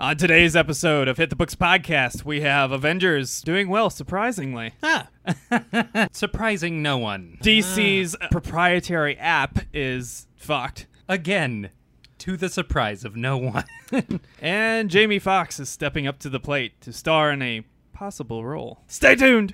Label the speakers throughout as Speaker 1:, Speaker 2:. Speaker 1: On today's episode of Hit the Books podcast, we have Avengers doing well, surprisingly.
Speaker 2: Ah. Surprising no one.
Speaker 1: DC's proprietary app is fucked.
Speaker 2: Again, to the surprise of no one.
Speaker 1: And Jamie Foxx is stepping up to the plate to star in a possible role. Stay tuned!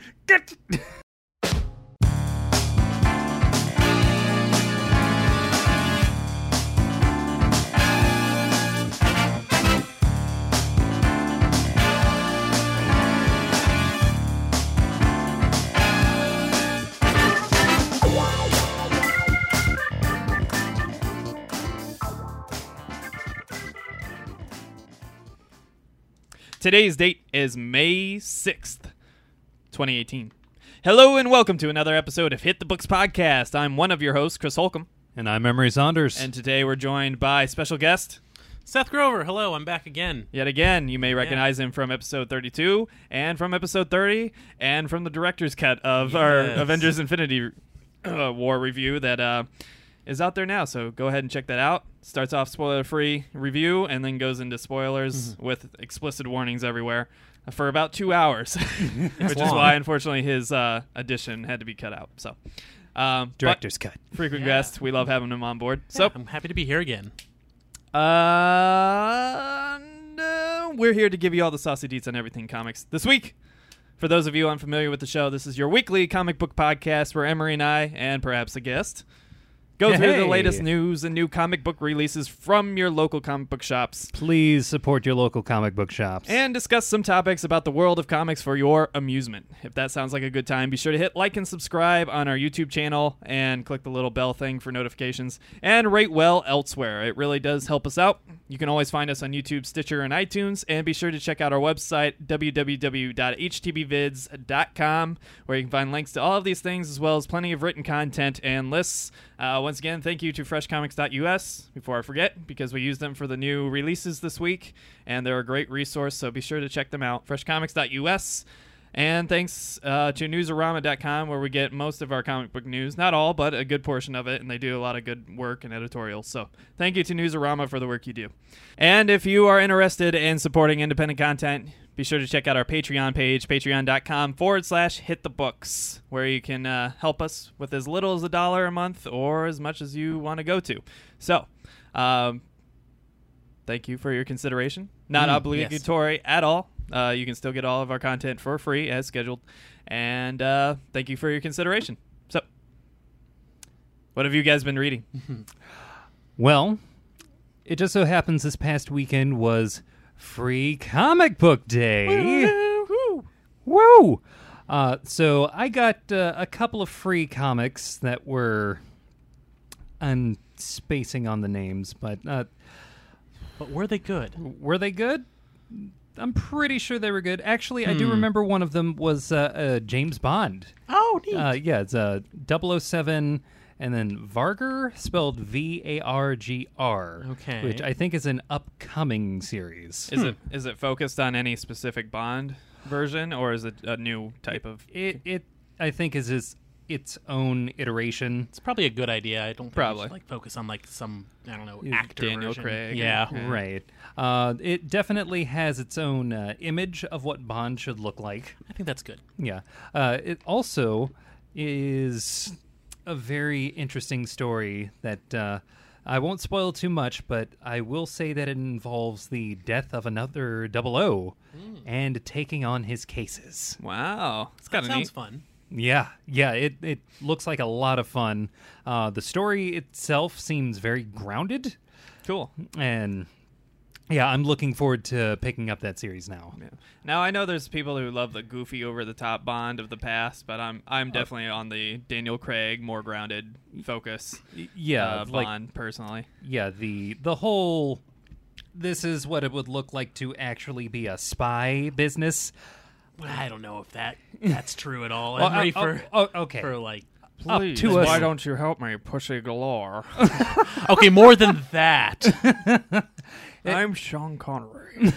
Speaker 1: Today's date is May 6th, 2018. Hello and welcome to another episode of Hit the Books podcast. I'm one of your hosts, Chris Holcomb,
Speaker 2: and I'm Emery Saunders.
Speaker 1: and today we're joined by special guest.
Speaker 3: Seth Grover, hello, I'm back again.
Speaker 1: Yet again, you may recognize him from episode 32 and from episode 30 and from the director's cut of our
Speaker 3: Yes.
Speaker 1: Avengers Infinity uh, War review that uh, is out there now. So go ahead and check that out. Starts off spoiler free review and then goes into spoilers
Speaker 3: Mm-hmm.
Speaker 1: with explicit warnings everywhere for about two hours, which is
Speaker 3: long.
Speaker 1: why, unfortunately, his uh, edition had to be cut out. So, um, but
Speaker 2: Director's cut.
Speaker 1: frequent
Speaker 3: Yeah.
Speaker 1: guest, we love having him on board. So,
Speaker 3: I'm happy to be here again.
Speaker 1: uh, no, we're here to give you all the saucy deets on everything comics this week. For those of you unfamiliar with the show, this is your weekly comic book podcast where Emery and I, and perhaps a guest, go through the
Speaker 2: Hey.
Speaker 1: latest news and new comic book releases from your local comic book shops
Speaker 2: Please support your local comic book shops.
Speaker 1: and discuss some topics about the world of comics for your amusement. If that sounds like a good time, be sure to hit like and subscribe on our YouTube channel and click the little bell thing for notifications and rate well elsewhere. It really does help us out. You can always find us on YouTube, Stitcher, and iTunes, and be sure to check out our website, www.htbvids.com, where you can find links to all of these things as well as plenty of written content and lists. Uh, once again, thank you to freshcomics.us before I forget, because we use them for the new releases this week, and they're a great resource, so be sure to check them out. Freshcomics.us. And thanks uh, to newsarama.com, where we get most of our comic book news. Not all, but a good portion of it, and they do a lot of good work and editorials. So thank you to Newsarama for the work you do. And if you are interested in supporting independent content, be sure to check out our Patreon page, patreon.com forward slash hit the books, where you can uh, help us with as little as a dollar a month or as much as you want to go to. So, um, thank you for your consideration. Not
Speaker 2: Mm,
Speaker 1: obligatory at all. Uh, you can still get all of our content for free as scheduled. And uh, thank you for your consideration. So, what have you guys been reading?
Speaker 2: Well, it just so happens this past weekend was Free Comic Book Day. Woo! Uh, so I got uh, a couple of free comics that were. I'm spacing on the names, but uh,
Speaker 3: But were they
Speaker 1: Mm.
Speaker 3: good?
Speaker 2: were they good? I'm pretty sure they were good. Actually, I
Speaker 3: Hmm.
Speaker 2: do remember one of them was uh, uh, James Bond.
Speaker 3: Oh, neat.
Speaker 2: Uh, yeah, it's uh, 007 and then Varger, spelled V A R G R.
Speaker 3: Okay.
Speaker 2: Which I think is an upcoming series.
Speaker 1: Is it is it focused on any specific Bond version, or is it a new type of?
Speaker 2: It, it I think, is its, its own iteration.
Speaker 3: it's probably a good idea. I don't think we
Speaker 1: Probably.
Speaker 3: should, like focus on like some I don't know
Speaker 2: Yeah,
Speaker 3: actor
Speaker 1: Daniel
Speaker 3: version.
Speaker 1: Craig.
Speaker 3: Yeah.
Speaker 1: Yeah.
Speaker 2: Mm-hmm. Right. Uh, it definitely has its own uh, image of what Bond should look like.
Speaker 3: I think that's good.
Speaker 2: Yeah. Uh, it also is a very interesting story that uh, I won't spoil too much, but I will say that it involves the death of another double O and taking on his cases.
Speaker 1: Wow, it's kind
Speaker 3: That
Speaker 1: of neat.
Speaker 3: sounds fun.
Speaker 2: Yeah. Yeah. It, it looks like a lot of fun. Uh, the story itself seems very grounded.
Speaker 1: Cool.
Speaker 2: And yeah, I'm looking forward to picking up that series now.
Speaker 1: Yeah. Now I know there's people who love the goofy, over the top Bond of the past, but I'm I'm definitely on the Daniel Craig, more grounded focus.
Speaker 2: Yeah.
Speaker 1: uh,
Speaker 2: like,
Speaker 1: Bond personally.
Speaker 2: yeah the the whole this is what it would look like to actually be a spy business
Speaker 3: But I don't know if that that's true at all.
Speaker 2: Well,
Speaker 1: uh,
Speaker 3: Emery,
Speaker 2: oh,
Speaker 3: for
Speaker 2: oh, oh, okay
Speaker 3: for like
Speaker 2: Up to us.
Speaker 1: don't you help me, Pussy Galore?
Speaker 3: okay, more than that.
Speaker 1: I'm Sean Connery,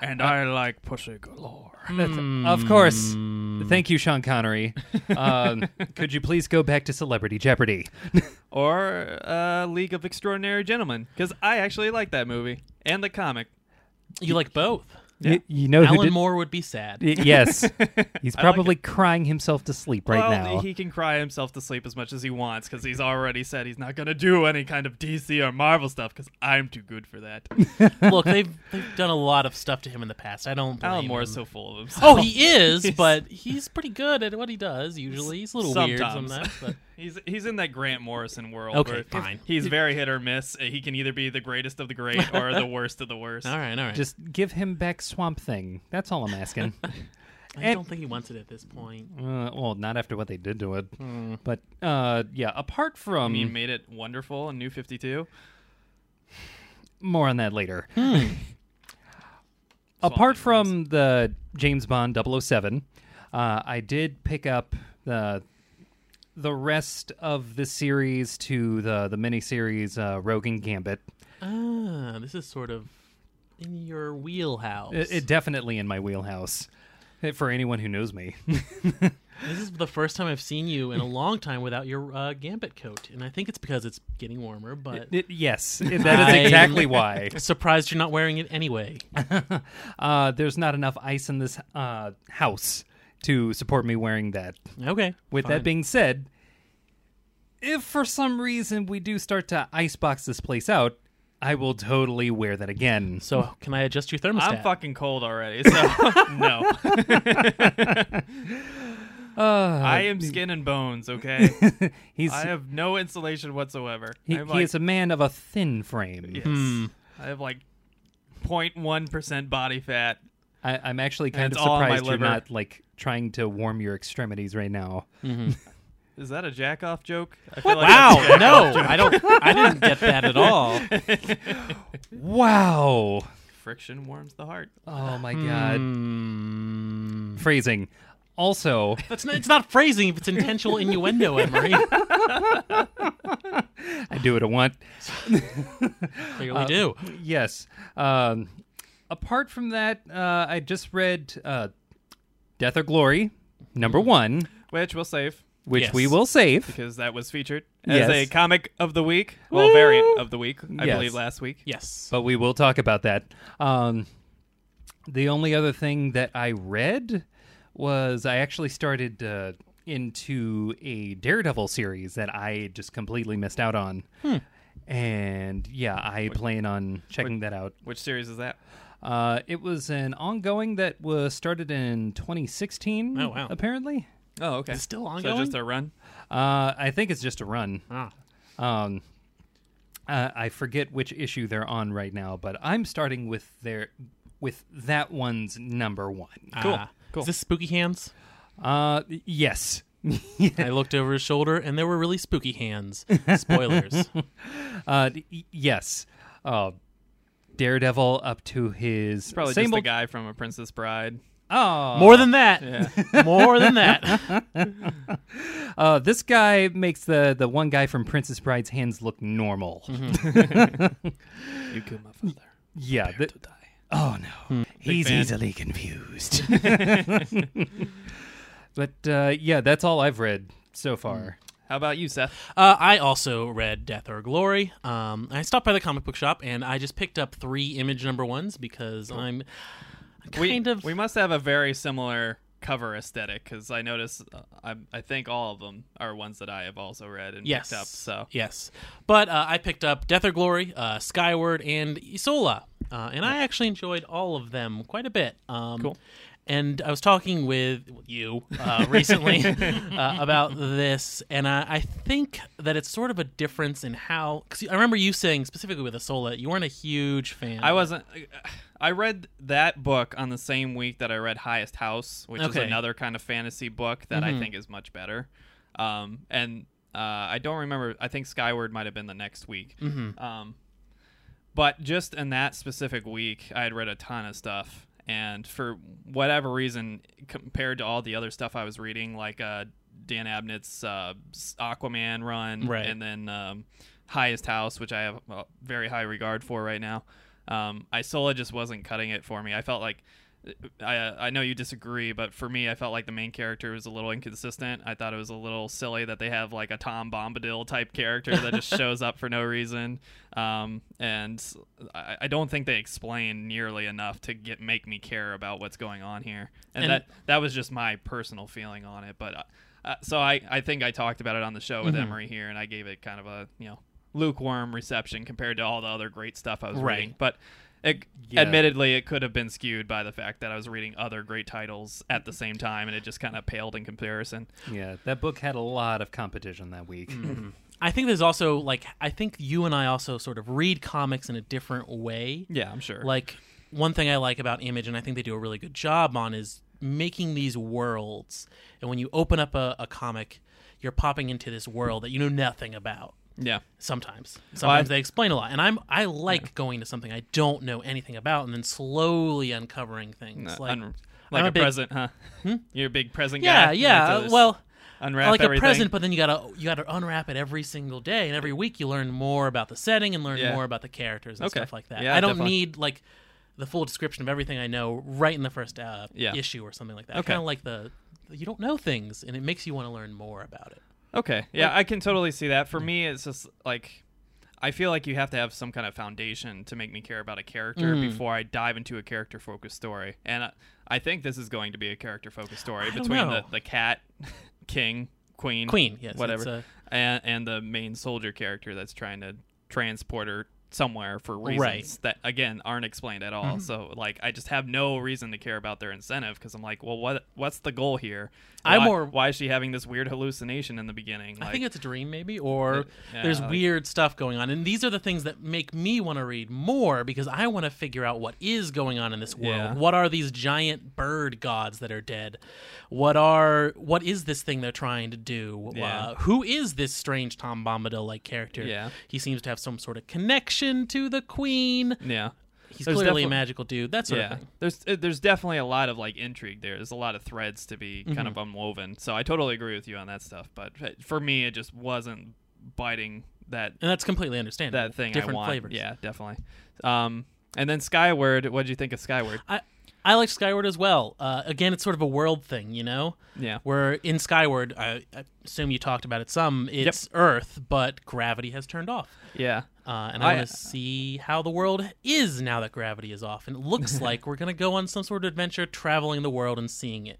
Speaker 1: and I like Pussy Galore.
Speaker 2: That's- of course thank you sean connery um, could you please go back to celebrity jeopardy
Speaker 1: Or uh, League of Extraordinary Gentlemen, because I actually like that movie and the comic.
Speaker 3: You like both.
Speaker 1: Yeah.
Speaker 2: Y- you know who
Speaker 3: Alan
Speaker 2: did?
Speaker 3: Moore would be sad.
Speaker 2: Y- yes, he's
Speaker 1: I like
Speaker 2: probably crying himself to sleep right
Speaker 1: well,
Speaker 2: now.
Speaker 1: he can cry himself to sleep as much as he wants because he's already said he's not gonna do any kind of DC or Marvel stuff because I'm too good for that.
Speaker 3: Look, they've they've done a lot of stuff to him in the past. I don't. Blame
Speaker 1: Alan Moore is so
Speaker 3: him.
Speaker 1: full of himself.
Speaker 3: Oh, he is, but he's pretty good at what he does. Usually, he's a little weird
Speaker 1: Sometimes.
Speaker 3: sometimes. But
Speaker 1: He's he's in that Grant Morrison world.
Speaker 3: Okay,
Speaker 1: where
Speaker 3: fine.
Speaker 1: He's very hit or miss. Uh, He can either be the greatest of the great or the worst of the worst.
Speaker 3: all right, all right.
Speaker 2: Just give him back Swamp Thing. That's all I'm asking.
Speaker 3: I don't think he wants it at this point.
Speaker 2: Uh, well, not after what they did to it. But uh, yeah, apart from
Speaker 1: Hmm. I mean, made it wonderful in New Fifty Two.
Speaker 2: more on that later. apart from the James Bond 007, uh, I did pick up the the rest of the series to the the miniseries uh, Rogue and Gambit.
Speaker 3: Ah, this is sort of in your wheelhouse.
Speaker 2: It, it definitely in my wheelhouse. eh, For anyone who knows me,
Speaker 3: This is the first time I've seen you in a long time without your uh, gambit coat, and I think it's because it's getting warmer. But
Speaker 2: It- yes, that is exactly why.
Speaker 3: surprised you're not wearing it anyway.
Speaker 2: Uh, there's not enough ice in this uh, house to support me wearing that.
Speaker 3: Okay.
Speaker 2: With that being said, if for some reason we do start to icebox this place out, I will totally wear that again.
Speaker 3: so, can I adjust your thermostat?
Speaker 1: I'm fucking cold already, so no. I am skin and bones. Okay,
Speaker 2: Uh, He's
Speaker 1: I have no insulation whatsoever.
Speaker 2: he,
Speaker 1: I'm
Speaker 2: he
Speaker 1: like,
Speaker 2: is a man of a thin frame.
Speaker 1: yes. I have like 0.1 percent body fat.
Speaker 2: I, I'm actually kind
Speaker 1: And
Speaker 2: of
Speaker 1: it's all on my
Speaker 2: surprised you're
Speaker 1: liver.
Speaker 2: not like trying to warm your extremities right now.
Speaker 1: Is that a jack off joke? I feel
Speaker 2: What?
Speaker 1: like that's-
Speaker 3: Wow, Oh, no, I don't. I didn't get that at all.
Speaker 2: Wow.
Speaker 1: Friction warms the heart.
Speaker 2: Oh my god.
Speaker 1: Hmm.
Speaker 2: Phrasing. Also,
Speaker 3: That's not, it's not phrasing if it's intentional innuendo, Emery.
Speaker 2: I do what I want.
Speaker 3: Clearly do.
Speaker 2: Yes. Um, apart from that, uh, I just read uh, Death or Glory, number one,
Speaker 1: Which we'll save
Speaker 2: which
Speaker 3: Yes.
Speaker 2: we will save.
Speaker 1: because that was featured as
Speaker 2: Yes.
Speaker 1: a comic of the week, well, variant of the week, I
Speaker 2: Yes.
Speaker 1: believe last week.
Speaker 3: Yes.
Speaker 2: But we will talk about that. Um, the only other thing that I read was I actually started uh, into a Daredevil series that I just completely missed out on. And yeah, I plan on checking that out.
Speaker 1: Which series is that?
Speaker 2: Uh, it was an ongoing that was started in 2016.
Speaker 3: Oh, wow.
Speaker 2: Apparently,
Speaker 1: Oh, okay.
Speaker 3: Is it still
Speaker 1: so
Speaker 3: ongoing?
Speaker 1: just a run.
Speaker 2: Uh, I think it's just a run.
Speaker 3: Ah.
Speaker 2: Um, uh, I forget which issue they're on right now, but I'm starting with their with that one's number one.
Speaker 3: Ah.
Speaker 1: Cool, cool.
Speaker 3: Is this Spooky Hands?
Speaker 2: Uh, yes.
Speaker 3: I looked over his shoulder, and there were really spooky hands. Spoilers.
Speaker 2: Uh, y- yes. Uh, Daredevil up to his
Speaker 1: Probably
Speaker 2: same
Speaker 1: just
Speaker 2: old
Speaker 1: the guy from A Princess Bride.
Speaker 2: Oh,
Speaker 3: More than that. More than that.
Speaker 2: uh, this guy makes the the one guy from Princess Bride's hands look normal.
Speaker 1: You killed my father.
Speaker 2: Yeah. th- oh no, he's
Speaker 1: Hmm. fan.
Speaker 2: easily confused. but uh, yeah, that's all I've read so
Speaker 1: Hmm.
Speaker 2: far.
Speaker 1: How about you, Seth?
Speaker 3: Uh, I also read Death or Glory. Um, I stopped by the comic book shop, and I just picked up three image number ones because I'm
Speaker 1: We,
Speaker 3: kind of.
Speaker 1: we must have a very similar cover aesthetic because I notice uh, I, I think all of them are ones that I have also read and
Speaker 3: yes.
Speaker 1: picked up. So
Speaker 3: Yes. But uh, I picked up Death or Glory, uh, Skyward, and Isola. Uh, and I actually enjoyed all of them quite a bit. Um,
Speaker 1: Cool.
Speaker 3: And I was talking with you uh, recently uh, about this, and I, I think that it's sort of a difference in how. Because I remember you saying specifically with Isola, you weren't a huge fan.
Speaker 1: I wasn't. uh, I read that book on the same week that I read Highest House, which
Speaker 3: Okay. Mm-hmm.
Speaker 1: is another kind of fantasy book that I think is much better. Um, and uh, I don't remember. I think Skyward might have been the next week.
Speaker 3: Mm-hmm.
Speaker 1: Um, but just in that specific week, I had read a ton of stuff. And for whatever reason, compared to all the other stuff I was reading, like uh, Dan Abnett's uh, s- Aquaman run,
Speaker 3: Right.
Speaker 1: and then um, Highest House, which I have a very high regard for right now, um, Isola just wasn't cutting it for me. I felt like I I know you disagree, but for me, I felt like the main character was a little inconsistent. I thought it was a little silly that they have like a Tom Bombadil type character that just shows up for no reason, um, and I, I don't think they explain nearly enough to get make me care about what's going on here. And,
Speaker 3: And-
Speaker 1: that that was just my personal feeling on it. But uh, uh, so I I think I talked about it on the show
Speaker 3: Mm-hmm.
Speaker 1: with Emery here, and I gave it kind of a you know lukewarm reception compared to all the other great stuff I was
Speaker 3: Right.
Speaker 1: reading, but. It,
Speaker 2: Yeah.
Speaker 1: Admittedly, it could have been skewed by the fact that I was reading other great titles at the same time, and it just kind of paled in comparison.
Speaker 2: Yeah, that book had a lot of competition that week.
Speaker 1: Hmm.
Speaker 3: I think there's also like I think you and I also sort of read comics in a different way.
Speaker 1: Yeah, I'm sure.
Speaker 3: Like one thing I like about Image, and I think they do a really good job on, is making these worlds. And when you open up a, a comic, you're popping into this world that you know nothing about.
Speaker 1: yeah,
Speaker 3: Sometimes, sometimes
Speaker 1: I-
Speaker 3: they explain a lot, and I'm I like going to something I don't know anything about, and then slowly uncovering things.
Speaker 1: Uh,
Speaker 3: like,
Speaker 1: un- like
Speaker 3: I'm
Speaker 1: a,
Speaker 3: a big- Hmm?
Speaker 1: present, huh? You're a big present
Speaker 3: yeah,
Speaker 1: guy. You like to
Speaker 3: yeah.
Speaker 1: just
Speaker 3: Well,
Speaker 1: unwrap
Speaker 3: like
Speaker 1: everything.
Speaker 3: a present, but then you gotta you gotta unwrap it every single day, and every week you learn more about the setting and learn
Speaker 1: Yeah.
Speaker 3: more about the characters and
Speaker 1: Okay.
Speaker 3: stuff like that.
Speaker 1: Yeah,
Speaker 3: I don't
Speaker 1: definitely.
Speaker 3: need like the full description of everything I know right in the first uh,
Speaker 1: Yeah.
Speaker 3: issue or something like that. I
Speaker 1: Okay.
Speaker 3: kind of like the you don't know things, and it makes you want to learn more about it.
Speaker 1: Okay. Yeah, I can totally see that. For me, it's just like I feel like you have to have some kind of foundation to make me care about a character
Speaker 3: Mm.
Speaker 1: before I dive into a character focused story. And I, I think this is going to be a character focused story
Speaker 3: I don't
Speaker 1: between the,
Speaker 3: know.
Speaker 1: the cat, king, queen,
Speaker 3: Queen, yes, it's
Speaker 1: whatever,
Speaker 3: a-
Speaker 1: and, and the main soldier character that's trying to transport her somewhere for reasons
Speaker 3: Right. Mm-hmm.
Speaker 1: that again aren't explained at all. So like I just have no reason to care about their incentive because I'm like, well, what what's the goal here?
Speaker 3: I
Speaker 1: why,
Speaker 3: more-
Speaker 1: why is she having this weird hallucination in the beginning?
Speaker 3: I think it's a dream, maybe, or
Speaker 1: yeah,
Speaker 3: there's
Speaker 1: like-
Speaker 3: weird stuff going on, and these are the things that make me want to read more because I want to figure out what is going on in this world.
Speaker 1: Yeah.
Speaker 3: What are these giant bird gods that are dead? What are what is this thing they're trying to do?
Speaker 1: Yeah.
Speaker 3: Uh, who is this strange Tom Bombadil like character?
Speaker 1: Yeah.
Speaker 3: he seems to have some sort of connection to the queen.
Speaker 1: Yeah.
Speaker 3: He's
Speaker 1: There's
Speaker 3: clearly a
Speaker 1: defi-
Speaker 3: magical dude. That sort
Speaker 1: yeah.
Speaker 3: of thing.
Speaker 1: There's uh, there's definitely a lot of like intrigue there. There's a lot of threads to be kind of
Speaker 3: Mm-hmm.
Speaker 1: unwoven. So I totally agree with you on that stuff, but uh, for me it just wasn't biting that
Speaker 3: And that's completely understandable.
Speaker 1: that thing I
Speaker 3: Different
Speaker 1: want.
Speaker 3: flavors.
Speaker 1: Yeah, definitely. Um and then Skyward, what did you think of Skyward?
Speaker 3: I I like Skyward as well. Uh, again, it's sort of a world thing, you know.
Speaker 1: Yeah.
Speaker 3: Where in Skyward, I, I assume you talked about it some. It's Earth, but gravity has turned off,
Speaker 1: Yeah.
Speaker 3: uh, and I,
Speaker 1: I-
Speaker 3: want to see how the world is now that gravity is off. And it looks like we're gonna go on some sort of adventure, traveling the world and seeing it.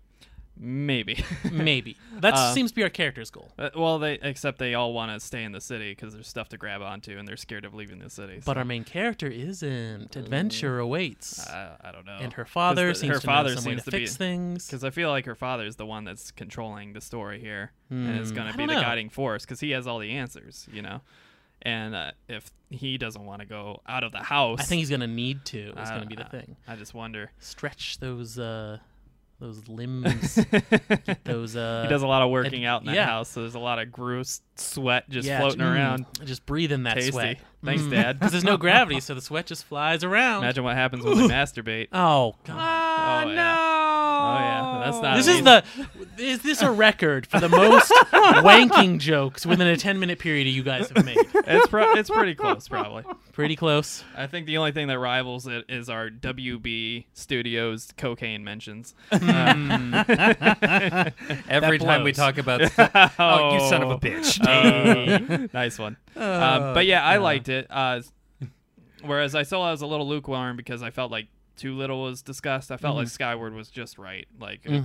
Speaker 1: Maybe.
Speaker 3: Maybe that
Speaker 1: Uh,
Speaker 3: seems to be our character's goal.
Speaker 1: Uh, well, they except they all want to stay in the city cuz there's stuff to grab onto and they're scared of leaving the city.
Speaker 3: But
Speaker 1: so
Speaker 3: our main character isn't. Adventure awaits,
Speaker 1: I, I don't know.
Speaker 3: and her father
Speaker 1: Mm. Uh, oh. 'Cause the-
Speaker 3: seems
Speaker 1: her
Speaker 3: to
Speaker 1: father
Speaker 3: know some way
Speaker 1: seems
Speaker 3: to,
Speaker 1: to be-
Speaker 3: fix things.
Speaker 1: Because I feel like her father is the one that's controlling the story here, and is going
Speaker 3: Hmm. I
Speaker 1: to be
Speaker 3: don't
Speaker 1: the
Speaker 3: know.
Speaker 1: guiding force because he has all the answers, you know. And uh, if he doesn't want to go out of the house,
Speaker 3: I think he's gonna need to. Is
Speaker 1: I-
Speaker 3: gonna be the
Speaker 1: I-
Speaker 3: thing.
Speaker 1: I just wonder.
Speaker 3: stretch those uh those limbs those uh
Speaker 1: he does a lot of working out in that
Speaker 3: yeah.
Speaker 1: house, so there's a lot of gross sweat just
Speaker 3: yeah,
Speaker 1: floating
Speaker 3: mm,
Speaker 1: around.
Speaker 3: just breathe in that
Speaker 1: Tasty.
Speaker 3: sweat
Speaker 1: Thanks, Dad.
Speaker 3: because there's no gravity so the sweat just flies around
Speaker 1: Imagine what happens when they masturbate.
Speaker 3: oh god
Speaker 1: Oh, no! Yeah. Oh yeah, that's not.
Speaker 3: this
Speaker 1: an
Speaker 3: is
Speaker 1: easy-
Speaker 3: the is this a record for the most wanking jokes within a 10 minute period you guys have made
Speaker 1: It's pro- it's pretty close, probably.
Speaker 3: pretty close
Speaker 1: I think the only thing that rivals it is our WB Studios cocaine mentions.
Speaker 3: Hmm.
Speaker 2: Every time we
Speaker 3: blows.
Speaker 2: talk about stuff, oh, you son of a bitch.
Speaker 1: Uh, nice one.
Speaker 3: Oh,
Speaker 1: Um, but yeah, I liked it. Uh, whereas I still was a little lukewarm because I felt like too little was discussed. I felt
Speaker 3: Mm-hmm.
Speaker 1: like Skyward was just right. Like it-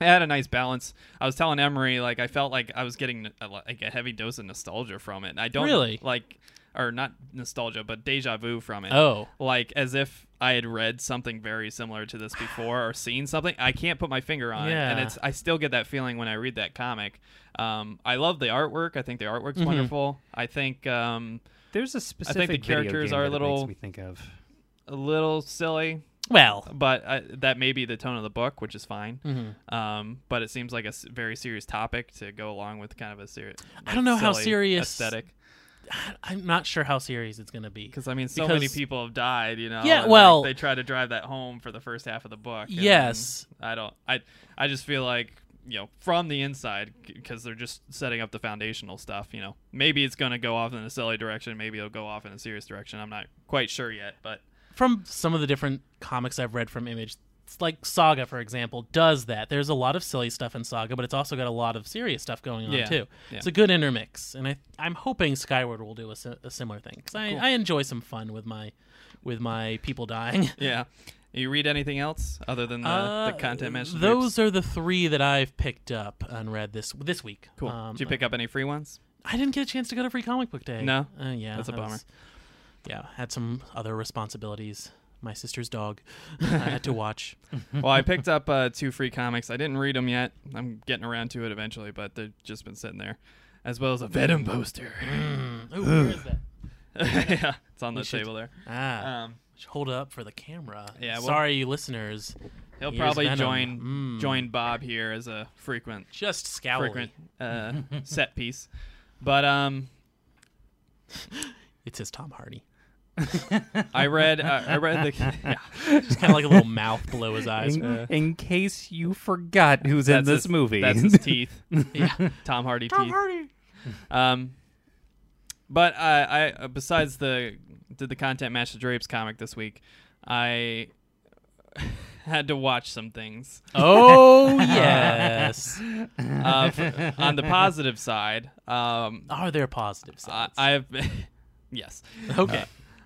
Speaker 1: it had a nice balance. I was telling Emery like I felt like I was getting a, like a heavy dose of nostalgia from it. And I don't
Speaker 3: Really?
Speaker 1: like or not nostalgia, but deja vu from it.
Speaker 3: Oh.
Speaker 1: like as if I had read something very similar to this before or seen something. I can't put my finger on it,
Speaker 3: Yeah.
Speaker 1: and it's I still get that feeling when I read that comic. Um, I love the artwork. I think the artwort's
Speaker 3: Mm-hmm.
Speaker 1: wonderful. I think um,
Speaker 2: There's a
Speaker 1: the
Speaker 2: specific video
Speaker 1: characters
Speaker 2: game
Speaker 1: are a
Speaker 2: that it
Speaker 1: little-
Speaker 2: makes me think of.
Speaker 1: a little silly,
Speaker 3: well
Speaker 1: but I, that may be the tone of the book, which is fine.
Speaker 3: Mm-hmm.
Speaker 1: Um, but it seems like a s- very serious topic to go along with kind of a serious.
Speaker 3: I don't know how serious-
Speaker 1: aesthetic,
Speaker 3: i'm not sure how serious it's gonna be
Speaker 1: because I mean, so many
Speaker 3: Because-
Speaker 1: people have died. You know, and,
Speaker 3: Yeah,
Speaker 1: like,
Speaker 3: well-
Speaker 1: they try to drive that home for the first half of the book. and
Speaker 3: Yes.
Speaker 1: then I don't. I I just feel like you know from the inside because they're just setting up the foundational stuff. You know, maybe it's going to go off in a silly direction. Maybe it'll go off in a serious direction. I'm not quite sure yet, but
Speaker 3: from some of the different comics I've read from Image, it's like Saga, for example, does that. There's a lot of silly stuff in Saga, but it's also got a lot of serious stuff going on
Speaker 1: Yeah,
Speaker 3: too.
Speaker 1: yeah.
Speaker 3: It's a good intermix, and I, I'm hoping Skyward will do a, si- a similar thing because I, I enjoy some fun with my with my people dying.
Speaker 1: Yeah. You read anything else other than the,
Speaker 3: Uh,
Speaker 1: the content match?
Speaker 3: Those are the three that I've picked up and read this this week.
Speaker 1: cool.
Speaker 3: Um,
Speaker 1: Did you pick up any free ones?
Speaker 3: I didn't get a chance to go to Free Comic Book Day.
Speaker 1: No?
Speaker 3: Uh, yeah,
Speaker 1: That's a
Speaker 3: I
Speaker 1: bummer.
Speaker 3: was- yeah, had some other responsibilities. My sister's dog, I had to watch.
Speaker 1: well, I picked up uh, two free comics. I didn't read them yet. I'm getting around to it eventually, but they've just been sitting there, as well as a Venom poster.
Speaker 3: Mm. Ooh, where is that?
Speaker 1: yeah, it's on the
Speaker 3: We should-
Speaker 1: table there.
Speaker 3: Ah,
Speaker 1: Um,
Speaker 3: should hold it up for the camera.
Speaker 1: Yeah, well-
Speaker 3: sorry, you listeners.
Speaker 1: he'll
Speaker 3: Here's
Speaker 1: probably
Speaker 3: Venom.
Speaker 1: join
Speaker 3: Mm.
Speaker 1: join Bob here as a frequent
Speaker 3: Just scowling.
Speaker 1: frequent uh, set piece. But um,
Speaker 3: It's his Tom Hardy.
Speaker 1: I read uh, I read the yeah,
Speaker 3: Just kind of like a little mouth below his eyes.
Speaker 2: In, in case you forgot who's in
Speaker 1: that's
Speaker 2: this
Speaker 1: his-
Speaker 2: movie,
Speaker 1: That's his teeth.
Speaker 3: yeah.
Speaker 1: Tom Hardy teeth.
Speaker 3: Hardy.
Speaker 1: Um, but I, I besides the did the content match the drapes comic this week, I had to watch some things.
Speaker 3: Oh yes.
Speaker 1: Uh, f- on the positive side, um,
Speaker 3: Are there positive
Speaker 1: I,
Speaker 3: sides?
Speaker 1: I've yes,
Speaker 3: okay.
Speaker 1: Uh,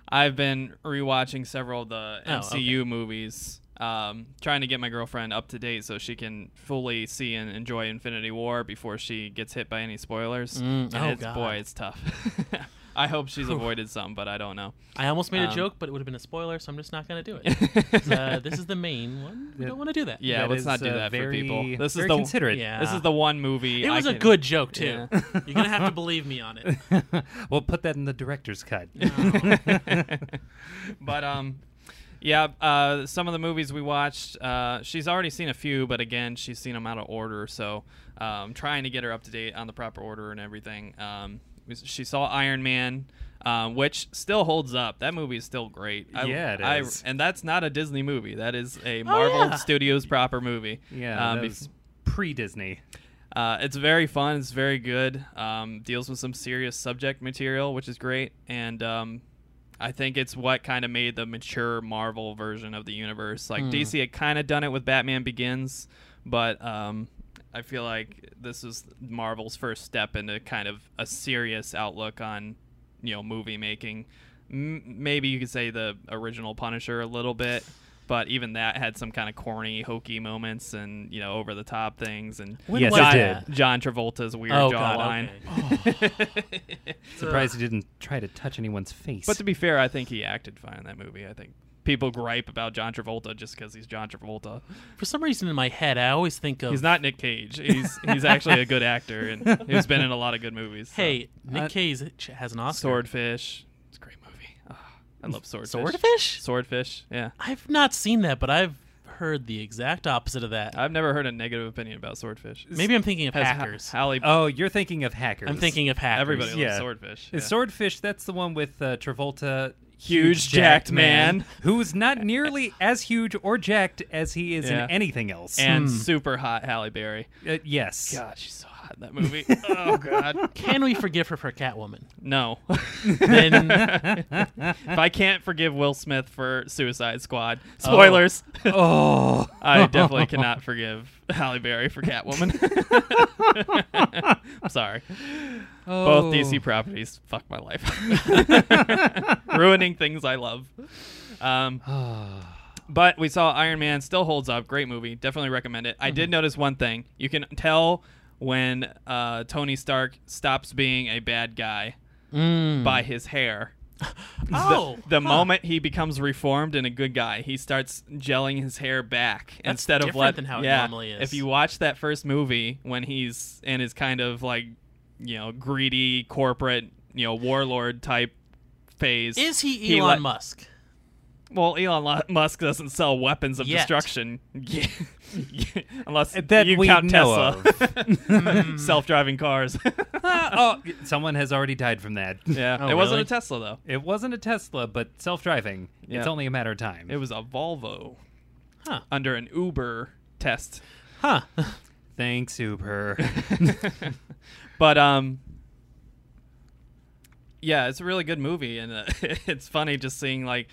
Speaker 1: I've been rewatching several of the
Speaker 3: Oh,
Speaker 1: MCU movies. Um, trying to get my girlfriend up to date so she can fully see and enjoy Infinity War before she gets hit by any spoilers.
Speaker 3: Mm,
Speaker 1: and
Speaker 3: oh,
Speaker 1: it's,
Speaker 3: God.
Speaker 1: boy, it's tough. I hope she's avoided some, but I don't know.
Speaker 3: I almost made a
Speaker 1: Um,
Speaker 3: joke, but it would have been a spoiler, so I'm just not going to do it. 'Cause, uh, this is the main one. We
Speaker 2: Yeah.
Speaker 3: don't want to do that.
Speaker 1: Yeah,
Speaker 2: That
Speaker 1: let's
Speaker 2: is,
Speaker 1: not do
Speaker 2: uh,
Speaker 1: that for
Speaker 2: very-
Speaker 1: people. This is
Speaker 2: very
Speaker 1: the
Speaker 2: considerate.
Speaker 3: Yeah.
Speaker 1: this is the one movie.
Speaker 3: It
Speaker 1: I
Speaker 3: was a
Speaker 1: can-
Speaker 3: good joke too.
Speaker 1: Yeah.
Speaker 3: You're gonna have to believe me on it.
Speaker 2: we'll put that in the director's cut.
Speaker 1: Oh. but um, yeah. Uh, some of the movies we watched. Uh, she's already seen a few, but again, she's seen them out of order. So, um, trying to get her up to date on the proper order and everything. Um, she saw Iron Man. Um, which still holds up. That movie is still great. I,
Speaker 2: Yeah, it
Speaker 1: I-
Speaker 2: is. Oh,
Speaker 1: and that's not a Disney movie. That is a Marvel
Speaker 3: yeah.
Speaker 1: Studios proper movie.
Speaker 2: Yeah,
Speaker 1: Um,
Speaker 2: that
Speaker 1: be-
Speaker 2: was pre-Disney.
Speaker 1: Uh, it's very fun. It's very good. Um, deals with some serious subject material, which is great. And um, I think it's what kind of made the mature Marvel version of the universe.
Speaker 3: Hmm.
Speaker 1: Like DC had kind of done it with Batman Begins, but um, I feel like this is Marvel's first step into kind of a serious outlook on you know movie making. M- maybe you could say the original Punisher a little bit. But even that had some kind of corny, hokey moments, and you know, over the top things, and
Speaker 3: When
Speaker 2: Yes,
Speaker 3: was
Speaker 2: I
Speaker 3: that?
Speaker 2: did.
Speaker 1: John Travolta's weird
Speaker 3: Oh
Speaker 1: jawline.
Speaker 3: god. okay. Oh.
Speaker 2: Surprised he didn't try to touch anyone's face.
Speaker 1: But to be fair, I think he acted fine in that movie. I think people gripe about John Travolta just because he's John Travolta.
Speaker 3: For some reason in my head, I always think of
Speaker 1: He's not Nick Cage. He's he's actually a good actor and he's been in a lot of good movies. so.
Speaker 3: hey
Speaker 2: Uh,
Speaker 3: Nick Cage has an Oscar.
Speaker 1: Swordfish. It's a great movie. Ah, I love Swordfish.
Speaker 3: Swordfish?
Speaker 1: Swordfish. Yeah.
Speaker 3: I've not seen that, but I've heard the exact opposite of that.
Speaker 1: I've never heard a negative opinion about Swordfish.
Speaker 3: Maybe I'm thinking of
Speaker 1: Has Ha-
Speaker 3: hackers.
Speaker 1: Halle-
Speaker 2: oh, you're thinking of hackers.
Speaker 3: I'm thinking of hackers.
Speaker 1: everybody loves
Speaker 2: yeah.
Speaker 1: Swordfish.
Speaker 2: Is
Speaker 1: yeah.
Speaker 2: Swordfish, that's the one with uh, Travolta,
Speaker 1: Huge jacked man.
Speaker 2: who's not nearly as huge or jacked as he is
Speaker 1: Yeah.
Speaker 2: in anything else.
Speaker 1: and super hot Halle Berry.
Speaker 2: uh, yes,
Speaker 1: God, she's so hot in that movie. oh God.
Speaker 3: Can we forgive her for Catwoman?
Speaker 1: No.
Speaker 3: Then
Speaker 1: if I can't forgive Will Smith for Suicide Squad, spoilers,
Speaker 2: oh,
Speaker 1: I definitely cannot forgive Halle Berry for Catwoman. I'm sorry.
Speaker 2: Oh.
Speaker 1: Both DC properties fuck my life. Ruining things I love. Um,
Speaker 2: Oh.
Speaker 1: but we saw Iron Man still holds up. Great movie. Definitely recommend it. I did notice one thing. You can tell when uh, Tony Stark stops being a bad guy by his hair.
Speaker 3: oh,
Speaker 1: The
Speaker 3: huh.
Speaker 1: moment he becomes reformed and a good guy, he starts gelling his hair back instead of
Speaker 3: different
Speaker 1: let,
Speaker 3: than how it
Speaker 1: yeah,
Speaker 3: normally is.
Speaker 1: If you watch that first movie when he's in his kind of like, you know, greedy corporate, you know, warlord type phase,
Speaker 3: is he
Speaker 1: he
Speaker 3: Elon
Speaker 1: let-
Speaker 3: Musk?
Speaker 1: Well, Elon Lo- Musk doesn't sell weapons of
Speaker 3: Yet.
Speaker 1: destruction, Yeah. unless
Speaker 2: That
Speaker 1: you
Speaker 2: we
Speaker 1: count
Speaker 2: know
Speaker 3: Hmm.
Speaker 1: Tesla, self-driving cars.
Speaker 2: oh, someone has already died from that.
Speaker 1: yeah,
Speaker 3: Oh,
Speaker 1: it wasn't
Speaker 3: really?
Speaker 1: a Tesla though.
Speaker 2: It wasn't a Tesla, but self-driving.
Speaker 1: Yeah.
Speaker 2: It's only a matter of time.
Speaker 1: It was a Volvo
Speaker 3: Huh?
Speaker 1: under an Uber test.
Speaker 3: Huh?
Speaker 1: Uh,
Speaker 2: Thanks, Uber.
Speaker 1: But um, yeah, it's a really good movie, and uh, it's funny just seeing like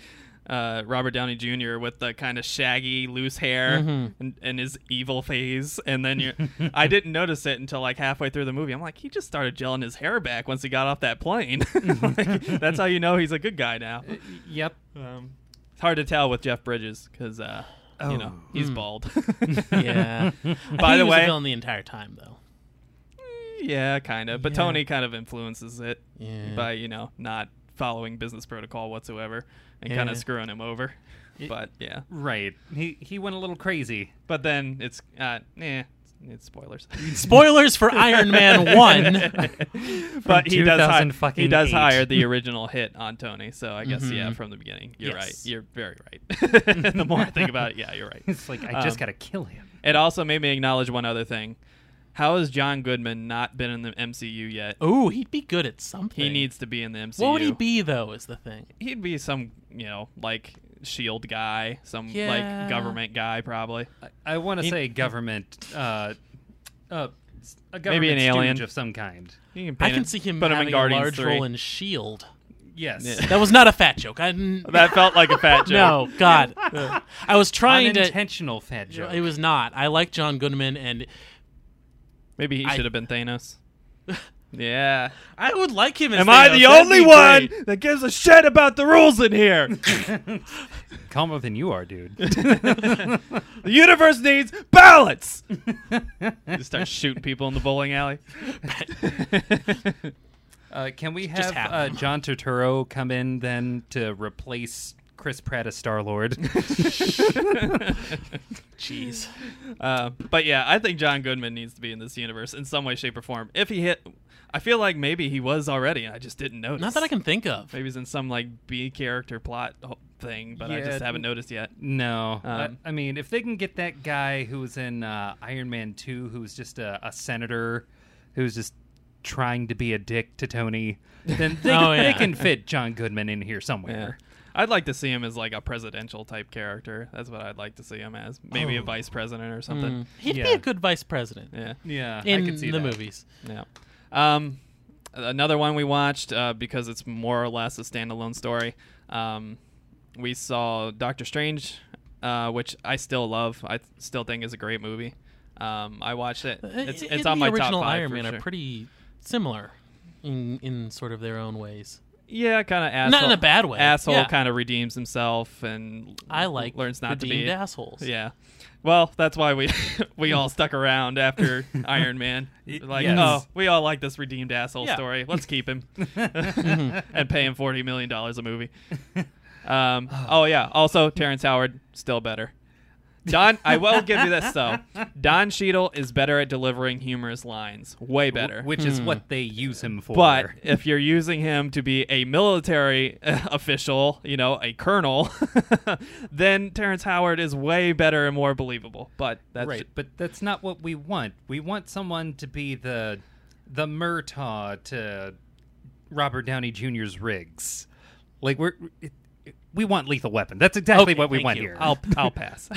Speaker 1: uh, Robert Downey Jr. with the kind of shaggy, loose hair and, and his evil phase. And then you, I didn't notice it until like halfway through the movie. I'm like, he just started gelling his hair back once he got off that plane. Like, that's how you know he's a good guy now.
Speaker 2: Yep.
Speaker 1: Um, it's hard to tell with Jeff Bridges because uh, you know he's bald.
Speaker 3: yeah.
Speaker 1: By the
Speaker 3: he was
Speaker 1: way-
Speaker 3: a villain the entire time though.
Speaker 1: yeah, kind of. But
Speaker 3: Yeah.
Speaker 1: Tony kind of influences it
Speaker 3: Yeah.
Speaker 1: by you know not following business protocol whatsoever and kind
Speaker 3: Yeah.
Speaker 1: of screwing him over. but yeah,
Speaker 2: Right. He he went a little crazy.
Speaker 1: but then it's uh, yeah, it's spoilers.
Speaker 3: Spoilers for Iron Man One.
Speaker 1: but he does, hi-
Speaker 2: 2000
Speaker 1: he
Speaker 2: fucking
Speaker 1: does
Speaker 2: eight.
Speaker 1: hire the original hit on Tony. So I guess yeah, from the beginning, you're right.
Speaker 3: Yes.
Speaker 1: You're very right. the more I think about it, yeah, you're right.
Speaker 2: It's like I just
Speaker 1: Um,
Speaker 2: gotta kill him.
Speaker 1: It also made me acknowledge one other thing. How has John Goodman not been in the MCU yet?
Speaker 3: Ooh, he'd be good at something.
Speaker 1: He needs to be in the MCU.
Speaker 3: Oh, What would he be though? Is the thing.
Speaker 1: He'd be some, you know, like shield guy, some
Speaker 3: Yeah.
Speaker 1: like government guy probably.
Speaker 2: I want to
Speaker 1: He-
Speaker 2: say government, uh, uh, s- a government
Speaker 1: an
Speaker 2: stooge
Speaker 1: alien.
Speaker 2: of some kind.
Speaker 1: You
Speaker 3: I
Speaker 1: paint
Speaker 3: can
Speaker 1: it-
Speaker 3: see him
Speaker 1: put
Speaker 3: having
Speaker 1: in
Speaker 3: a
Speaker 1: Guardians
Speaker 3: large
Speaker 1: 3.
Speaker 3: role in Shield.
Speaker 2: Yes.
Speaker 1: Yeah.
Speaker 3: That was not a fat joke. I didn't.
Speaker 1: That felt like a fat joke.
Speaker 3: no, God, I was trying to.
Speaker 2: Unintentional fat joke.
Speaker 3: It was not. I like John Goodman, and
Speaker 1: Maybe he
Speaker 3: I-
Speaker 1: should have been Thanos. yeah.
Speaker 3: I would like him. As
Speaker 1: Am I
Speaker 3: Thanos.
Speaker 1: the
Speaker 3: That'd
Speaker 1: only
Speaker 3: be
Speaker 1: one
Speaker 3: great.
Speaker 1: that gives a shit about the rules in here?
Speaker 2: Calmer than you are, dude.
Speaker 1: the universe needs balance. Just start shooting people in the bowling alley.
Speaker 2: Uh, can we
Speaker 3: Just
Speaker 2: have,
Speaker 3: have
Speaker 2: uh,
Speaker 3: him.
Speaker 2: John Turturro come in then to replace Chris Pratt as Star Lord?
Speaker 3: Jeez.
Speaker 1: Uh, but yeah, I think John Goodman needs to be in this universe in some way, shape, or form. If he hit, I feel like maybe he was already, and I just didn't notice.
Speaker 3: Not that I can think of.
Speaker 1: Maybe he's in some like B character plot ho- thing, but I
Speaker 2: Yeah,
Speaker 1: just
Speaker 2: it-
Speaker 1: haven't noticed yet.
Speaker 2: no. I-
Speaker 1: Um,
Speaker 2: I, mean, if they can get that guy who was in uh, Iron Man 2, who was just a, a senator, who was just trying to be a dick to Tony, then they,
Speaker 3: Oh,
Speaker 2: they
Speaker 3: yeah.
Speaker 2: can fit John Goodman in here
Speaker 1: Yeah.
Speaker 2: somewhere.
Speaker 1: I'd like to see him as like a presidential type character. That's what I'd like to see him as. Maybe a
Speaker 3: Oh.
Speaker 1: vice president or something.
Speaker 3: He'd be
Speaker 2: Yeah.
Speaker 3: a good vice president
Speaker 1: Yeah.
Speaker 2: Yeah,
Speaker 3: in
Speaker 2: I could see
Speaker 3: the
Speaker 2: that.
Speaker 3: movies.
Speaker 1: Yeah. Um, another one we watched uh, because it's more or less a standalone story. Um, we saw Doctor Strange, uh, which I still love. I th- still think is a great movie. Um, I watched it. It's,
Speaker 3: Uh,
Speaker 1: it's
Speaker 3: and
Speaker 1: on
Speaker 3: the
Speaker 1: my
Speaker 3: original
Speaker 1: top five.
Speaker 3: Iron
Speaker 1: for
Speaker 3: Man
Speaker 1: sure.
Speaker 3: are pretty similar in in sort of their own ways.
Speaker 1: yeah, kind of asshole.
Speaker 3: Not in a bad way.
Speaker 1: Asshole
Speaker 3: Yeah.
Speaker 1: kind of redeems himself and
Speaker 3: I like
Speaker 1: learns not to
Speaker 3: redeemed
Speaker 1: be
Speaker 3: assholes.
Speaker 1: Yeah. Well, that's why we we all stuck around after Iron Man.
Speaker 2: Y-
Speaker 1: Like,
Speaker 2: yes.
Speaker 1: oh, we all like this redeemed asshole
Speaker 3: Yeah.
Speaker 1: story. Let's keep him and pay him forty million dollars a movie. Um, oh yeah. Also, Terrence Howard still better. Don, I will give you this though. Don Cheadle is better at delivering humorous lines. Way better.
Speaker 2: Which is what they use him for.
Speaker 1: But if you're using him to be a military uh, official, you know, a colonel, then Terrence Howard is way better and more believable. But that's
Speaker 2: right, but that's not what we want. We want someone to be the the Murtaugh to Robert Downey Jr.'s rigs. Like we're it, it- we want Lethal Weapon. That's exactly
Speaker 3: Okay,
Speaker 2: what we
Speaker 3: thank
Speaker 2: want
Speaker 3: you.
Speaker 2: here.
Speaker 1: I'll I'll pass.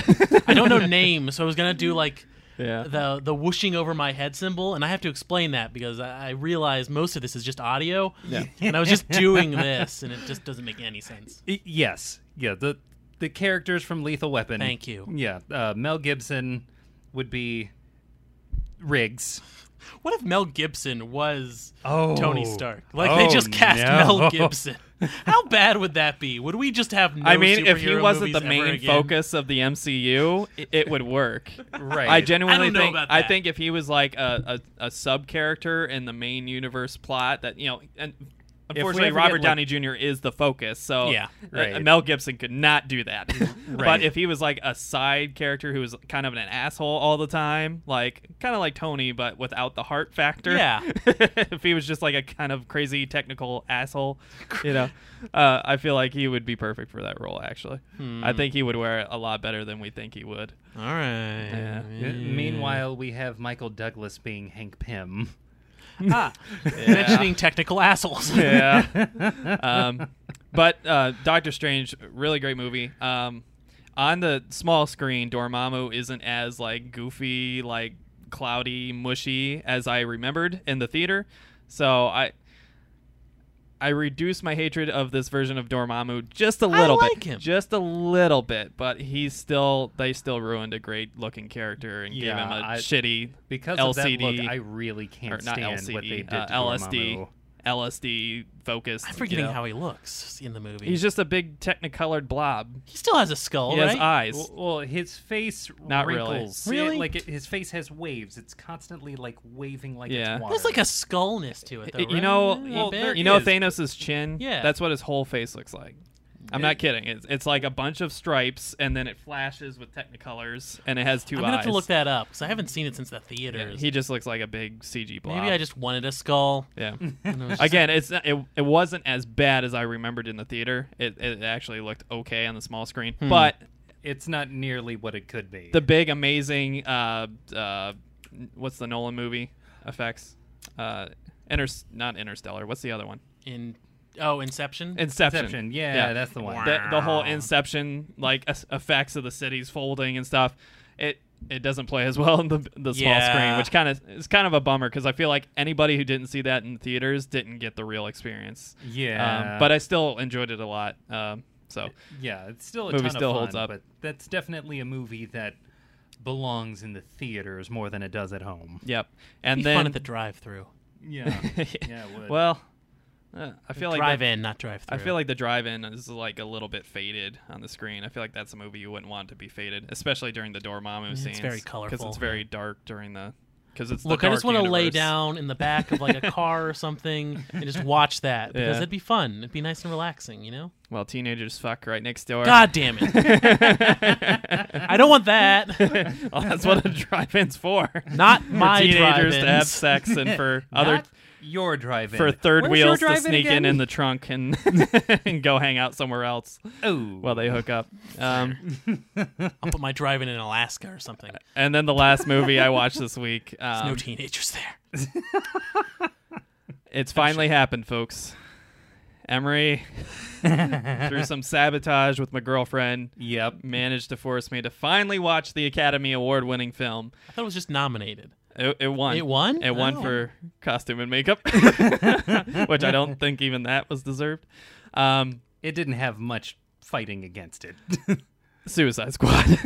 Speaker 3: I don't know names, so I was gonna do like
Speaker 1: Yeah.
Speaker 3: the the whooshing over my head symbol, and I have to explain that because I, I realize most of this is just audio,
Speaker 1: Yeah.
Speaker 3: and I was just doing this, and it just doesn't make any sense.
Speaker 2: I- yes, yeah. The the characters from Lethal Weapon.
Speaker 3: Thank you.
Speaker 2: Yeah, uh, Mel Gibson would be Riggs.
Speaker 3: What if Mel Gibson was
Speaker 2: Oh.
Speaker 3: Tony Stark? Like they
Speaker 2: Oh,
Speaker 3: just cast
Speaker 2: no.
Speaker 3: Mel Gibson. How bad would that be? Would we just have no
Speaker 1: I mean, if he
Speaker 3: superhero
Speaker 1: wasn't the
Speaker 3: movies ever
Speaker 1: main
Speaker 3: again?
Speaker 1: focus of the MCU, it, it would work.
Speaker 2: Right.
Speaker 1: I genuinely
Speaker 3: I don't know
Speaker 1: think
Speaker 3: about
Speaker 1: I
Speaker 3: that.
Speaker 1: think if he was like a, a, a sub character in the main universe plot that you know and unfortunately
Speaker 2: ever
Speaker 1: Robert
Speaker 2: get,
Speaker 1: Downey Jr. is the focus, so
Speaker 3: Yeah,
Speaker 1: uh,
Speaker 2: right.
Speaker 1: Mel Gibson could not do that. But
Speaker 2: Right.
Speaker 1: if he was like a side character who was kind of an asshole all the time, like kind of like Tony but without the heart factor.
Speaker 3: Yeah.
Speaker 1: if he was just like a kind of crazy technical asshole, you know, uh, I feel like he would be perfect for that role. Actually, I think he would wear it a lot better than we think he would.
Speaker 3: All right.
Speaker 1: Yeah.
Speaker 2: Uh, Meanwhile, we have Michael Douglas being Hank Pym.
Speaker 3: Ah, mentioning technical assholes.
Speaker 1: Yeah. um, but uh, Doctor Strange, really great movie. Um, on the small screen, Dormammu isn't as like goofy, like cloudy, mushy as I remembered in the theater. So I, I reduced my hatred of this version of Dormammu just a
Speaker 3: I
Speaker 1: little
Speaker 3: like
Speaker 1: bit,
Speaker 3: him.
Speaker 1: just a little bit. But he's still they still ruined a great looking character and gave
Speaker 2: Yeah,
Speaker 1: him a
Speaker 2: I-
Speaker 1: shitty
Speaker 2: Because of that
Speaker 1: LCD
Speaker 2: look, I really can't
Speaker 1: or not
Speaker 2: stand
Speaker 1: LCD
Speaker 2: what they did
Speaker 1: uh,
Speaker 2: to
Speaker 1: LSD
Speaker 2: Dormammu.
Speaker 1: LSD focused.
Speaker 3: I'm forgetting
Speaker 1: you know.
Speaker 3: how he looks in the movie.
Speaker 1: he's just a big technicolored blob.
Speaker 3: he still has a skull,
Speaker 1: he
Speaker 3: right?
Speaker 1: has eyes.
Speaker 2: Well, well, his face
Speaker 1: Not really.
Speaker 2: wrinkles. See,
Speaker 3: Really?
Speaker 2: like it, his face has waves. It's constantly like waving, like
Speaker 1: Yeah.
Speaker 2: it's water.
Speaker 3: There's like a skullness to it, though.
Speaker 1: It- you
Speaker 3: right?
Speaker 1: know,
Speaker 3: A
Speaker 1: well,
Speaker 3: bit?
Speaker 2: there
Speaker 1: you know
Speaker 2: is,
Speaker 1: Thanos' chin.
Speaker 3: Yeah.
Speaker 1: that's what his whole face looks like. I'm not kidding. It's, it's like a bunch of stripes, and then it flashes with Technicolors, and it has 2
Speaker 3: I'm
Speaker 1: eyes.
Speaker 3: gonna have to look that up because I haven't seen it since the
Speaker 1: Yeah,
Speaker 3: theaters.
Speaker 1: he just looks like a big CG blob.
Speaker 3: Maybe I just wanted a skull.
Speaker 1: yeah.
Speaker 3: and it was just-
Speaker 1: Again, it's not- it, it wasn't as bad as I remembered in the theater. It it actually looked okay on the small screen,
Speaker 3: Hmm.
Speaker 1: but
Speaker 2: it's not nearly what it could be.
Speaker 1: the big amazing uh uh what's the Nolan movie effects? Uh, inter not Interstellar. What's the other one?
Speaker 3: in oh Inception.
Speaker 1: Inception.
Speaker 2: Inception. Yeah, that's the one.
Speaker 1: the, the whole inception like es- effects of the cities folding and stuff it it doesn't play as well in the, the small
Speaker 3: Yeah.
Speaker 1: screen which kind of is kind of a bummer because i feel like anybody who didn't see that in theaters didn't get the real experience
Speaker 2: yeah,
Speaker 1: um, but i still enjoyed it a lot um, so
Speaker 2: yeah, it's still a
Speaker 1: movie
Speaker 2: ton
Speaker 1: still
Speaker 2: of fun,
Speaker 1: holds up.
Speaker 2: But that's definitely a movie that belongs in the theaters more than it does at home.
Speaker 1: yep
Speaker 3: It'd
Speaker 1: and
Speaker 3: be
Speaker 1: then
Speaker 3: fun at the drive-through.
Speaker 2: Yeah, yeah. It would.
Speaker 1: well uh, i feel like that-
Speaker 3: Drive-in, not drive-through.
Speaker 1: I feel like the drive-in is like a little bit faded on the screen. I feel like that's a movie you wouldn't want to be faded, especially during the Dormammu
Speaker 3: It's
Speaker 1: scenes.
Speaker 3: very
Speaker 1: because
Speaker 3: colorful,
Speaker 1: it's
Speaker 3: yeah.
Speaker 1: very dark during the because it's the
Speaker 3: Look, I just
Speaker 1: dark
Speaker 3: want to lay
Speaker 1: universe.
Speaker 3: down in the back of like a car or something and just watch that because
Speaker 1: Yeah.
Speaker 3: it'd be fun. It'd be nice and relaxing, you know.
Speaker 1: Well, teenagers fuck right next door.
Speaker 3: God damn it! I don't want that.
Speaker 1: well, that's what a drive-in's for.
Speaker 3: Not
Speaker 1: for
Speaker 3: my
Speaker 1: teenagers to have
Speaker 3: drive-ins.
Speaker 1: sex and for other
Speaker 2: Not your drive-in
Speaker 1: for third
Speaker 2: Where's your
Speaker 1: wheels to
Speaker 2: drive-in
Speaker 1: sneak in
Speaker 2: again?
Speaker 1: in the trunk and and go hang out somewhere else
Speaker 2: Oh,
Speaker 1: while they hook up. Um,
Speaker 3: I'll put my drive-in in Alaska or something.
Speaker 1: and then the last movie I watched this week. Uh, Um,
Speaker 3: no teenagers there.
Speaker 1: It's finally happened, folks. Emery, through some sabotage with my girlfriend,
Speaker 2: yep.
Speaker 1: managed to force me to finally watch the Academy Award winning film.
Speaker 3: I thought it was just nominated.
Speaker 1: It, it won.
Speaker 3: It won?
Speaker 1: It won
Speaker 3: Oh.
Speaker 1: for costume and makeup, which I don't think even that was deserved. Um,
Speaker 2: It didn't have much fighting against it.
Speaker 1: Suicide Squad.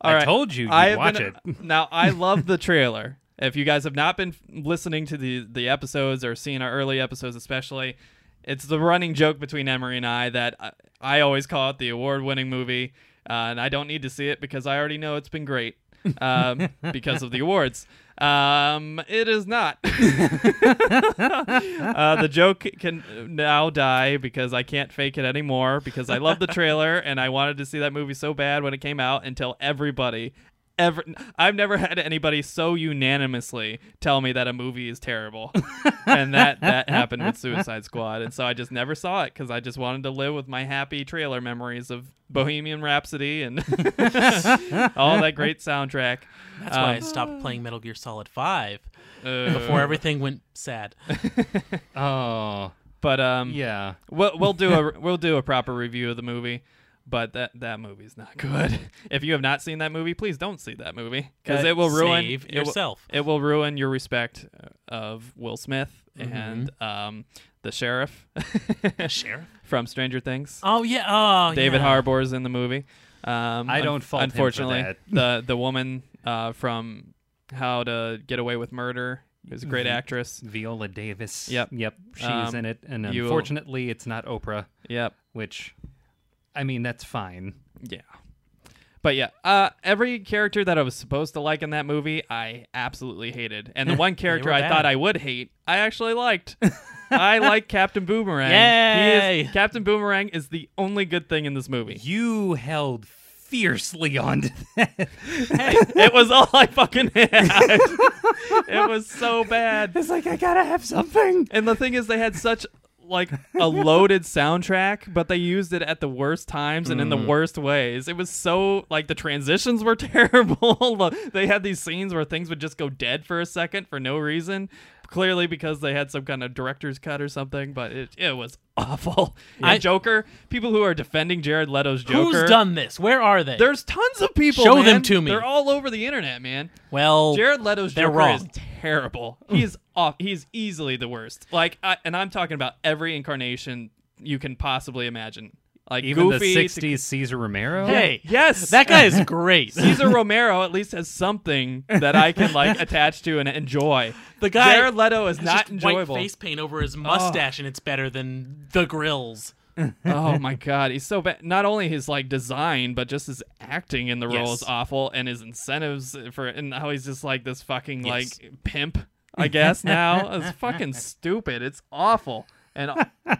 Speaker 1: All
Speaker 2: I
Speaker 1: right.
Speaker 2: told you, you'd
Speaker 1: I have
Speaker 2: watch
Speaker 1: been- uh,
Speaker 2: it.
Speaker 1: Now I love the trailer. If you guys have not been f- listening to the the episodes or seen our early episodes, especially, it's the running joke between Emery and I that I, I always call it the award winning movie, uh, and I don't need to see it because I already know it's been great um, because of the awards. Um, it is not. uh, the joke can now die because I can't fake it anymore because I love the trailer and I wanted to see that movie so bad when it came out and tell everybody. Ever, I've never had anybody so unanimously tell me that a movie is terrible, and that that happened with Suicide Squad, and so I just never saw it because I just wanted to live with my happy trailer memories of Bohemian Rhapsody and all that great soundtrack.
Speaker 3: That's why I
Speaker 1: Um,
Speaker 3: stopped playing Metal Gear Solid Five
Speaker 1: uh,
Speaker 3: before everything went sad.
Speaker 2: Oh,
Speaker 1: But um,
Speaker 2: yeah.
Speaker 1: We'll, we'll do a we'll do a proper review of the movie, but that that movie's not good. If you have not seen that movie, please don't see that movie because
Speaker 2: Uh,
Speaker 3: Cut.
Speaker 1: it will ruin
Speaker 3: Save
Speaker 1: it will-
Speaker 3: yourself.
Speaker 1: It will ruin your respect uh, of Will Smith
Speaker 2: Mm-hmm.
Speaker 1: and um, the sheriff
Speaker 3: Sheriff.
Speaker 1: from Stranger Things.
Speaker 3: Oh yeah. Oh
Speaker 1: David
Speaker 3: yeah.
Speaker 1: Harbour's in the movie. Um,
Speaker 2: I
Speaker 1: un-
Speaker 2: don't fault him for
Speaker 1: Unfortunately,
Speaker 2: that.
Speaker 1: the the woman uh, from How to Get Away with Murder who's a
Speaker 2: Mm-hmm.
Speaker 1: great actress.
Speaker 2: Viola Davis.
Speaker 1: Yep.
Speaker 2: Yep. She's
Speaker 1: Um,
Speaker 2: in it. And
Speaker 1: you-
Speaker 2: unfortunately, it's not Oprah,
Speaker 1: Yep.
Speaker 2: which, I mean, that's fine.
Speaker 1: Yeah. But yeah, uh, every character that I was supposed to like in that movie, I absolutely hated. And the one character
Speaker 3: were
Speaker 1: I
Speaker 3: bad.
Speaker 1: thought I would hate, I actually liked. I like Captain Boomerang. He is-
Speaker 3: Yay!
Speaker 1: Captain Boomerang is the only good thing in this movie.
Speaker 2: You held fiercely onto that.
Speaker 1: it was all I fucking had. it was so bad.
Speaker 2: it's like, I gotta have something.
Speaker 1: And the thing is, they had such like a loaded soundtrack, but they used it at the worst times and in
Speaker 3: Mm.
Speaker 1: the worst ways. It was so like the transitions were terrible. The- they had these scenes where things would just go dead for a second for no reason, clearly because they had some kind of director's cut or something. But it it was awful.
Speaker 3: I-
Speaker 1: And Joker, people who are defending Jared Leto's Joker,
Speaker 3: Who's done this? Where are they?
Speaker 1: There's tons of people.
Speaker 3: Show them
Speaker 1: man.
Speaker 3: to me.
Speaker 1: They're all over the internet, man.
Speaker 3: well,
Speaker 1: Jared Leto's
Speaker 3: They're
Speaker 1: Joker
Speaker 3: wrong.
Speaker 1: is terrible. He is off. He is easily the worst. Like, I, and I'm talking about every incarnation you can possibly imagine. Like
Speaker 2: Even
Speaker 1: Goofy,
Speaker 2: the
Speaker 1: to-
Speaker 2: '60s Caesar Romero.
Speaker 3: Hey,
Speaker 1: yes,
Speaker 3: that guy is great.
Speaker 1: Caesar Romero at least has something that I can like attach to and enjoy.
Speaker 3: The guy
Speaker 1: Jared Leto is
Speaker 3: has
Speaker 1: not
Speaker 3: just
Speaker 1: enjoyable.
Speaker 3: White face paint over his mustache, and it's better than the grills.
Speaker 1: oh my god, he's so bad. Not only his like design, but just his acting in the role is
Speaker 3: Yes.
Speaker 1: awful, and his incentives for and how he's just like this fucking
Speaker 3: Yes.
Speaker 1: like pimp. I guess now it's fucking stupid. It's awful, and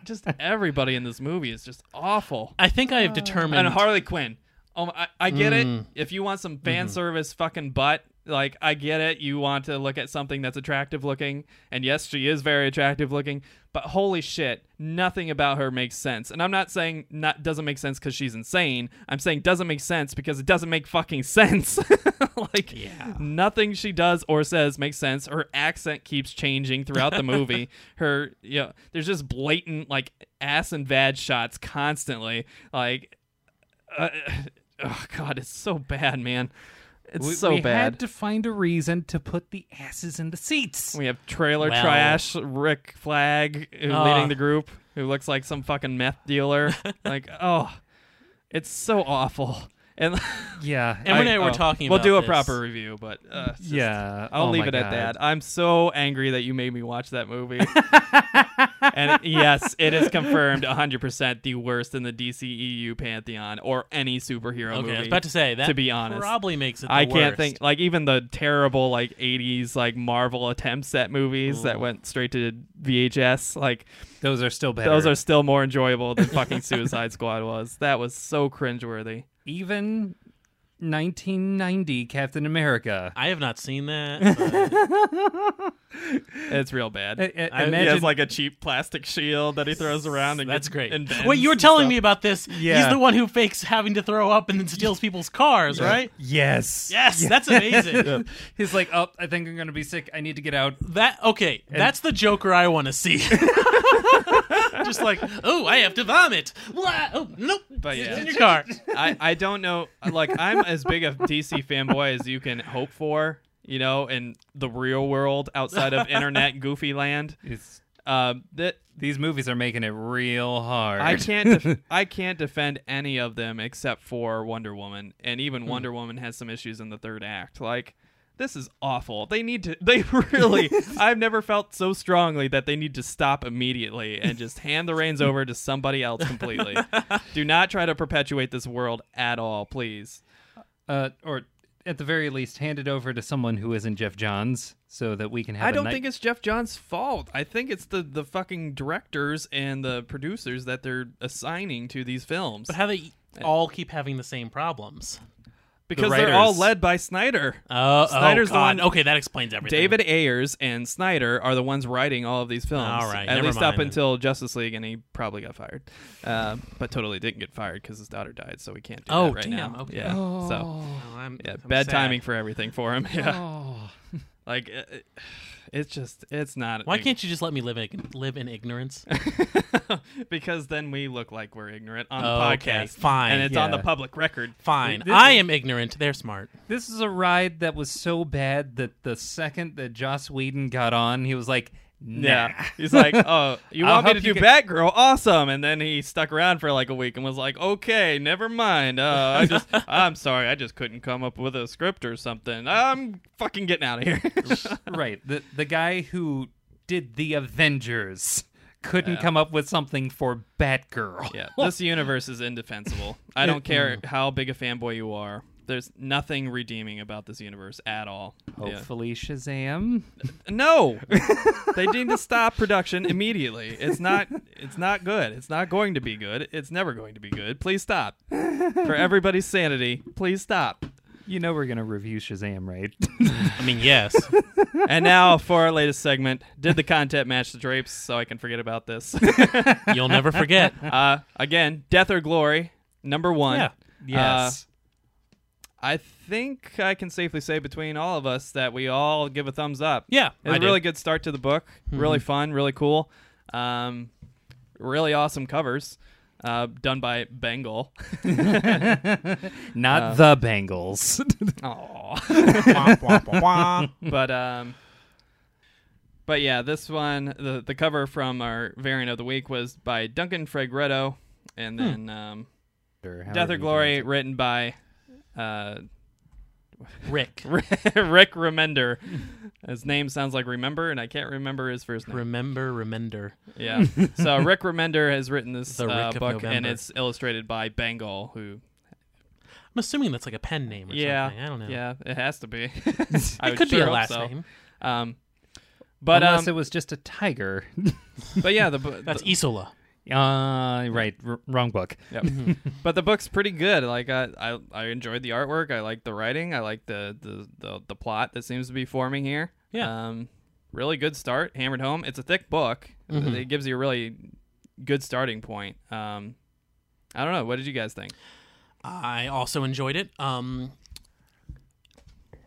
Speaker 1: just everybody in this movie is just awful.
Speaker 3: I think I have determined.
Speaker 1: Uh, And Harley Quinn. Oh, I, I get it. If you want some fan service fucking butt, like I get it. You want to look at something that's attractive looking, and yes, she is very attractive looking. But holy shit, nothing about her makes sense. And I'm not saying not doesn't make sense because she's insane. I'm saying doesn't make sense because it doesn't make fucking sense. like nothing she does or says makes sense. Her accent keeps changing throughout the movie. Her, you know, there's just blatant like ass and vag shots constantly. Like uh, oh god, it's so bad, man. It's
Speaker 2: We,
Speaker 1: so
Speaker 2: we
Speaker 1: bad.
Speaker 2: had to find a reason to put the asses in the seats.
Speaker 1: we have trailer
Speaker 3: Well.
Speaker 1: trash Rick Flag who
Speaker 3: Ah.
Speaker 1: leading the group, who looks like some fucking meth dealer. like, oh, it's so awful. And
Speaker 2: yeah.
Speaker 3: and when
Speaker 1: I-
Speaker 3: I, were
Speaker 1: oh,
Speaker 3: talking,
Speaker 1: we'll
Speaker 3: about
Speaker 1: do a
Speaker 3: this-
Speaker 1: proper review, but uh, it's just-
Speaker 2: yeah.
Speaker 1: I'll
Speaker 2: oh
Speaker 1: leave
Speaker 2: my
Speaker 1: it at
Speaker 2: God.
Speaker 1: that. I'm so angry that you made me watch that movie. and yes, it is confirmed 100% the worst in the DCEU pantheon or any superhero
Speaker 3: Okay,
Speaker 1: movie.
Speaker 3: I was about to say that.
Speaker 1: to be honest.
Speaker 3: probably makes it. The
Speaker 1: I can't
Speaker 3: worst.
Speaker 1: think like even the terrible like 80s like Marvel attempts at movies that went straight to VHS like
Speaker 2: Those are still better.
Speaker 1: those are still more enjoyable than fucking Suicide Squad was. That was so cringeworthy.
Speaker 2: even 1990 Captain America.
Speaker 3: I have not seen that. but-
Speaker 1: It's real bad.
Speaker 2: I- I-
Speaker 1: He
Speaker 2: imagine-
Speaker 1: has like a cheap plastic shield that he throws around and
Speaker 3: That's
Speaker 1: gets-
Speaker 3: great.
Speaker 1: And
Speaker 3: Wait, you were telling me about this. He's
Speaker 2: Yeah.
Speaker 3: the one who fakes having to throw up and then steals people's cars, right?
Speaker 2: Yes.
Speaker 3: Yes, that's amazing.
Speaker 2: He's like, oh, I think I'm gonna be sick. I need to get out.
Speaker 3: That okay, that's the Joker I want to see. Just like, oh, I have to vomit. Blah, oh, nope.
Speaker 1: But
Speaker 3: It's
Speaker 1: yeah.
Speaker 3: in your car.
Speaker 1: I, I don't know. Like, I'm as big a DC fanboy as you can hope for, you know, in the real world outside of internet goofy land.
Speaker 2: It's,
Speaker 1: Um, that
Speaker 2: these movies are making it real hard.
Speaker 1: I can't def- I can't defend any of them except for Wonder Woman, and
Speaker 2: Hmm.
Speaker 1: even Wonder Woman has some issues in the third act. Like this is awful. They need to they really I've never felt so strongly that they need to stop immediately and just hand the reins over to somebody else completely. Do not try to perpetuate this world at all, please.
Speaker 2: uh, or at the very least, hand it over to someone who isn't Jeff Johns, so that we can have.
Speaker 1: I
Speaker 2: a
Speaker 1: don't
Speaker 2: night-
Speaker 1: think it's Jeff John's fault. I think it's the the fucking directors and the producers that they're assigning to these films
Speaker 3: But how they all keep having the same problems.
Speaker 1: because they're all
Speaker 2: writers-
Speaker 1: led by Snyder.
Speaker 3: Uh,
Speaker 1: Snyder's
Speaker 3: oh,
Speaker 1: the
Speaker 3: God.
Speaker 1: one-
Speaker 3: okay, that explains everything.
Speaker 1: David Ayers and Snyder are the ones writing all of these films.
Speaker 3: All right,
Speaker 1: at
Speaker 3: never
Speaker 1: least up
Speaker 3: mind then.
Speaker 1: until Justice League, and he probably got fired, uh, but totally didn't get fired because his daughter died, so we can't do
Speaker 3: Oh,
Speaker 1: that right
Speaker 3: damn,
Speaker 1: now.
Speaker 3: okay.
Speaker 1: Yeah, so
Speaker 3: Oh, I'm-
Speaker 1: yeah,
Speaker 3: I'm
Speaker 1: bad
Speaker 3: sad.
Speaker 1: timing for everything for him. Yeah,
Speaker 2: Oh.
Speaker 1: like uh, it's just it's not.
Speaker 3: Why can't you just let me live in, live in ignorance?
Speaker 1: because then we look like we're ignorant on
Speaker 3: Oh,
Speaker 1: the
Speaker 3: okay,
Speaker 1: podcast.
Speaker 3: fine,
Speaker 1: and it's on the
Speaker 2: yeah.
Speaker 1: public record.
Speaker 3: Fine.
Speaker 2: This
Speaker 3: I am ignorant. They're smart.
Speaker 2: This is a ride that was so bad that the second that Joss Whedon got on, he was like, nah.
Speaker 1: Yeah, he's like, "Oh, you
Speaker 2: I'll
Speaker 1: want me
Speaker 2: help
Speaker 1: to
Speaker 2: you
Speaker 1: do
Speaker 2: get-
Speaker 1: Batgirl? Awesome!" And then he stuck around for like a week and was like, "Okay, never mind. Uh, I just, I'm sorry, I just couldn't come up with a script or something. I'm fucking getting out of here."
Speaker 2: right. The the guy who did the Avengers couldn't
Speaker 1: Yeah.
Speaker 2: come up with something for Batgirl.
Speaker 1: yeah, this universe is indefensible. I don't care how big a fanboy you are. There's nothing redeeming about this universe at all. Yeah.
Speaker 2: Hopefully Shazam.
Speaker 1: No, they need to stop production immediately. It's not. It's not good. It's not going to be good. It's never going to be good. Please stop. For everybody's sanity, please stop.
Speaker 2: You know we're gonna review Shazam, right?
Speaker 3: I mean, yes.
Speaker 1: And now for our latest segment, did the content match the drapes? So I can forget about this.
Speaker 3: You'll never forget.
Speaker 1: Uh, again, death or glory, number one.
Speaker 3: Yeah.
Speaker 2: yes.
Speaker 1: I think I can safely say between all of us that we all give a thumbs up.
Speaker 3: Yeah,
Speaker 1: It was
Speaker 3: I
Speaker 1: a
Speaker 3: did. Mm-hmm.
Speaker 1: really good start to the book. Really fun, really cool. Um, really awesome covers uh, done by Bengal. Uh,
Speaker 2: Not the Bengals.
Speaker 1: Aw.
Speaker 3: Wah, wah, wah, wah.
Speaker 1: but um, But yeah, this one, the the cover from our variant of the week was by Duncan Fregretto, and
Speaker 3: Hmm.
Speaker 1: then um,
Speaker 2: Or
Speaker 1: Death
Speaker 2: however
Speaker 1: or
Speaker 2: you
Speaker 1: Glory,
Speaker 2: pronounce
Speaker 1: written by uh,
Speaker 3: Rick,
Speaker 1: Rick Remender. His name sounds like Remember, and I can't remember his first name.
Speaker 3: remember, remember.
Speaker 1: yeah. So Rick Remender has written this
Speaker 3: The Rick
Speaker 1: uh,
Speaker 3: of
Speaker 1: book, and
Speaker 3: November.
Speaker 1: it's illustrated by Bengal, who
Speaker 3: I'm assuming that's like a pen name or
Speaker 1: yeah,
Speaker 3: something. I don't know.
Speaker 1: yeah, it has to be. I
Speaker 3: It
Speaker 1: would
Speaker 3: could be
Speaker 1: sure
Speaker 3: a
Speaker 1: hope
Speaker 3: last
Speaker 1: so.
Speaker 3: name.
Speaker 1: Um,
Speaker 2: it.
Speaker 1: but
Speaker 2: Unless
Speaker 1: um,
Speaker 2: it was just a tiger.
Speaker 1: but yeah, the, bu-
Speaker 3: That's
Speaker 1: the-
Speaker 3: Isola.
Speaker 2: Uh, right, r- wrong book.
Speaker 1: Yep.
Speaker 3: Mm-hmm.
Speaker 1: but the book's pretty good. Like I, I, I enjoyed the artwork. I like the writing. I like the, the the the plot that seems to be forming here.
Speaker 3: Yeah.
Speaker 1: Um, really good start. Hammered home. It's a thick book.
Speaker 3: Mm-hmm.
Speaker 1: It gives you a really good starting point. Um, I don't know. What did you guys think?
Speaker 3: I also enjoyed it. Um,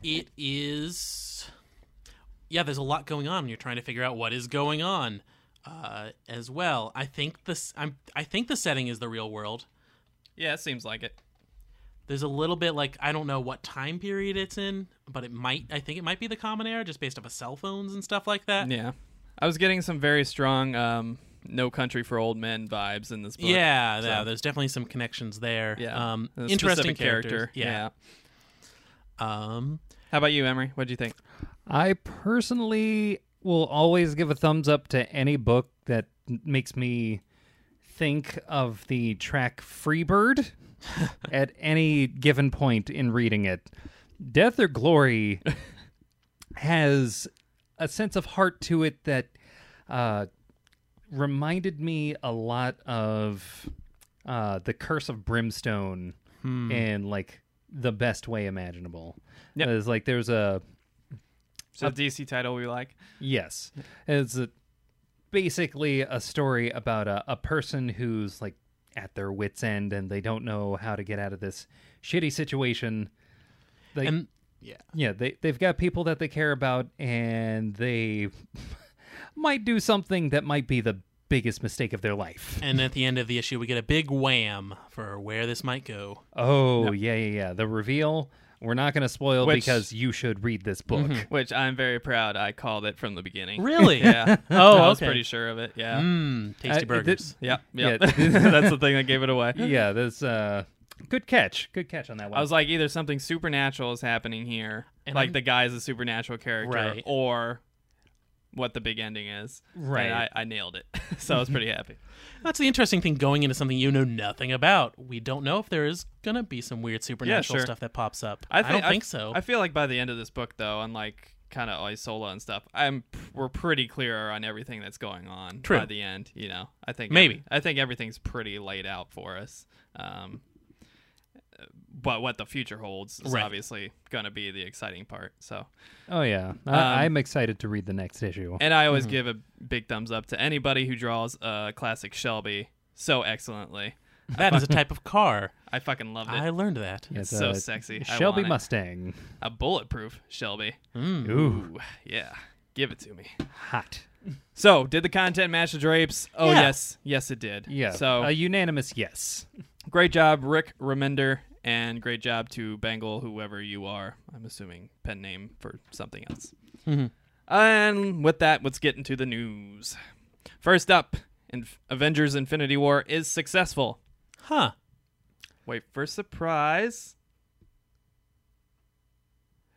Speaker 3: it is, yeah. There's a lot going on. You're trying to figure out what is going on, uh, as well. I think this. I'm. I think the setting is the real world.
Speaker 1: Yeah, it seems like it.
Speaker 3: There's a little bit like I don't know what time period it's in, but it might. I think it might be the Common Era, just based off of cell phones and stuff like that.
Speaker 1: Yeah. I was getting some very strong um, No Country for Old Men vibes in this book.
Speaker 3: Yeah, yeah,
Speaker 1: so-
Speaker 3: there's definitely some connections there.
Speaker 1: Yeah.
Speaker 3: um,
Speaker 1: A
Speaker 3: interesting
Speaker 1: specific character.
Speaker 3: characters.
Speaker 1: yeah.
Speaker 3: Um,
Speaker 1: How about you, Emery? What do you think?
Speaker 2: I personally will always give a thumbs up to any book that n- makes me think of the track Freebird at any given point in reading it. Death or Glory has a sense of heart to it that uh, reminded me a lot of uh, the Curse of Brimstone in like the best way imaginable.
Speaker 1: Yep.
Speaker 2: It's like there's a
Speaker 1: So DC title we like.
Speaker 2: Yes. It's a, basically a story about a, a person who's like at their wits' end and they don't know how to get out of this shitty situation. They,
Speaker 3: and yeah,
Speaker 2: yeah, they, they've got people that they care about and they might do something that might be the biggest mistake of their life.
Speaker 3: and at the end of the issue, we get a big wham for where this might go.
Speaker 2: Oh, yeah, yeah, yeah. The reveal, we're not going to spoil
Speaker 1: Which-
Speaker 2: because you should read this book.
Speaker 3: Mm-hmm.
Speaker 2: Uh,
Speaker 1: Which I'm very proud I called it from the beginning.
Speaker 3: Really?
Speaker 1: Yeah.
Speaker 3: Oh,
Speaker 1: I was
Speaker 3: okay.
Speaker 1: pretty sure of it. Yeah.
Speaker 3: Mm, tasty
Speaker 2: Uh,
Speaker 3: burgers.
Speaker 1: Yeah. Yeah.
Speaker 2: Yeah.
Speaker 1: That's the thing that gave it away.
Speaker 2: Yeah, that's uh, good catch. Good catch on that one.
Speaker 1: I was like, either something supernatural is happening here,
Speaker 3: And
Speaker 1: like
Speaker 3: I'm-
Speaker 1: the guy's a supernatural character,
Speaker 3: Right.
Speaker 1: or what the big ending is.
Speaker 2: Right.
Speaker 1: And I, I nailed it. so I was pretty happy.
Speaker 3: That's the interesting thing going into something you know nothing about. We don't know if there is gonna be some weird supernatural
Speaker 1: sure.
Speaker 3: stuff that pops up.
Speaker 1: thi-
Speaker 3: don't think so.
Speaker 1: I feel like by the end of this book, though, unlike kind of Isola and stuff, I'm we're pretty clear on everything that's going on
Speaker 3: True.
Speaker 1: by the end. You know, I think
Speaker 3: Maybe.
Speaker 1: every- I think everything's pretty laid out for us. Um, but what the future holds is
Speaker 3: Right.
Speaker 1: obviously going to be the exciting part. So,
Speaker 2: Oh yeah,
Speaker 1: Um,
Speaker 2: I, I'm excited to read the next issue.
Speaker 1: and I always
Speaker 3: Mm-hmm.
Speaker 1: give a big thumbs up to anybody who draws a classic Shelby so excellently.
Speaker 3: that is a type of car.
Speaker 1: I fucking loved it.
Speaker 3: I learned that.
Speaker 2: It's
Speaker 1: so
Speaker 2: a
Speaker 1: sexy. I
Speaker 2: Shelby
Speaker 1: want it. Hmm.
Speaker 2: Mustang.
Speaker 1: a bulletproof Shelby.
Speaker 3: Mm.
Speaker 2: Ooh,
Speaker 1: Ooh, yeah, give it to me.
Speaker 2: hot.
Speaker 1: So, did the content match the drapes? Oh,
Speaker 3: Yeah.
Speaker 1: yes. Yes, it did.
Speaker 2: Yeah. Uh,
Speaker 1: So,
Speaker 2: a unanimous yes.
Speaker 1: great job, Rick Remender, and great job to Bengal, whoever you are. I'm assuming pen name for something else.
Speaker 3: Mhm.
Speaker 1: And with that, let's get into the news. First up, in- Avengers Infinity War is successful.
Speaker 3: Huh.
Speaker 1: Wait for surprise.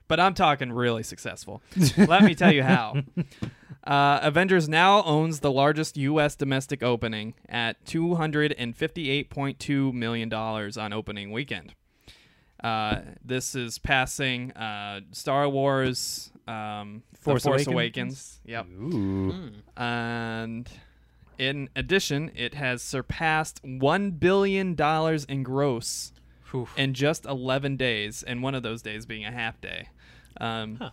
Speaker 1: But I'm talking really successful. Let me tell you how. Uh, Avengers now owns the largest U.S. domestic opening at $258.2 million on opening weekend. Uh, this is passing uh, Star Wars um, The
Speaker 2: Force
Speaker 1: Force
Speaker 2: Awakens?
Speaker 1: Awakens. Yep. Hmm.
Speaker 2: Ooh,
Speaker 1: And in addition, it has surpassed $1 billion in gross
Speaker 3: Whew.
Speaker 1: in just 11 days, and one of those days being a half day, um,
Speaker 3: Huh.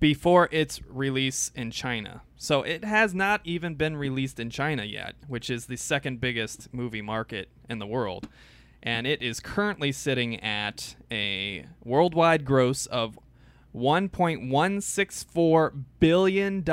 Speaker 1: before its release in China. So it has not even been released in China yet, which is the second biggest movie market in the world. And it is currently sitting at a worldwide gross of $1.164 billion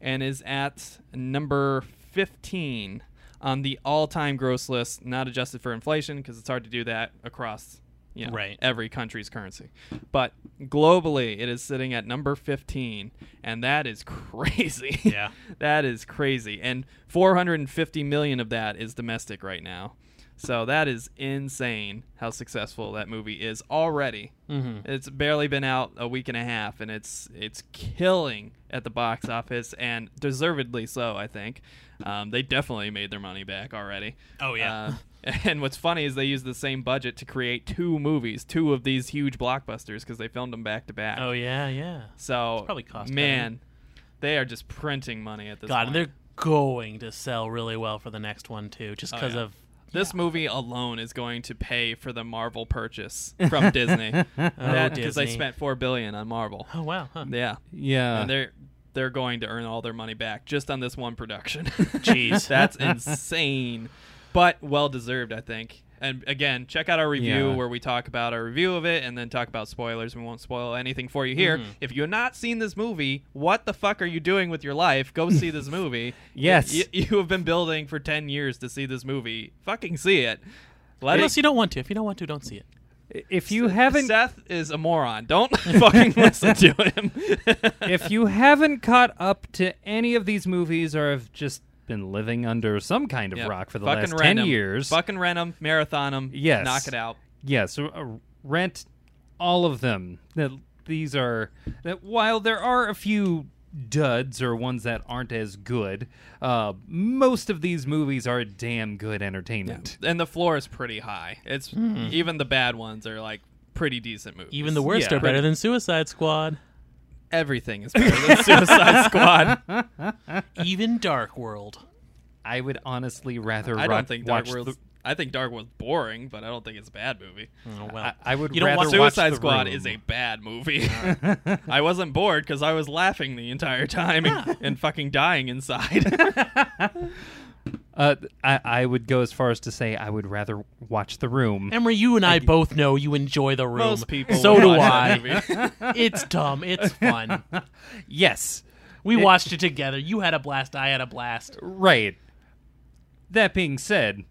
Speaker 1: and is at number 15 on the all-time gross list, not adjusted for inflation, because it's hard to do that across you know,
Speaker 3: Right.
Speaker 1: every country's currency. But globally, it is sitting at number 15, and that is crazy.
Speaker 3: Yeah.
Speaker 1: that is crazy. And 450 million of that is domestic right now. So that is insane how successful that movie is already.
Speaker 3: Mhm.
Speaker 1: It's barely been out a week and a half, and it's it's killing at the box office, and deservedly so. I think um, they definitely made their money back already.
Speaker 3: Oh, yeah.
Speaker 1: Uh, and what's funny is they used the same budget to create two movies, two of these huge blockbusters, because they filmed them back to back.
Speaker 3: Oh yeah, yeah.
Speaker 1: So
Speaker 3: probably cost
Speaker 1: man, they are just printing money at this.
Speaker 3: God, and
Speaker 1: point.
Speaker 3: they're going to sell really well for the next one too, just because
Speaker 1: Oh, yeah.
Speaker 3: of
Speaker 1: This movie alone is going to pay for the Marvel purchase from Disney. because they
Speaker 3: Oh, Disney.
Speaker 1: spent four billion on Marvel.
Speaker 3: oh wow, huh.
Speaker 1: Yeah,
Speaker 2: Yeah.
Speaker 1: and they're they're going to earn all their money back just on this one production.
Speaker 3: Jeez.
Speaker 1: that's insane, but well deserved, I think. And again, check out our review
Speaker 2: Yeah.
Speaker 1: where we talk about our review of it and then talk about spoilers. We won't spoil anything for you here.
Speaker 2: Mm-hmm.
Speaker 1: If you've not seen this movie, what the fuck are you doing with your life? Go see this movie.
Speaker 2: Yes.
Speaker 1: Y- you have been building for 10 years to see this movie. Fucking see it. Let
Speaker 3: Unless
Speaker 1: us.
Speaker 3: you don't want to. If you don't want to, don't see it.
Speaker 2: if you haven't
Speaker 1: Seth is a moron. Don't fucking listen to him.
Speaker 2: if you haven't caught up to any of these movies or have just been living under some kind of
Speaker 1: Yeah.
Speaker 2: rock for the
Speaker 1: Fucking
Speaker 2: last
Speaker 1: rent
Speaker 2: 10
Speaker 1: 'em.
Speaker 2: years,
Speaker 1: Fucking rent them, marathon them,
Speaker 2: Yes.
Speaker 1: knock it out.
Speaker 2: yes, r- uh, rent all of them. That these are that while there are a few duds or ones that aren't as good, uh, most of these movies are damn good entertainment.
Speaker 1: And the floor is pretty high. It's
Speaker 2: Hmm.
Speaker 1: even the bad ones are like pretty decent movies.
Speaker 3: Even the worst
Speaker 2: Yeah.
Speaker 3: are better than Suicide Squad.
Speaker 1: everything is better than Suicide Squad.
Speaker 3: Even Dark World.
Speaker 2: I would honestly rather
Speaker 1: I
Speaker 2: ro-
Speaker 1: don't think Dark
Speaker 2: watch
Speaker 1: World's.
Speaker 2: the-
Speaker 1: I think Dark World's boring, but I don't think it's a bad movie.
Speaker 3: Oh, well,
Speaker 2: I, I would
Speaker 3: You don't
Speaker 2: rather
Speaker 3: want
Speaker 2: watch
Speaker 1: Suicide
Speaker 2: The
Speaker 1: Squad
Speaker 2: Room.
Speaker 1: is a bad movie. I wasn't bored because I was laughing the entire time and, and fucking dying inside.
Speaker 2: Uh, I, I would go as far as to say I would rather watch The Room.
Speaker 3: Emery, you and I both know you enjoy the room.
Speaker 1: Most people.
Speaker 3: So
Speaker 1: would
Speaker 3: do
Speaker 1: watch
Speaker 3: I.
Speaker 1: that movie.
Speaker 3: it's dumb. It's fun.
Speaker 2: yes,
Speaker 3: We watched it together. You had a blast. I had a blast.
Speaker 2: Right. That being said,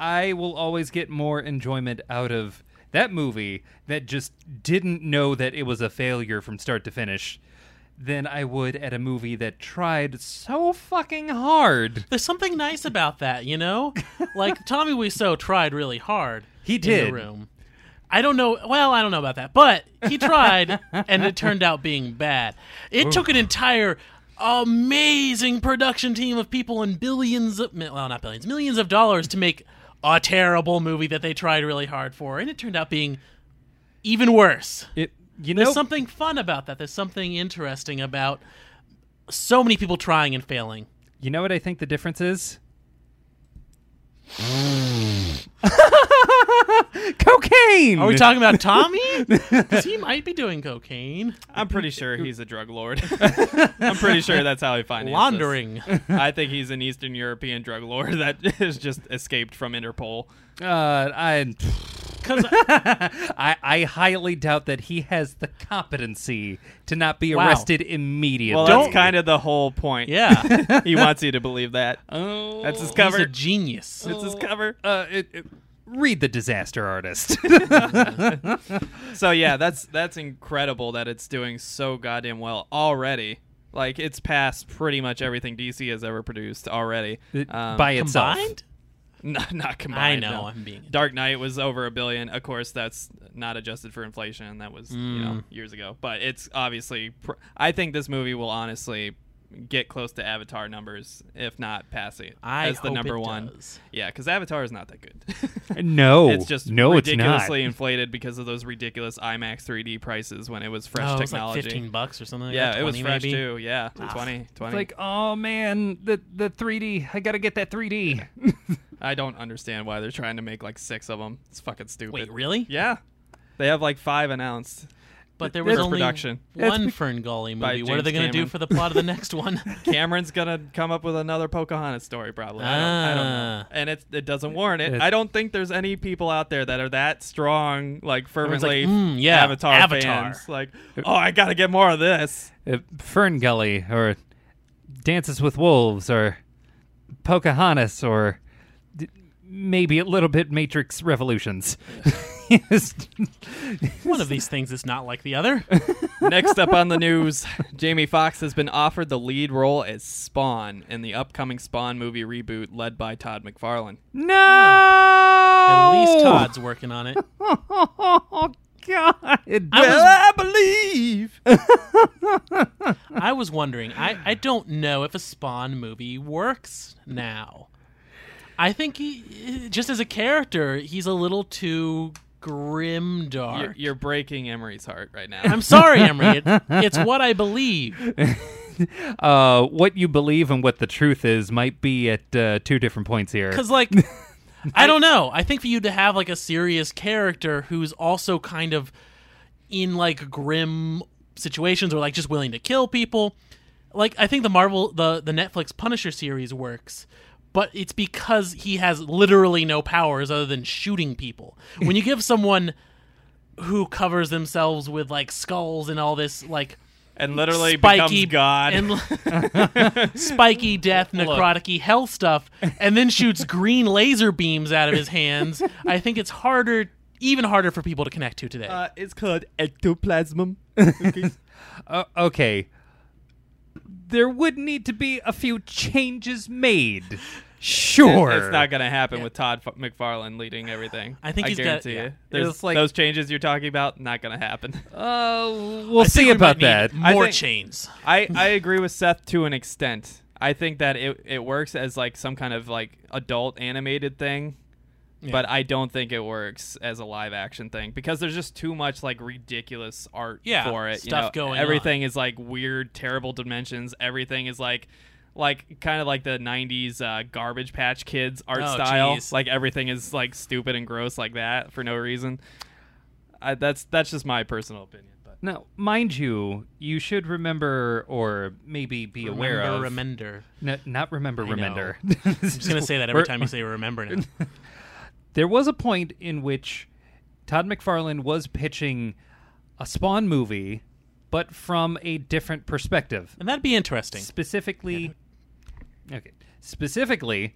Speaker 2: I will always get more enjoyment out of that movie that just didn't know that it was a failure from start to finish than I would at a movie that tried so fucking hard.
Speaker 3: There's something nice about that, you know? Like Tommy Wiseau tried really hard.
Speaker 2: He
Speaker 3: In
Speaker 2: did.
Speaker 3: the room. I don't know. Well, I don't know about that, but he tried, and it turned out being bad. It took an entire amazing production team of people and billions of mi- well, not billions, millions of dollars to make a terrible movie that they tried really hard for, and it turned out being even worse.
Speaker 2: It you
Speaker 3: There's
Speaker 2: know
Speaker 3: something fun about that. There's something interesting about so many people trying and failing.
Speaker 2: you know what I think the difference is? Cocaine.
Speaker 3: Are we talking about Tommy? 'Cause he might be doing cocaine.
Speaker 1: I'm pretty sure he's a drug lord. I'm pretty sure that's how he finances.
Speaker 3: Laundering.
Speaker 1: I think he's an Eastern European drug lord that has just escaped from Interpol.
Speaker 2: Uh, I,
Speaker 3: Because
Speaker 2: I I highly doubt that he has the competency to not be
Speaker 3: Wow.
Speaker 2: arrested immediately.
Speaker 1: Well,
Speaker 3: Don't-
Speaker 1: that's kind of the whole point.
Speaker 3: yeah,
Speaker 1: he wants you to believe that.
Speaker 2: Oh,
Speaker 1: That's his
Speaker 3: he's
Speaker 1: cover.
Speaker 3: a genius.
Speaker 1: It's his cover.
Speaker 2: uh, it, it- read the disaster artist.
Speaker 1: Um, So yeah, that's that's incredible that it's doing so goddamn well already. Like it's passed pretty much everything DC has ever produced already. Um,
Speaker 2: By itself,
Speaker 3: Combined? Oh,
Speaker 1: not, not
Speaker 3: I
Speaker 1: combined.
Speaker 3: know.
Speaker 1: no.
Speaker 3: I'm being.
Speaker 1: Dark Knight was over a billion. Of course, that's not adjusted for inflation. That was you
Speaker 3: Mm.
Speaker 1: know years ago, but it's obviously. Pr- I think this movie will honestly get close to Avatar numbers, if not pass it
Speaker 3: I
Speaker 1: as the
Speaker 3: hope
Speaker 1: number
Speaker 3: it
Speaker 1: one.
Speaker 3: does.
Speaker 1: Yeah, because Avatar is not that good.
Speaker 2: no,
Speaker 1: it's just
Speaker 2: no, it's not.
Speaker 1: ridiculously inflated because of those ridiculous IMAX 3D prices when it was fresh
Speaker 3: Oh, it's
Speaker 1: technology.
Speaker 3: like 15 bucks or something. Like
Speaker 1: yeah,
Speaker 3: that,
Speaker 1: it was
Speaker 3: 20
Speaker 1: fresh
Speaker 3: maybe. Ah.
Speaker 1: too. Yeah, 20, 20.
Speaker 2: It's like, oh man, the the 3D. I gotta get that 3D.
Speaker 1: I don't understand why they're trying to make like six of them. It's fucking stupid.
Speaker 3: Wait, really?
Speaker 1: Yeah, they have like five announced.
Speaker 3: But there
Speaker 1: They're
Speaker 3: was only
Speaker 1: production.
Speaker 3: one
Speaker 2: That's-
Speaker 3: Ferngully
Speaker 1: by
Speaker 3: movie. What are
Speaker 1: James
Speaker 3: they going to do
Speaker 1: Cameron.
Speaker 3: for the plot of the next one?
Speaker 1: Cameron's gonna come up with another Pocahontas story, probably. I, don't, I don't know,
Speaker 3: Ah.
Speaker 1: and it it doesn't warrant it.
Speaker 2: It-
Speaker 1: I don't think there's any people out there that are that strong, like fervently
Speaker 3: "Mm, yeah,
Speaker 1: Avatar,
Speaker 3: Avatar."
Speaker 1: fans. Like, oh, I gotta get more of this.
Speaker 2: uh, Fern Gully or Dances with Wolves or Pocahontas or d- maybe a little bit Matrix Revolutions. Yes.
Speaker 3: One of these things is not like the other.
Speaker 1: Next up on the news, Jamie Foxx has been offered the lead role as Spawn in the upcoming Spawn movie reboot led by Todd McFarlane.
Speaker 2: no.
Speaker 3: At least Todd's working on it.
Speaker 2: Oh God.
Speaker 3: was-
Speaker 1: I believe.
Speaker 3: I was wondering. I, I don't know if a Spawn movie works now. I think he, just as a character, he's a little too grim
Speaker 1: You're,
Speaker 3: dark.
Speaker 1: you're breaking Emery's heart right now.
Speaker 3: I'm sorry, Emery. It, it's what I believe.
Speaker 2: uh, what you believe and what the truth is might be at uh, two different points here.
Speaker 3: Because, like, I don't know. I think for you to have, like, a serious character who's also kind of in, like, grim situations or, like, just willing to kill people. Like, I think the Marvel, the, the Netflix Punisher series works, but it's because he has literally no powers other than shooting people. When you give someone who covers themselves with, like, skulls and all this, like,
Speaker 1: and literally
Speaker 3: spiky
Speaker 1: becomes God.
Speaker 3: and spiky death necrotic hell stuff and then shoots green laser beams out of his hands i think it's harder even harder for people to connect to today
Speaker 1: uh, it's called ectoplasm.
Speaker 2: Uh, okay. There would need to be a few changes made. Sure.
Speaker 1: It's not going to happen with Todd F- McFarlane leading everything.
Speaker 3: I think he's got-
Speaker 1: guarantee
Speaker 3: yeah.
Speaker 1: you. There's
Speaker 2: It's like-
Speaker 1: those changes you're talking about. Not going to happen.
Speaker 2: Uh, we'll
Speaker 3: I think
Speaker 2: see
Speaker 3: we
Speaker 2: about
Speaker 3: might
Speaker 2: that.
Speaker 3: need
Speaker 1: I
Speaker 3: more
Speaker 1: think-
Speaker 3: chains
Speaker 1: I, I agree with Seth to an extent. I think that it, it works as like some kind of like adult animated thing, but I don't think it works as a live action thing because there's just too much like ridiculous art
Speaker 3: Yeah,
Speaker 1: for it. you
Speaker 3: stuff
Speaker 1: know?
Speaker 3: going
Speaker 1: Everything is like weird, terrible dimensions. Everything is like like kind of like the 90s uh, garbage patch kids art
Speaker 3: Oh,
Speaker 1: style
Speaker 3: geez.
Speaker 1: like everything is like stupid and gross like that for no reason I, that's that's just my personal opinion but
Speaker 2: Now, mind you, you should remember or maybe be aware
Speaker 3: remember
Speaker 2: of.
Speaker 3: remender
Speaker 2: No, not remember,
Speaker 3: know.
Speaker 2: remember.
Speaker 3: i'm just gonna say that every time you say remember now
Speaker 2: There was a point in which Todd McFarlane was pitching a Spawn movie, but from a different perspective.
Speaker 3: and that'd be interesting
Speaker 2: Specifically, okay. Specifically,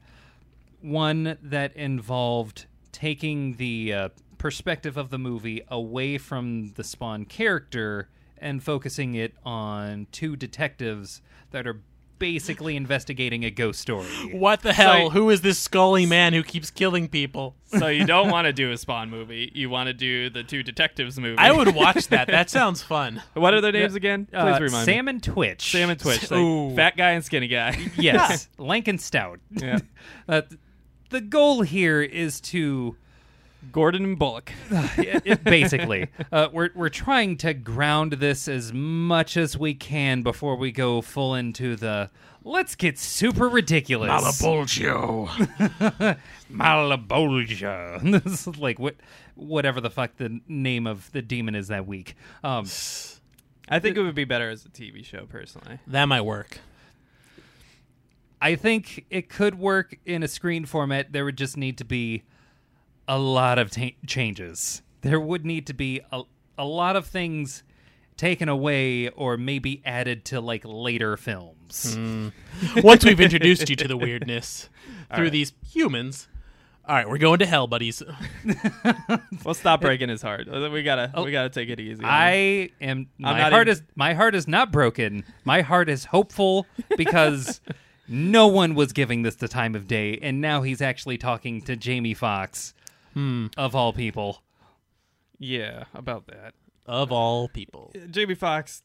Speaker 2: one that involved taking the uh, perspective of the movie away from the Spawn character and focusing it on two detectives that are basically investigating a ghost story.
Speaker 3: what the hell
Speaker 1: Sorry.
Speaker 3: who is this scully man who keeps killing people
Speaker 1: So you don't want to do a Spawn movie. You want to do the two detectives movie.
Speaker 3: i would watch that that sounds fun
Speaker 1: What are their names again? Please
Speaker 2: Uh,
Speaker 1: remind me.
Speaker 2: Sam and Twitch.
Speaker 1: Sam and Twitch.
Speaker 3: Ooh.
Speaker 1: Like, fat guy and skinny guy.
Speaker 2: yes, lank and stout.
Speaker 1: Yeah.
Speaker 2: Uh, th- the goal here is to
Speaker 1: Gordon and Bullock.
Speaker 2: it- it- basically uh, we're we're trying to ground this as much as we can before we go full into the let's get super ridiculous.
Speaker 3: Malabulgio.
Speaker 2: Malabolgia. this is like what whatever the fuck the name of the demon is that week. Um,
Speaker 1: I think it would be better as a TV show, personally.
Speaker 3: that might work
Speaker 2: I think it could work in a screen format. There would just need to be a lot of ta- changes. There would need to be a, a lot of things taken away or maybe added to like later films.
Speaker 1: Hmm.
Speaker 3: once we've introduced you to the weirdness through these humans. All right, we're going to hell, buddies.
Speaker 1: Well, stop breaking his heart. We gotta we gotta take it easy. on him.
Speaker 2: I am my
Speaker 1: not
Speaker 2: heart
Speaker 1: in-
Speaker 2: is my heart is not broken. My heart is hopeful because no one was giving this the time of day and now he's actually talking to Jamie Foxx
Speaker 1: Hmm.
Speaker 2: of all people.
Speaker 1: yeah about that.
Speaker 3: Of all people.
Speaker 1: Jamie Foxx,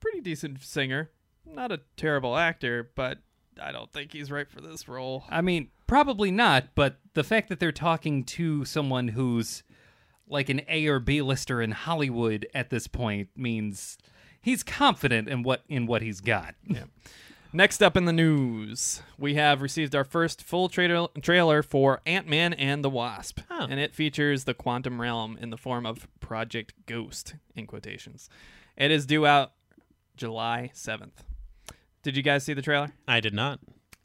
Speaker 1: pretty decent singer, not a terrible actor, but I don't think he's right for this role.
Speaker 2: I mean, probably not, but the fact that they're talking to someone who's like an A or B lister in Hollywood at this point means he's confident in what in what he's got.
Speaker 1: Next up in the news, we have received our first full trailer, trailer for Ant Man and the Wasp,
Speaker 3: Oh.
Speaker 1: and it features the quantum realm in the form of Project Ghost in quotations. It is due out July seventh. Did you guys see the trailer?
Speaker 3: I did not.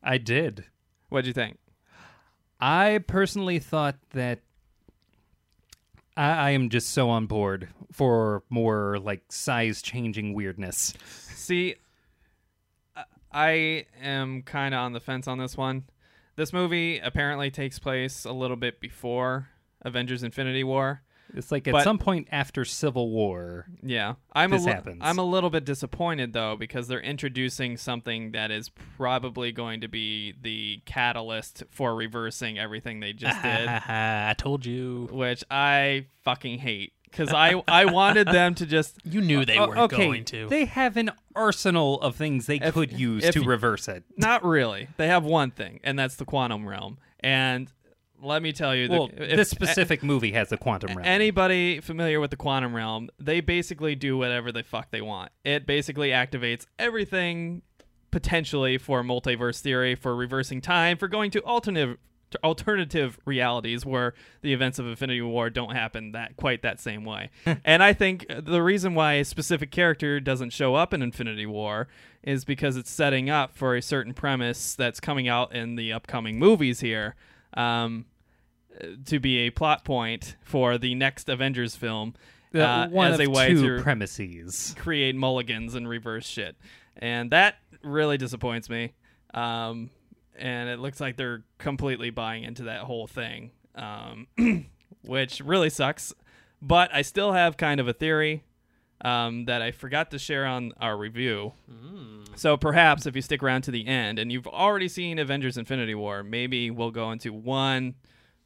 Speaker 2: I did.
Speaker 1: What'd you think?
Speaker 2: I personally thought that I, I am just so on board for more like size changing weirdness.
Speaker 1: See, I- I am kind of on the fence on this one. This movie apparently takes place a little bit before Avengers Infinity War,
Speaker 2: It's like at
Speaker 1: But-
Speaker 2: some point after Civil War.
Speaker 1: Yeah, I'm
Speaker 2: This
Speaker 1: a li-
Speaker 2: happens.
Speaker 1: I'm a little bit disappointed though because they're introducing something that is probably going to be the catalyst for reversing everything they just did,
Speaker 3: I told you.
Speaker 1: which I fucking hate because I I wanted them to just
Speaker 3: You knew they
Speaker 2: Oh,
Speaker 3: weren't
Speaker 2: okay,
Speaker 3: going to.
Speaker 2: they have an arsenal of things they
Speaker 1: If-
Speaker 2: could use
Speaker 1: if
Speaker 2: to
Speaker 1: y-
Speaker 2: reverse it.
Speaker 1: not really. They have one thing, and that's the quantum realm. And let me tell you, the,
Speaker 2: Well,
Speaker 1: if-
Speaker 2: this specific movie has a quantum realm.
Speaker 1: Anybody familiar with the quantum realm, they basically do whatever the fuck they want. It basically activates everything potentially for multiverse theory, for reversing time, for going to alternative to alternative realities where the events of Infinity War don't happen that quite that same way. and I think the reason why a specific character doesn't show up in Infinity War is because it's setting up for a certain premise that's coming out in the upcoming movies here. Um, to be a plot point for the next Avengers film
Speaker 2: The-
Speaker 1: uh,
Speaker 2: one
Speaker 1: as
Speaker 2: of
Speaker 1: a way
Speaker 2: two
Speaker 1: to
Speaker 2: premises.
Speaker 1: create mulligans and reverse shit. And that really disappoints me. Um, and it looks like they're completely buying into that whole thing, um, which really sucks. But I still have kind of a theory um, that I forgot to share on our review. So perhaps if you stick around to the end and you've already seen Avengers Infinity War, maybe we'll go into one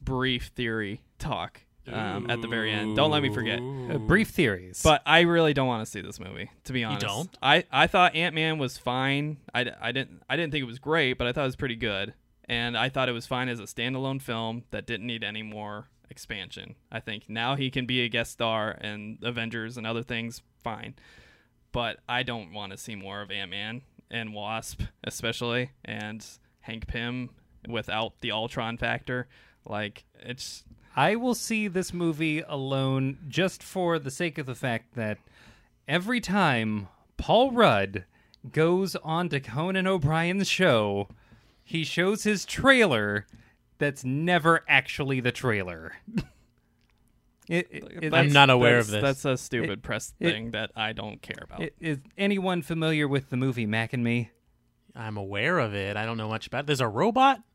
Speaker 1: brief theory talk um, at the very end. Don't let me forget.
Speaker 2: Uh, brief theories.
Speaker 1: But I really don't want to see this movie, to be honest.
Speaker 3: don't?
Speaker 1: I, I thought Ant Man was fine. I, d- I didn't I didn't think it was great, but I thought it was pretty good, and I thought it was fine as a standalone film that didn't need any more expansion. I think now he can be a guest star in Avengers and other things. Fine, but I don't want to see more of Ant Man and Wasp, especially, and Hank Pym without the Ultron factor. Like it's
Speaker 2: I will see this movie alone just for the sake of the fact that every time Paul Rudd goes on to Conan O'Brien's show, he shows his trailer that's never actually the trailer. It- it- it-
Speaker 1: That's-
Speaker 3: I'm not aware
Speaker 1: that's-
Speaker 3: of this.
Speaker 1: That's a stupid press
Speaker 2: it-
Speaker 1: thing that I don't care about.
Speaker 2: it- Is anyone familiar with the movie Mac and Me?
Speaker 3: I'm aware of it. I don't know much about it. There's a robot.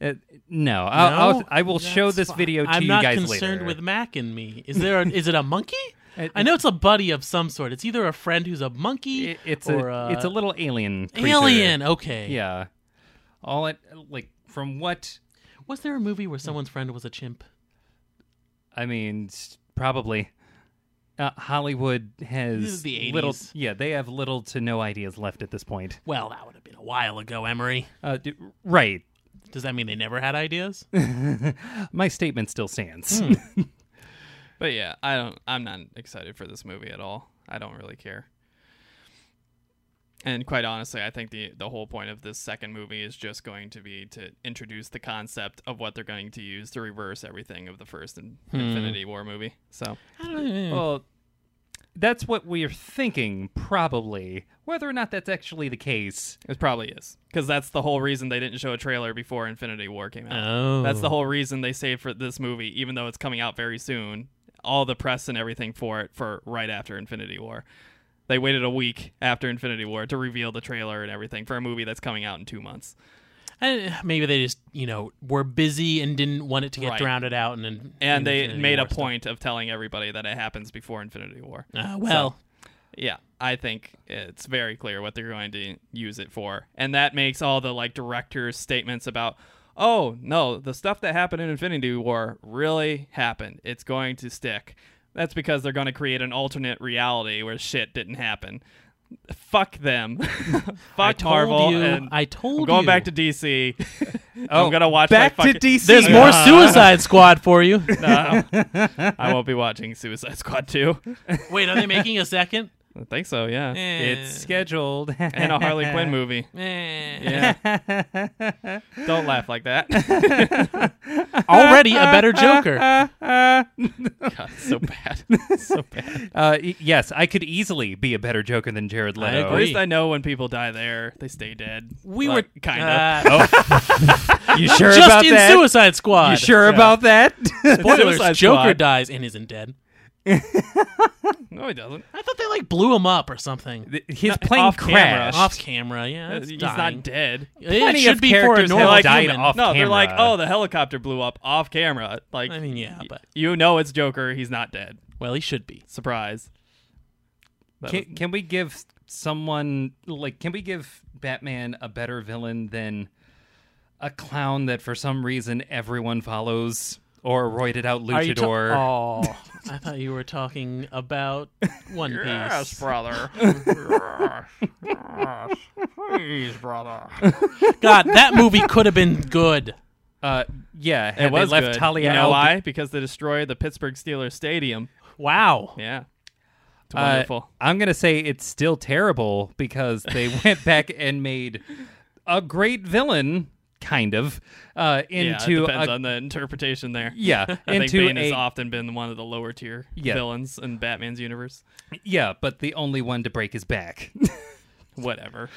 Speaker 2: Uh, no, I'll,
Speaker 3: No?
Speaker 2: I'll, I will show
Speaker 3: That's
Speaker 2: this
Speaker 3: fine.
Speaker 2: video to
Speaker 3: I'm
Speaker 2: you
Speaker 3: not
Speaker 2: guys
Speaker 3: concerned
Speaker 2: later. Uh,
Speaker 3: with Mac and me. Is there? A, is it a monkey? I know it's a buddy of some sort. It's either a friend who's a monkey
Speaker 2: It- it's
Speaker 3: or uh,
Speaker 2: a, it's a little alien. creature.
Speaker 3: alien. Okay.
Speaker 2: Yeah. All it like from what
Speaker 3: Was there a movie where someone's friend was a chimp?
Speaker 2: I mean, s- probably uh, Hollywood
Speaker 3: This
Speaker 2: has
Speaker 3: is the
Speaker 2: little.
Speaker 3: 80s.
Speaker 2: Yeah, they have little to no ideas left at this point.
Speaker 3: Well, that would have been a while ago, Emery.
Speaker 2: Uh, d- right.
Speaker 3: Does that mean they never had ideas?
Speaker 2: My statement still stands.
Speaker 3: Hmm.
Speaker 1: But yeah, I don't. I'm not excited for this movie at all. I don't really care. And quite honestly, I think the the whole point of this second movie is just going to be to introduce the concept of what they're going to use to reverse everything of the first in- Infinity War movie. So
Speaker 3: I don't know.
Speaker 2: well, that's what we're thinking, probably. Whether or not that's actually the case,
Speaker 1: it probably is because that's the whole reason they didn't show a trailer before Infinity War came out.
Speaker 3: Oh,
Speaker 1: That's the whole reason they saved for this movie, even though it's coming out very soon. All the press and everything for it for right after Infinity War. They waited a week after Infinity War to reveal the trailer and everything for a movie that's coming out in two months.
Speaker 3: I- maybe they just you know were busy and didn't want it to get
Speaker 1: Right.
Speaker 3: drounded out, and and,
Speaker 1: And they
Speaker 3: Infinity
Speaker 1: made
Speaker 3: War
Speaker 1: a
Speaker 3: stuff.
Speaker 1: point of telling everybody that it happens before Infinity War.
Speaker 3: Uh, well,
Speaker 1: Yeah, I think it's very clear what they're going to use it for. And that makes all the like director's statements about, "Oh, no, the stuff that happened in Infinity War really happened. It's going to stick." That's because they're going to create an alternate reality where shit didn't happen. Fuck them.
Speaker 3: I
Speaker 1: Fuck
Speaker 3: told
Speaker 1: Marvel
Speaker 3: you.
Speaker 1: and
Speaker 3: I told
Speaker 1: I'm going
Speaker 3: you.
Speaker 1: back to DC.
Speaker 2: Oh,
Speaker 1: I'm going to watch
Speaker 2: back
Speaker 1: my fucking-
Speaker 2: to DC.
Speaker 3: There's more Suicide Squad for you.
Speaker 1: I won't be watching Suicide Squad 2.
Speaker 3: Wait, are they making a second?
Speaker 1: I think so, yeah.
Speaker 3: Eh.
Speaker 2: It's scheduled.
Speaker 1: And a Harley Quinn movie. Yeah. Don't laugh like that.
Speaker 3: already a better
Speaker 2: Uh,
Speaker 3: Joker.
Speaker 1: God, so bad. so bad.
Speaker 2: Uh, y- yes, I could easily be a better Joker than Jared
Speaker 3: I
Speaker 2: Leto.
Speaker 1: At
Speaker 3: agree.
Speaker 1: least I know when people die there, they stay dead.
Speaker 3: We
Speaker 1: Like,
Speaker 3: were
Speaker 1: kinda.
Speaker 3: uh,
Speaker 2: You Oh, sure
Speaker 3: just
Speaker 2: about
Speaker 3: in
Speaker 2: that?
Speaker 3: Suicide Squad.
Speaker 2: You sure about that?
Speaker 3: Spoilers:
Speaker 1: Suicide
Speaker 3: Joker
Speaker 1: Squad.
Speaker 3: dies and isn't dead.
Speaker 1: No, he doesn't.
Speaker 3: I thought they like blew him up or something.
Speaker 2: Th- His
Speaker 1: Not-
Speaker 2: plane
Speaker 1: off camera.
Speaker 2: crashed.
Speaker 1: Yes.
Speaker 3: Off camera, yeah. that's
Speaker 1: He's
Speaker 3: dying.
Speaker 1: not dead.
Speaker 3: It
Speaker 2: Plenty
Speaker 3: should
Speaker 2: of
Speaker 3: be for a
Speaker 2: characters have
Speaker 3: normal
Speaker 2: died
Speaker 3: human.
Speaker 2: off-
Speaker 3: off.
Speaker 1: no, they're like,
Speaker 2: camera.
Speaker 1: oh, the helicopter blew up off camera. Like,
Speaker 3: I mean, yeah, but
Speaker 1: you know it's Joker. He's not dead.
Speaker 3: well, he should be.
Speaker 1: Surprise. That
Speaker 2: Can, can we give someone like can we give Batman a better villain than a clown that for some reason everyone follows or a roided out
Speaker 3: Are you ta-
Speaker 2: luchador?
Speaker 3: oh, I thought you were talking about One Piece.
Speaker 1: brother. yes. Please, brother.
Speaker 3: God, that movie could have been good.
Speaker 2: uh, yeah, had
Speaker 1: It was
Speaker 2: they left
Speaker 1: good.
Speaker 2: Talia
Speaker 1: You know
Speaker 2: al-
Speaker 1: why? Because they destroyed the Pittsburgh Steelers stadium.
Speaker 3: Wow.
Speaker 1: Yeah. It's
Speaker 2: Uh,
Speaker 1: wonderful.
Speaker 2: I'm gonna say it's still terrible because they went back and made a great villain, kind of, uh, into
Speaker 1: yeah, it depends
Speaker 2: a,
Speaker 1: on the interpretation there.
Speaker 2: yeah
Speaker 1: I think
Speaker 2: into
Speaker 1: Bane
Speaker 2: a
Speaker 1: has often been one of the lower tier
Speaker 2: Yeah.
Speaker 1: villains in Batman's universe.
Speaker 2: yeah, but the only one to break his back.
Speaker 1: Whatever.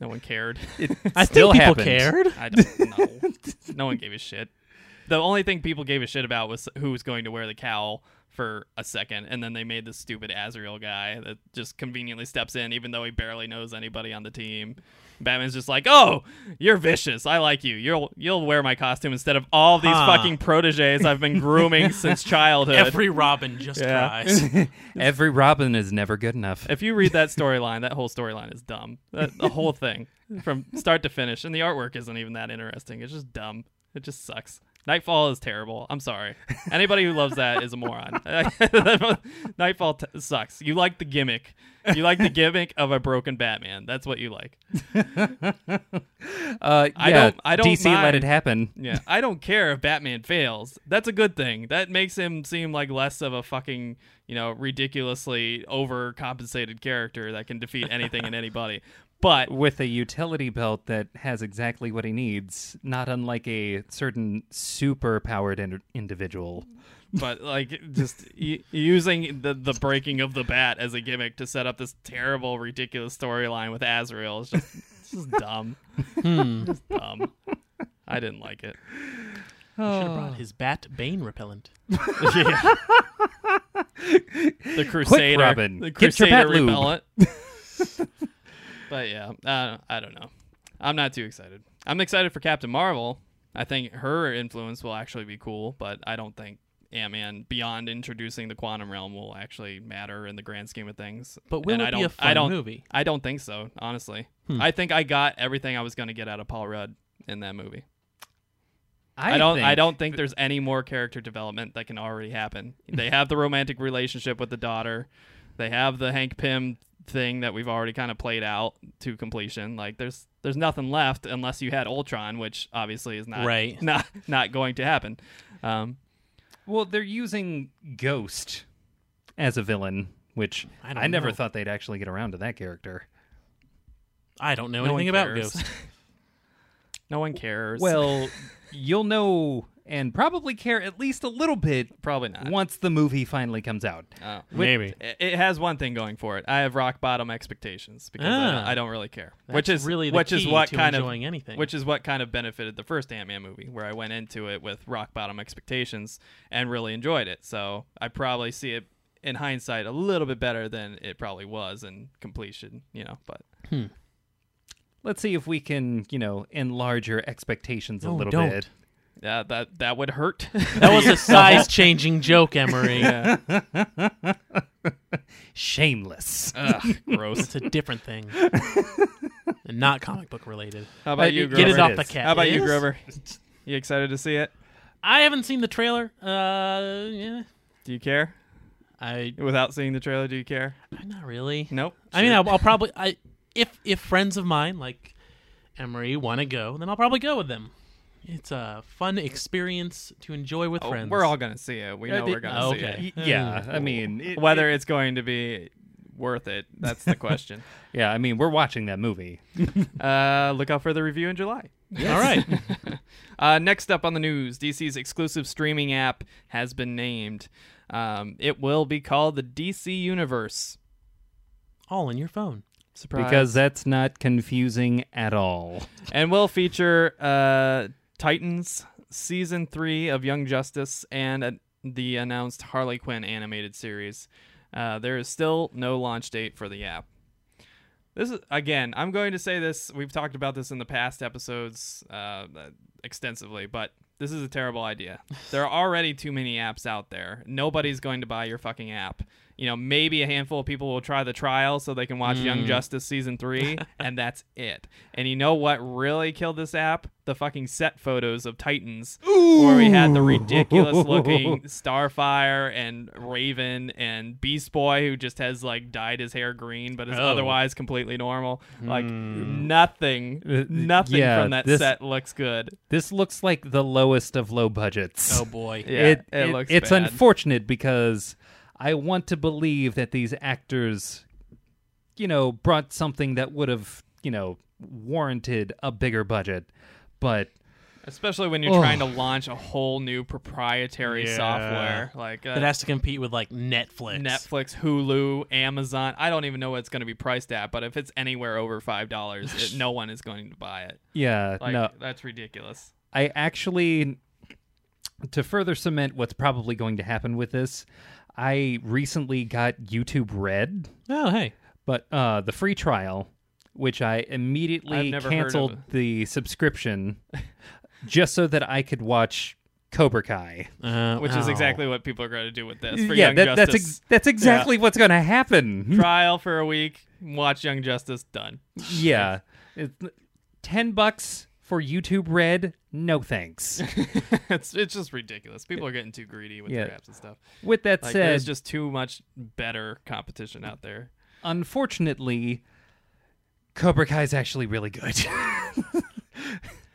Speaker 1: no one cared.
Speaker 3: I
Speaker 2: still
Speaker 3: think people
Speaker 2: happened.
Speaker 3: cared.
Speaker 1: I don't know. no one gave a shit. The only thing people gave a shit about was who was going to wear the cowl for a second, and then they made this stupid Azrael guy that just conveniently steps in, even though he barely knows anybody on the team. Batman's just like, "Oh, you're vicious. I like you. You'll you'll wear my costume instead of all these
Speaker 3: Huh.
Speaker 1: fucking proteges I've been grooming since childhood."
Speaker 3: Every Robin just
Speaker 1: Yeah.
Speaker 3: cries.
Speaker 2: Every Robin is never good enough.
Speaker 1: if you read that storyline, that whole storyline is dumb. That, the whole thing, from start to finish, and the artwork isn't even that interesting. It's just dumb. It just sucks. Nightfall is terrible. I'm sorry. Anybody who loves that is a moron. Nightfall t- sucks. You like the gimmick. You like the gimmick of a broken Batman. That's what you like.
Speaker 2: Uh,
Speaker 1: I
Speaker 2: yeah,
Speaker 1: don't- I don't
Speaker 2: DC let
Speaker 1: mind.
Speaker 2: it happen.
Speaker 1: Yeah, I don't care if Batman fails. That's a good thing. That makes him seem like less of a fucking, you know, ridiculously overcompensated character that can defeat anything and anybody. But
Speaker 2: with a utility belt that has exactly what he needs, not unlike a certain super powered in- individual.
Speaker 1: but like just y- using the the breaking of the bat as a gimmick to set up this terrible, ridiculous storyline with Azrael is just it's just dumb. Just dumb. I didn't like it.
Speaker 3: Should have brought his bat bane repellent.
Speaker 1: The Crusader,
Speaker 2: Robin.
Speaker 1: the
Speaker 2: Get your
Speaker 1: Crusader
Speaker 2: bat lube.
Speaker 1: repellent. but yeah, I don't, I don't know. I'm not too excited. I'm excited for Captain Marvel. I think her influence will actually be cool, but I don't think Ant Man beyond introducing the quantum realm will actually matter in the grand scheme of things.
Speaker 3: But will
Speaker 1: And
Speaker 3: it
Speaker 1: I
Speaker 3: be
Speaker 1: don't,
Speaker 3: a fun
Speaker 1: I don't,
Speaker 3: movie? Hmm.
Speaker 1: I don't think so, honestly. I think I got everything I was going to get out of Paul Rudd in that movie. I, don't. I
Speaker 2: think-
Speaker 1: don't think there's any more character development that can already happen. They have the romantic relationship with the daughter. They have the Hank Pym thing that we've already kind of played out to completion. Like there's there's nothing left unless you had Ultron, which obviously is not
Speaker 3: Right.
Speaker 1: not not going to happen. Um,
Speaker 2: Well, they're using Ghost as a villain, which
Speaker 3: I
Speaker 2: I,
Speaker 3: don't
Speaker 2: never
Speaker 3: know.
Speaker 2: thought they'd actually get around to that character.
Speaker 3: I don't know
Speaker 1: no
Speaker 3: anything
Speaker 1: one
Speaker 3: about
Speaker 1: cares.
Speaker 3: Ghost.
Speaker 1: no one cares.
Speaker 2: Well, you'll know and probably care at least a little bit
Speaker 1: probably not.
Speaker 2: once the movie finally comes out.
Speaker 1: Uh,
Speaker 3: Maybe.
Speaker 1: it it has one thing going for it. I have rock bottom expectations because I, don't,
Speaker 3: Ah.
Speaker 1: I don't really care,
Speaker 3: That's
Speaker 1: which is
Speaker 3: really the
Speaker 1: which is
Speaker 3: key
Speaker 1: what
Speaker 3: to
Speaker 1: kind of
Speaker 3: enjoying anything.
Speaker 1: which is what kind of benefited the first Ant Man movie, where I went into it with rock bottom expectations and really enjoyed it. So I probably see it in hindsight a little bit better than it probably was in completion, you know. But
Speaker 2: Let's see if we can, you know, enlarge your expectations a
Speaker 3: No,
Speaker 2: little
Speaker 3: don't.
Speaker 2: bit.
Speaker 1: yeah, that that would hurt.
Speaker 3: That was a size changing joke, Emery.
Speaker 2: Shameless.
Speaker 1: Ugh, gross.
Speaker 3: It's a different thing. and not comic book related.
Speaker 1: How about you,
Speaker 3: Get it
Speaker 1: Grover?
Speaker 2: Yes,
Speaker 3: off
Speaker 2: it
Speaker 3: the
Speaker 2: is.
Speaker 3: cat.
Speaker 1: How about you,
Speaker 3: Yes.
Speaker 1: Grover? You excited to see it?
Speaker 3: I haven't seen the trailer. Uh, yeah.
Speaker 1: Do you care?
Speaker 3: I
Speaker 1: Without seeing the trailer, do you care?
Speaker 3: not really.
Speaker 1: Nope.
Speaker 3: I mean,
Speaker 1: Sure.
Speaker 3: I'll, I'll probably I if if friends of mine like Emery want to go, then I'll probably go with them. It's a fun experience to enjoy with
Speaker 1: Oh,
Speaker 3: friends.
Speaker 1: We're all gonna see it. We know we're gonna see
Speaker 3: okay.
Speaker 1: it.
Speaker 2: Y- Yeah, I mean, it-
Speaker 1: Whether it's going to be worth it, that's the question.
Speaker 2: Yeah, I mean, we're watching that movie.
Speaker 1: uh, look out for the review in July.
Speaker 3: all right.
Speaker 1: Uh, next up on the news, DC's exclusive streaming app has been named. Um, it will be called the DC Universe.
Speaker 3: all in your phone.
Speaker 1: Surprise!
Speaker 2: Because that's not confusing at all.
Speaker 1: and will feature uh, Titans season three of Young Justice and an the announced Harley Quinn animated series. Uh, there is still no launch date for the app. This is again. I'm going to say this. We've talked about this in the past episodes uh, extensively, but this is a terrible idea. There are already too many apps out there. Nobody's going to buy your fucking app. You know, maybe a handful of people will try the trial so they can watch Young Justice season three, and that's it. And you know what really killed this app? The fucking set photos of Titans, where we had the ridiculous looking Starfire and Raven and Beast Boy, who just has like dyed his hair green but is
Speaker 3: Oh.
Speaker 1: otherwise completely normal. Like nothing,
Speaker 2: Hmm. Uh,
Speaker 1: nothing
Speaker 2: yeah,
Speaker 1: from that
Speaker 2: this-
Speaker 1: set looks good.
Speaker 2: This looks like the lowest of low budgets.
Speaker 3: Oh boy.
Speaker 1: Yeah,
Speaker 2: it,
Speaker 1: it looks
Speaker 2: It's
Speaker 1: bad.
Speaker 2: unfortunate because I want to believe that these actors, you know, brought something that would have, you know, warranted a bigger budget, but
Speaker 1: Especially when you're
Speaker 2: Ugh.
Speaker 1: trying to launch a whole new proprietary
Speaker 3: Yeah.
Speaker 1: software like
Speaker 3: That
Speaker 1: uh,
Speaker 3: has to compete with like Netflix.
Speaker 1: Netflix, Hulu, Amazon. I don't even know what it's going to be priced at, but if it's anywhere over five dollars, no one is going to buy it.
Speaker 2: yeah,
Speaker 1: Like
Speaker 2: no,
Speaker 1: that's ridiculous.
Speaker 2: I actually, to further cement what's probably going to happen with this, I recently got YouTube Red,
Speaker 3: Oh hey.
Speaker 2: but uh, the free trial, which I
Speaker 1: I've
Speaker 2: immediately
Speaker 1: never heard of
Speaker 2: canceled
Speaker 1: it.
Speaker 2: the subscription just so that I could watch Cobra Kai.
Speaker 3: Uh,
Speaker 1: Which is
Speaker 3: oh.
Speaker 1: exactly what people are going to do with this. For
Speaker 2: yeah,
Speaker 1: Young
Speaker 2: that, that's
Speaker 1: Justice,
Speaker 2: ex- that's exactly what's going to happen.
Speaker 1: trial for a week, watch Young Justice, done.
Speaker 2: yeah, It's- ten bucks for YouTube Red. No thanks.
Speaker 1: it's it's just ridiculous. People are getting too greedy with
Speaker 2: Yeah.
Speaker 1: their apps and stuff.
Speaker 2: With that
Speaker 1: Like
Speaker 2: said,
Speaker 1: there's just too much better competition out there.
Speaker 2: unfortunately, Cobra Kai is actually really good.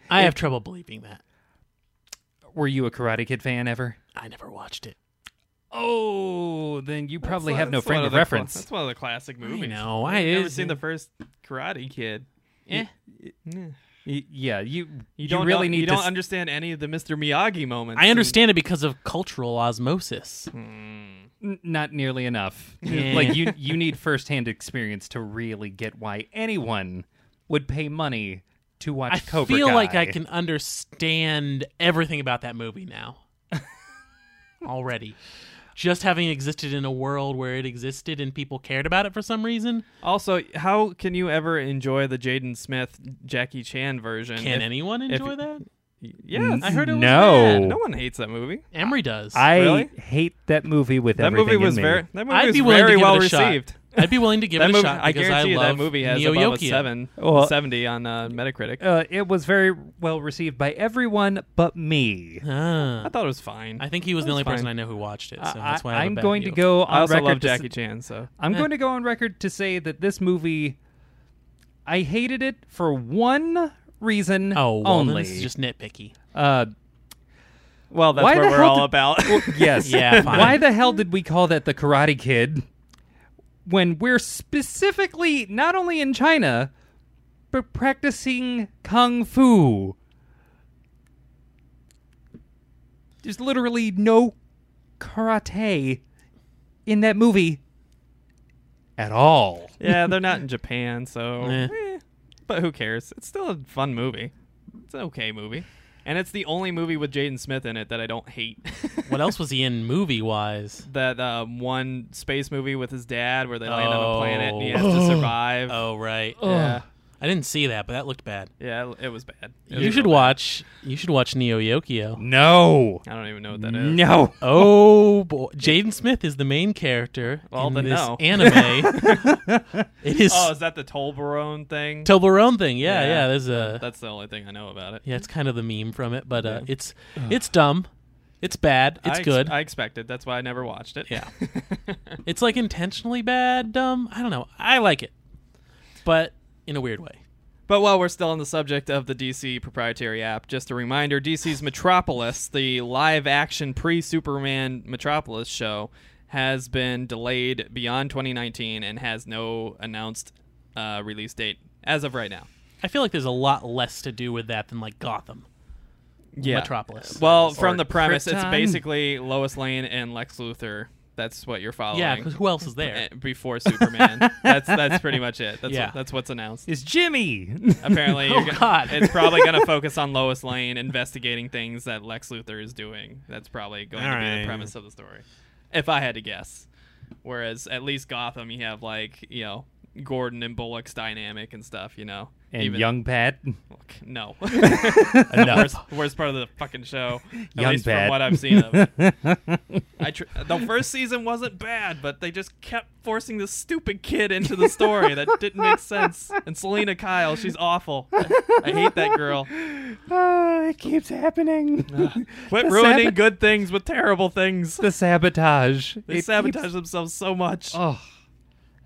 Speaker 3: I have trouble believing that.
Speaker 2: Were you a Karate Kid fan ever?
Speaker 3: I never watched it.
Speaker 2: Oh, then you probably
Speaker 1: That's-
Speaker 2: have no
Speaker 1: that's one
Speaker 2: frame of
Speaker 1: the cla-
Speaker 2: reference.
Speaker 1: that's one of the classic movies.
Speaker 3: know,
Speaker 1: I've
Speaker 3: I-
Speaker 1: never
Speaker 3: is-
Speaker 1: seen the first Karate Kid.
Speaker 3: Yeah.
Speaker 2: Y- yeah, you
Speaker 1: You don't
Speaker 2: really
Speaker 1: know-
Speaker 2: need
Speaker 1: you
Speaker 2: to
Speaker 1: don't
Speaker 2: s-
Speaker 1: understand any of the Mr. Miyagi moments.
Speaker 3: I understand it because of cultural osmosis.
Speaker 2: n- not nearly enough.
Speaker 3: Yeah.
Speaker 2: like you you need firsthand experience to really get why anyone would pay money to watch
Speaker 3: I
Speaker 2: Cobra
Speaker 3: feel
Speaker 2: Kai.
Speaker 3: like I can understand everything about that movie now. Already. Just having existed in a world where it existed and people cared about it for some reason,
Speaker 1: Also, how can you ever enjoy the Jaden Smith Jackie Chan version?
Speaker 3: can
Speaker 1: if-
Speaker 3: anyone
Speaker 1: if-
Speaker 3: enjoy that?
Speaker 1: Yes, I heard it was
Speaker 2: No.
Speaker 1: bad. No one hates that movie.
Speaker 3: Emery does.
Speaker 2: I
Speaker 1: Really?
Speaker 2: hate that movie with
Speaker 1: That
Speaker 2: everything
Speaker 1: movie
Speaker 2: in
Speaker 1: was
Speaker 2: me.
Speaker 1: very that movie
Speaker 3: I'd
Speaker 1: was
Speaker 3: be willing
Speaker 1: very
Speaker 3: to give
Speaker 1: well
Speaker 3: it a
Speaker 1: received.
Speaker 3: shot. I'd be willing to give
Speaker 1: That
Speaker 3: it
Speaker 1: movie,
Speaker 3: a shot
Speaker 1: I
Speaker 3: because I,
Speaker 1: guarantee you
Speaker 3: love
Speaker 1: that movie has
Speaker 3: Neo
Speaker 1: above a
Speaker 3: Yokio.
Speaker 1: seven,
Speaker 2: Well-
Speaker 1: 70 on uh, Metacritic.
Speaker 2: Uh, it was very well received by everyone but me.
Speaker 3: Ah.
Speaker 1: I thought it was fine.
Speaker 3: I think he was the only person
Speaker 1: fine.
Speaker 3: I know who watched it, so
Speaker 2: I-
Speaker 3: that's why I have a
Speaker 2: I'm
Speaker 3: bad
Speaker 2: going
Speaker 3: view.
Speaker 2: to go on
Speaker 1: I also
Speaker 2: record
Speaker 1: love
Speaker 2: to s-
Speaker 1: Jackie Chan, Eh. so
Speaker 2: I'm going to go on record to say that this movie, I hated it for one reason
Speaker 3: Oh, well, then
Speaker 2: only.
Speaker 3: this is just nitpicky.
Speaker 2: uh,
Speaker 1: well, that's
Speaker 2: Why
Speaker 1: what
Speaker 2: the
Speaker 1: we're
Speaker 2: hell
Speaker 1: all
Speaker 2: did-
Speaker 1: about.
Speaker 2: yes.
Speaker 3: Yeah, fine.
Speaker 2: Why the hell did we call that the Karate Kid when we're specifically not only in China but practicing kung fu? There's literally no karate in that movie at all.
Speaker 1: yeah, they're not in Japan, so
Speaker 3: Eh.
Speaker 1: eh, but who cares? It's still a fun movie. It's an okay movie. And it's the only movie with Jaden Smith in it that I don't hate.
Speaker 3: What else was he in movie wise?
Speaker 1: that um, one space movie with his dad where they land on a
Speaker 3: Oh.
Speaker 1: planet and he has to survive.
Speaker 3: Oh right.
Speaker 1: Yeah.
Speaker 3: I didn't see that, but that looked bad.
Speaker 1: Yeah, it was bad. It was
Speaker 3: You should
Speaker 1: real
Speaker 3: watch you should watch Neo Yokio.
Speaker 2: No.
Speaker 1: bad. I don't even know what that is.
Speaker 2: No.
Speaker 3: Oh boy. Jaden Smith is the main character
Speaker 1: Well,
Speaker 3: in
Speaker 1: then
Speaker 3: this
Speaker 1: no.
Speaker 3: anime. it is
Speaker 1: Oh, is that the Tolbarone thing?
Speaker 3: Toblerone thing. Yeah, yeah,
Speaker 1: Yeah.
Speaker 3: there's a
Speaker 1: That's the only thing I know about it.
Speaker 3: yeah, it's kind of the meme from it, but uh, it's it's dumb. It's bad.
Speaker 1: I
Speaker 3: It's
Speaker 1: ex-
Speaker 3: good.
Speaker 1: I expected. That's why I never watched it.
Speaker 3: Yeah. it's like intentionally bad, dumb. I don't know. I like it. But in a weird way.
Speaker 1: But while we're still on the subject of the DC proprietary app, just a reminder DC's Metropolis, the live action pre Superman Metropolis show, has been delayed beyond 2019 and has no announced uh, release date as of right now.
Speaker 3: I feel like there's a lot less to do with that than like Gotham.
Speaker 1: Yeah.
Speaker 3: Metropolis.
Speaker 1: Well, from
Speaker 2: Or
Speaker 1: the premise, it's
Speaker 2: Krypton.
Speaker 1: basically Lois Lane and Lex Luthor. That's what you're following.
Speaker 3: Yeah, because who else is there?
Speaker 1: Oh, Eh, before Superman. that's that's pretty much it. That's
Speaker 3: Yeah.
Speaker 1: that's what's announced.
Speaker 2: It's Jimmy.
Speaker 1: Apparently,
Speaker 3: Oh,
Speaker 1: you're gonna-
Speaker 3: God.
Speaker 1: it's probably going to focus on Lois Lane investigating things that Lex Luthor is doing. That's probably going to be
Speaker 2: Alright.
Speaker 1: the premise of the story, if I had to guess. Whereas at least Gotham, you have like you know Gordon and Bullock's dynamic and stuff. You know,
Speaker 2: and
Speaker 1: Even-
Speaker 2: young Pat.
Speaker 1: Look, no, the worst, worst part of the fucking show. At
Speaker 2: young
Speaker 1: least
Speaker 2: Pat.
Speaker 1: from what I've seen of it. I tr- the first season wasn't bad, but they just kept forcing this stupid kid into the story that didn't make sense. And Selena Kyle, she's awful. I hate that girl.
Speaker 2: oh, it keeps happening.
Speaker 1: Ah. Quit
Speaker 2: The
Speaker 1: ruining
Speaker 2: sabot-
Speaker 1: good things with terrible things.
Speaker 2: the sabotage.
Speaker 1: They
Speaker 2: It
Speaker 1: sabotage
Speaker 2: keeps-
Speaker 1: themselves so much.
Speaker 2: oh,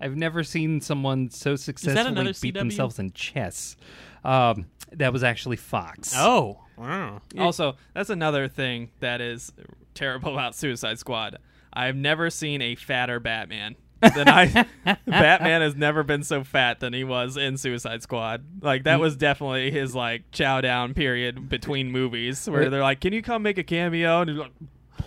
Speaker 2: I've never seen someone so successfully
Speaker 3: another
Speaker 2: beat
Speaker 3: CW?
Speaker 2: themselves in chess. Um, that was actually Fox.
Speaker 3: Oh. wow.
Speaker 1: Also, that's another thing that is terrible about Suicide Squad. I've never seen a fatter Batman than I. Batman has never been so fat than he was in Suicide Squad. Like that was definitely his like chow down period between movies where they're like, "Can you come make a cameo?" And he's like,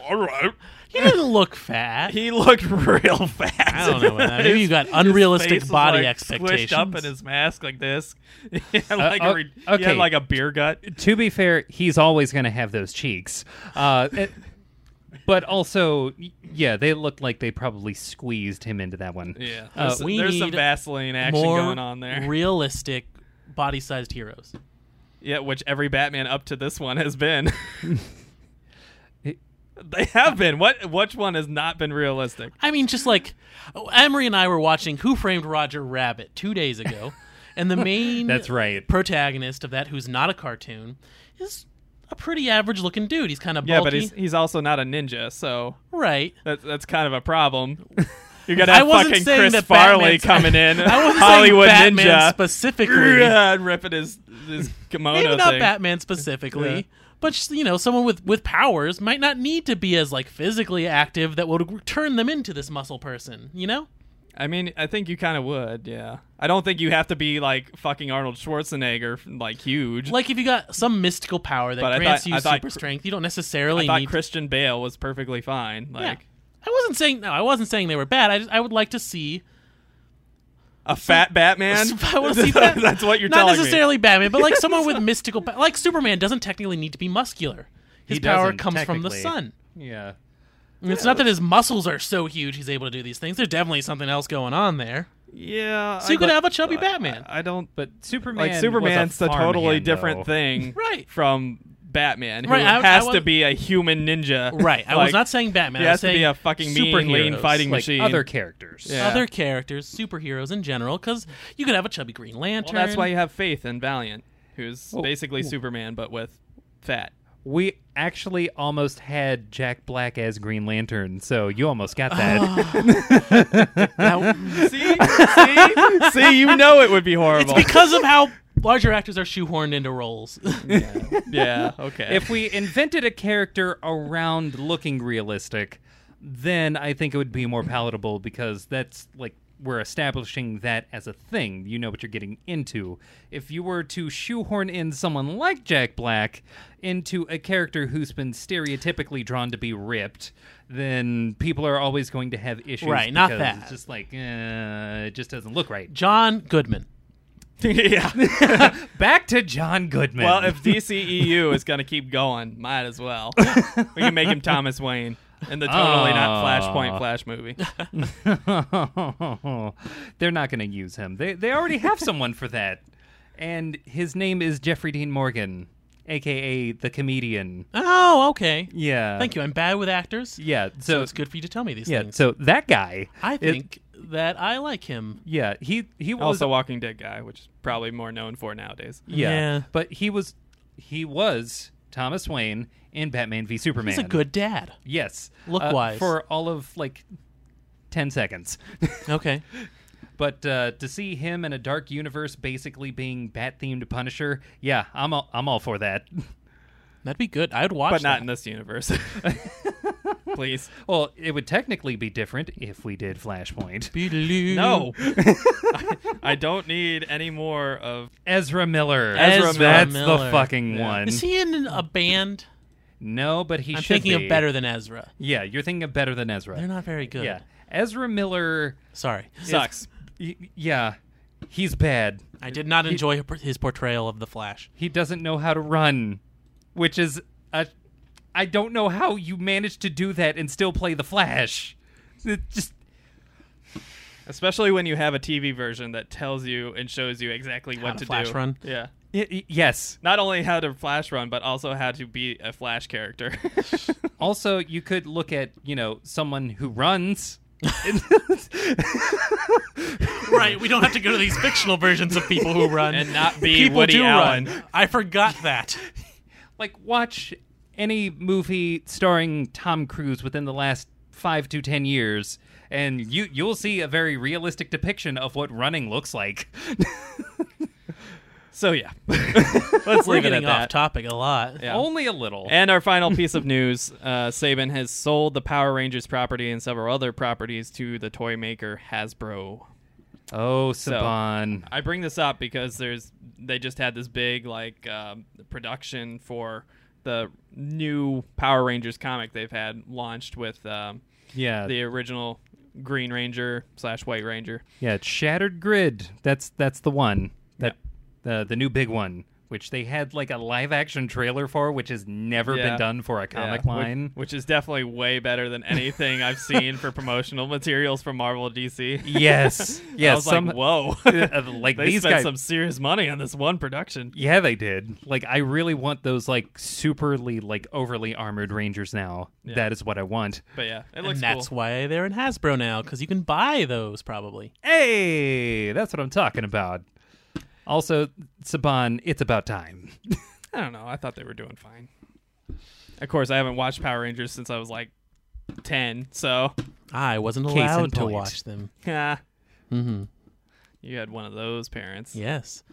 Speaker 1: "All right."
Speaker 3: He didn't look fat.
Speaker 1: He looked real fat.
Speaker 3: I don't know what that- maybe
Speaker 1: His-
Speaker 3: you got
Speaker 1: his
Speaker 3: unrealistic
Speaker 1: face was,
Speaker 3: body
Speaker 1: like,
Speaker 3: expectations.
Speaker 1: Squished up in his mask like this. He had like,
Speaker 2: uh,
Speaker 1: a, re- he
Speaker 2: okay.
Speaker 1: had like a beer gut.
Speaker 2: To be fair, he's always going to have those cheeks. Uh, it- but also, y- yeah, they looked like they probably squeezed him into that one.
Speaker 1: Yeah,
Speaker 2: Uh,
Speaker 1: there's,
Speaker 3: we
Speaker 1: there's some
Speaker 3: need
Speaker 1: Vaseline action
Speaker 3: More
Speaker 1: going on there.
Speaker 3: realistic body-sized heroes.
Speaker 1: yeah, which every Batman up to this one has been. they have been. What? Which one has not been realistic?
Speaker 3: I mean, just like oh, Emery and I were watching Who Framed Roger Rabbit two days ago, and the main
Speaker 2: That's right.
Speaker 3: protagonist of that, who's not a cartoon, is a pretty average-looking dude. He's kind of bulky,
Speaker 1: Yeah, but he's he's also not a ninja, so
Speaker 3: right?
Speaker 1: that's that's kind of a problem. You're gonna
Speaker 3: I
Speaker 1: have
Speaker 3: wasn't
Speaker 1: fucking
Speaker 3: saying
Speaker 1: Chris
Speaker 3: that
Speaker 1: Farley
Speaker 3: Batman's-
Speaker 1: coming in,
Speaker 3: I wasn't
Speaker 1: Hollywood
Speaker 3: saying Batman
Speaker 1: ninja,
Speaker 3: specifically.
Speaker 1: Yeah, and ripping his his kimono
Speaker 3: Maybe not
Speaker 1: thing.
Speaker 3: Batman specifically,
Speaker 1: Yeah.
Speaker 3: but just, you know, someone with with powers might not need to be as like physically active that would turn them into this muscle person. You know?
Speaker 1: I mean, I think you kind of would. Yeah, I don't think you have to be like fucking Arnold Schwarzenegger, like huge.
Speaker 3: Like if you got some mystical power that
Speaker 1: But I
Speaker 3: grants
Speaker 1: thought-
Speaker 3: you
Speaker 1: I thought
Speaker 3: super
Speaker 1: Cr-
Speaker 3: strength, you
Speaker 1: I
Speaker 3: don't necessarily
Speaker 1: thought
Speaker 3: need.
Speaker 1: Christian Bale was perfectly fine.
Speaker 3: yeah.
Speaker 1: Like
Speaker 3: I wasn't saying no. I wasn't saying they were bad. I just I would like to see.
Speaker 1: a fat Batman.
Speaker 3: I want to see Bat-
Speaker 1: That's what you're
Speaker 3: not
Speaker 1: telling
Speaker 3: necessarily Batman, but like someone with mystical, pa- like Superman doesn't technically need to be muscular. His
Speaker 2: He
Speaker 3: power
Speaker 2: doesn't,
Speaker 3: comes from the
Speaker 2: technically.
Speaker 3: sun.
Speaker 2: Yeah.
Speaker 3: And It's not that his muscles are so huge he's able to do these things. There's definitely something else going on there.
Speaker 1: me. Yeah.
Speaker 3: So you could have a chubby Batman.
Speaker 1: I, I don't.
Speaker 2: But Superman,
Speaker 1: Like
Speaker 2: was a
Speaker 1: Superman's a totally
Speaker 2: farmhand,
Speaker 1: different
Speaker 2: though.
Speaker 1: thing,
Speaker 3: Right.
Speaker 1: From Batman, who
Speaker 3: Right, I- I
Speaker 1: has to
Speaker 3: was-
Speaker 1: be a human ninja.
Speaker 3: Right. I was
Speaker 1: Like,
Speaker 3: not saying Batman.
Speaker 1: He
Speaker 3: I
Speaker 1: has
Speaker 3: was
Speaker 1: to
Speaker 3: saying
Speaker 1: be a fucking mean, lean
Speaker 3: superheroes,
Speaker 1: fighting
Speaker 2: Like
Speaker 1: machine.
Speaker 2: other characters.
Speaker 1: Yeah.
Speaker 3: other characters, superheroes in general, because you could have a chubby Green
Speaker 1: well,
Speaker 3: Lantern.
Speaker 1: that's why you have Faith in Valiant, who's
Speaker 2: Oh,
Speaker 1: basically Superman but with fat.
Speaker 2: We actually almost had Jack Black as Green Lantern, so you almost got
Speaker 1: Oh.
Speaker 2: that.
Speaker 3: Now-
Speaker 1: See, see, see. You know it would be
Speaker 3: it's
Speaker 1: horrible.
Speaker 3: because of how larger actors are shoehorned into roles.
Speaker 1: yeah. Okay.
Speaker 2: if we invented a character around looking realistic, then I think it would be more palatable because that's like we're establishing that as a thing. You know what you're getting into. If you were to shoehorn in someone like Jack Black into a character who's been stereotypically drawn to be ripped, then people are always going to have issues.
Speaker 3: Right, not
Speaker 2: because
Speaker 3: that.
Speaker 2: It's just like uh, it just doesn't look right.
Speaker 3: John Goodman.
Speaker 1: yeah.
Speaker 2: Back to John Goodman.
Speaker 1: Well, if DCEU is going to keep going, might as well. we can make him Thomas Wayne in the totally not Flashpoint
Speaker 2: Ah.
Speaker 1: Flash movie.
Speaker 2: They're not going to use him. They they already have someone for that, and his name is Jeffrey Dean Morgan, aka the comedian.
Speaker 3: Oh, okay.
Speaker 2: Yeah.
Speaker 3: Thank you. I'm bad with actors.
Speaker 2: Yeah. So,
Speaker 3: So, it's good for you to tell me these
Speaker 2: Yeah.
Speaker 3: things.
Speaker 2: So that guy.
Speaker 3: I
Speaker 2: it-
Speaker 3: think that I like him.
Speaker 2: yeah. He he was
Speaker 1: Also, Walking Dead guy, which is probably more known for nowadays.
Speaker 2: yeah,
Speaker 3: Yeah.
Speaker 2: But he was he was Thomas Wayne in Batman v Superman.
Speaker 3: He's a good dad.
Speaker 2: yes.
Speaker 3: look-wise.
Speaker 2: uh, for all of like ten seconds.
Speaker 3: Okay.
Speaker 2: But uh, to see him in a dark universe, basically being bat-themed Punisher, yeah, I'm all, I'm all for that.
Speaker 3: That'd be good. I would watch
Speaker 1: But not
Speaker 3: that.
Speaker 1: in this universe. Please.
Speaker 2: well, it would technically be different if we did Flashpoint.
Speaker 3: Beetaloo.
Speaker 1: No. I don't need any more of.
Speaker 2: Ezra Miller,
Speaker 1: Ezra Ezra
Speaker 2: that's
Speaker 3: Miller.
Speaker 2: the fucking
Speaker 1: Yeah.
Speaker 2: one.
Speaker 3: Is he in a band?
Speaker 2: No, but he
Speaker 3: I'm
Speaker 2: should
Speaker 3: thinking
Speaker 2: be.
Speaker 3: of better than Ezra.
Speaker 2: Yeah, you're thinking of better than Ezra.
Speaker 3: They're not very good.
Speaker 2: Yeah, Ezra Miller
Speaker 3: Sorry.
Speaker 1: Sucks.
Speaker 2: y- yeah, he's bad.
Speaker 3: I did not enjoy his portrayal of the Flash.
Speaker 2: He doesn't know how to run, which is a. I don't know how you manage to do that and still play the Flash. It just
Speaker 1: Especially when you have a TV version that tells you and shows you exactly what
Speaker 3: to
Speaker 1: to
Speaker 3: flash
Speaker 1: do.
Speaker 3: run.
Speaker 1: Yeah.
Speaker 2: y- y- yes.
Speaker 1: Not only how to flash run, but also how to be a Flash character.
Speaker 2: Also, you could look at you know someone who runs.
Speaker 3: Right. We don't have to go to these fictional versions of people who run
Speaker 1: And not be Woody Allen.
Speaker 3: I forgot that.
Speaker 2: like watch any movie starring Tom Cruise within the last five to ten years, and you you'll see a very realistic depiction of what running looks like.
Speaker 1: so yeah, let's
Speaker 3: We're
Speaker 1: leave it
Speaker 3: getting
Speaker 1: at
Speaker 3: off
Speaker 1: that.
Speaker 3: topic a lot.
Speaker 1: Yeah.
Speaker 2: Only a little.
Speaker 1: And our final piece of news: uh, Saban has sold the Power Rangers property and several other properties to the toy maker Hasbro.
Speaker 2: oh, Saban.
Speaker 1: I bring this up because there's they just had this big like um, production for the new Power Rangers comic they've had launched with um,
Speaker 2: yeah,
Speaker 1: the original Green Ranger slash White Ranger.
Speaker 2: yeah. It's Shattered Grid. That's that's the one that the the new big one, which they had like a live action trailer for, which has never
Speaker 1: Yeah.
Speaker 2: been done for a comic
Speaker 1: Yeah, which-
Speaker 2: line.
Speaker 1: which, is definitely way better than anything I've seen for promotional materials from Marvel DC.
Speaker 2: yes, yes.
Speaker 1: I was
Speaker 2: some
Speaker 1: like, whoa,
Speaker 2: uh, like
Speaker 1: they
Speaker 2: these
Speaker 1: spent
Speaker 2: guys.
Speaker 1: some serious money on this one production.
Speaker 2: Yeah, they did. Like, I really want those like superly, like overly armored rangers now. That is what I want.
Speaker 1: But yeah, it
Speaker 3: And
Speaker 1: looks
Speaker 3: that's
Speaker 1: cool.
Speaker 3: why they're in Hasbro now, because you can buy those probably.
Speaker 2: Hey, that's what I'm talking about. Also, Saban, it's about time.
Speaker 1: I don't know. I thought they were doing fine. Of course, I haven't watched Power Rangers since I was like ten, so
Speaker 3: I wasn't
Speaker 2: in
Speaker 3: allowed to
Speaker 2: point.
Speaker 3: watch them.
Speaker 1: ah,
Speaker 3: hmm
Speaker 1: you had one of those parents.
Speaker 3: Yes.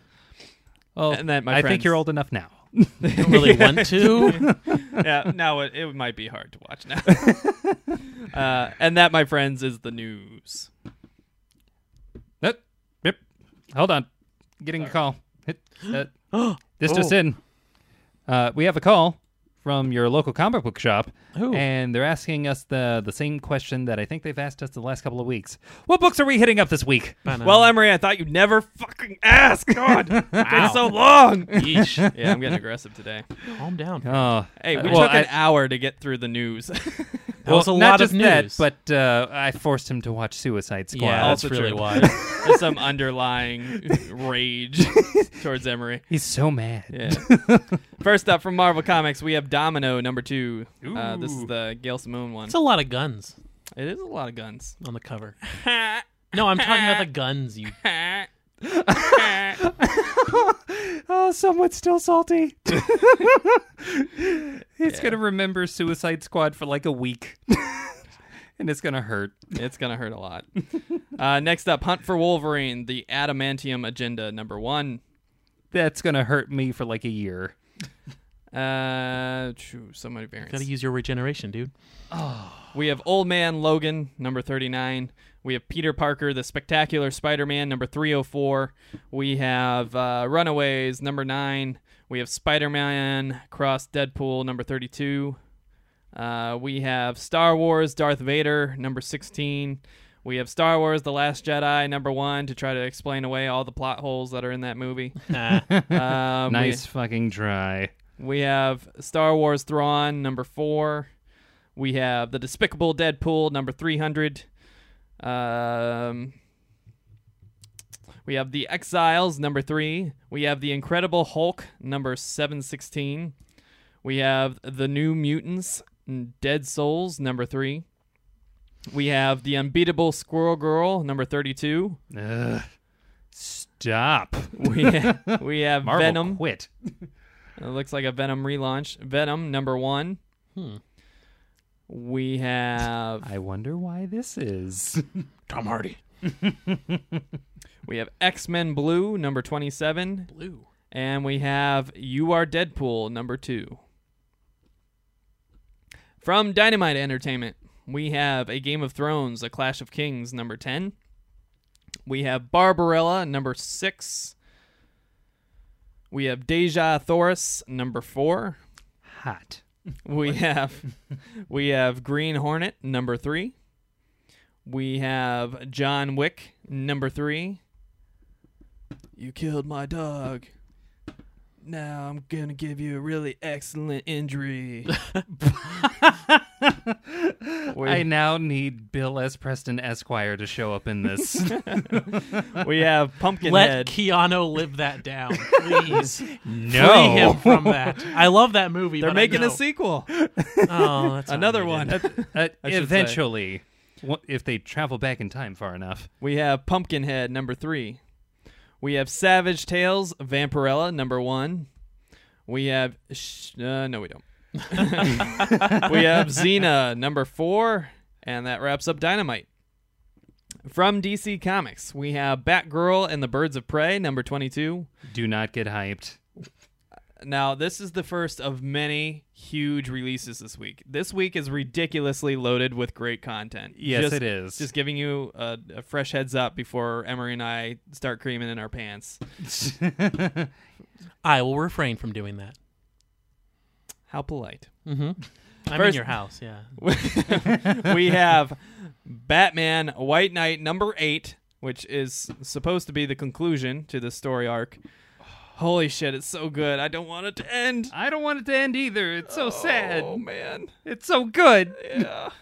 Speaker 2: Well,
Speaker 1: And that, my
Speaker 2: I
Speaker 1: friends-
Speaker 2: think you're old enough now.
Speaker 3: Don't really want to.
Speaker 1: yeah, now it, it might be hard to watch now. uh, and that, my friends, is the news.
Speaker 2: Yep. Yep. Hold on, getting a call. Hit- uh, this just
Speaker 3: Oh.
Speaker 2: in. Uh, we have a call from your local comic book shop,
Speaker 3: Ooh.
Speaker 2: and they're asking us the the same question that I think they've asked us the last couple of weeks. What books are we hitting up this week?
Speaker 3: Uh-huh.
Speaker 1: Well,
Speaker 3: uh,
Speaker 1: Emery, I thought you'd never fucking ask. God, it's been
Speaker 3: Wow.
Speaker 1: so long.
Speaker 3: Yeesh.
Speaker 1: Yeah, I'm getting aggressive today.
Speaker 3: Calm down.
Speaker 2: Oh,
Speaker 1: Hey,
Speaker 2: uh,
Speaker 1: we
Speaker 2: well,
Speaker 1: took an
Speaker 2: I-
Speaker 1: hour to get through the news.
Speaker 3: That was a
Speaker 2: not
Speaker 3: lot
Speaker 2: just
Speaker 3: of
Speaker 2: that,
Speaker 3: news.
Speaker 2: but uh, I forced him to watch Suicide Squad.
Speaker 3: yeah, that's
Speaker 1: Also
Speaker 3: really
Speaker 1: true.
Speaker 3: why.
Speaker 1: There's some underlying rage towards Emery.
Speaker 2: He's so mad.
Speaker 1: Yeah. First up from Marvel Comics, we have Domino number two. Uh, this is
Speaker 2: Ooh.
Speaker 1: the Gail Simone one.
Speaker 3: It's a lot of guns
Speaker 1: It is a lot of guns.
Speaker 3: on the cover. No, I'm talking about the guns. You
Speaker 2: Oh, someone's still salty. He's gonna remember Suicide Squad for like a week, and it's gonna hurt.
Speaker 1: It's gonna hurt a lot. Uh, next up, Hunt for Wolverine, the Adamantium Agenda number one.
Speaker 2: That's gonna hurt me for like a year.
Speaker 1: Uh, phew, so many variants.
Speaker 3: gotta use your regeneration, dude.
Speaker 1: We have Old Man Logan, number 39. We have Peter Parker, the Spectacular Spider Man, number 304. We have uh, Runaways, number 9. We have Spider Man Cross Deadpool, number 32. Uh, we have Star Wars Darth Vader, number 16. We have Star Wars The Last Jedi, number 1, to try to explain away all the plot holes that are in that movie.
Speaker 3: Nah.
Speaker 1: Um, we-
Speaker 2: nice fucking try.
Speaker 1: we have Star Wars Thrawn, number four. We have The Despicable Deadpool, number 300. Um, we have The Exiles, number three. We have The Incredible Hulk, number 716. We have The New Mutants, n- Dead Souls, number three. We have The Unbeatable Squirrel Girl, number 32.
Speaker 2: Ugh. Stop.
Speaker 1: We, ha- we have
Speaker 2: Marvel,
Speaker 1: Venom.
Speaker 2: quit.
Speaker 1: It looks like a Venom relaunch. Venom number one.
Speaker 3: Hmm.
Speaker 1: We have
Speaker 2: I wonder why this is.
Speaker 3: Tom Hardy.
Speaker 1: we have X Men Blue number twenty seven,
Speaker 3: Blue.
Speaker 1: and we have You Are Deadpool number two. From Dynamite Entertainment, we have A Game of Thrones, A Clash of Kings number ten. We have Barbarella number six. We have Deja Thoris number four.
Speaker 2: Hot.
Speaker 1: We have we have Green Hornet number three. We have John Wick number three. You killed my dog. Now I'm gonna give you a really excellent injury. we,
Speaker 2: I now need Bill S. Preston Esquire to show up in this.
Speaker 1: we have
Speaker 3: Let
Speaker 1: Pumpkinhead.
Speaker 3: Keanu live that down, please. Free
Speaker 2: no.
Speaker 3: him from that. I love that movie.
Speaker 1: They're
Speaker 3: but I
Speaker 1: making
Speaker 3: know-
Speaker 1: a sequel.
Speaker 3: Oh, that's not
Speaker 1: Another
Speaker 3: needed.
Speaker 1: one.
Speaker 2: Uh,
Speaker 1: I should say.
Speaker 2: eventually, wha- if they travel back in time far enough.
Speaker 1: We have Pumpkinhead number three. We have Savage Tales Vampirella number one. We have sh- uh, no, we don't. we have Xena number four, and that wraps up Dynamite. From DC Comics, we have Batgirl and the Birds of Prey number twenty-two.
Speaker 2: Do not get hyped.
Speaker 1: Now, this is the first of many huge releases this week. This week is ridiculously loaded with great content.
Speaker 2: Yes,
Speaker 1: Just-
Speaker 2: it is.
Speaker 1: Just giving you a, a fresh heads up before Emery and I start creaming in our pants.
Speaker 3: I will refrain from doing that.
Speaker 1: How polite.
Speaker 3: hmm I'm in
Speaker 1: First-
Speaker 3: your house. Yeah.
Speaker 1: we have Batman White Knight number eight, which is supposed to be the conclusion to this story arc. Holy shit, it's so good. I don't want it to end.
Speaker 2: I don't want it to end either. It's so sad.
Speaker 1: Oh, man.
Speaker 2: It's so good.
Speaker 1: Yeah. Um,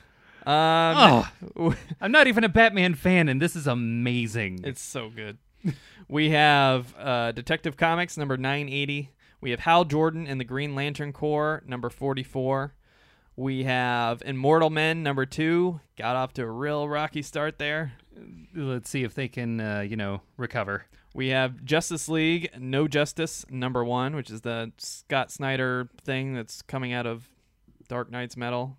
Speaker 2: Oh, I'm not even a Batman fan, and this is amazing.
Speaker 1: It's so good. we have uh, Detective Comics number 980. We have Hal Jordan and the Green Lantern Corps number 44. We have Immortal Men number 2. Got off to a real rocky start there.
Speaker 2: Let's see if they can, uh, you know, recover.
Speaker 1: We have Justice League No Justice number 1, which is the Scott Snyder thing that's coming out of Dark Knight's Metal.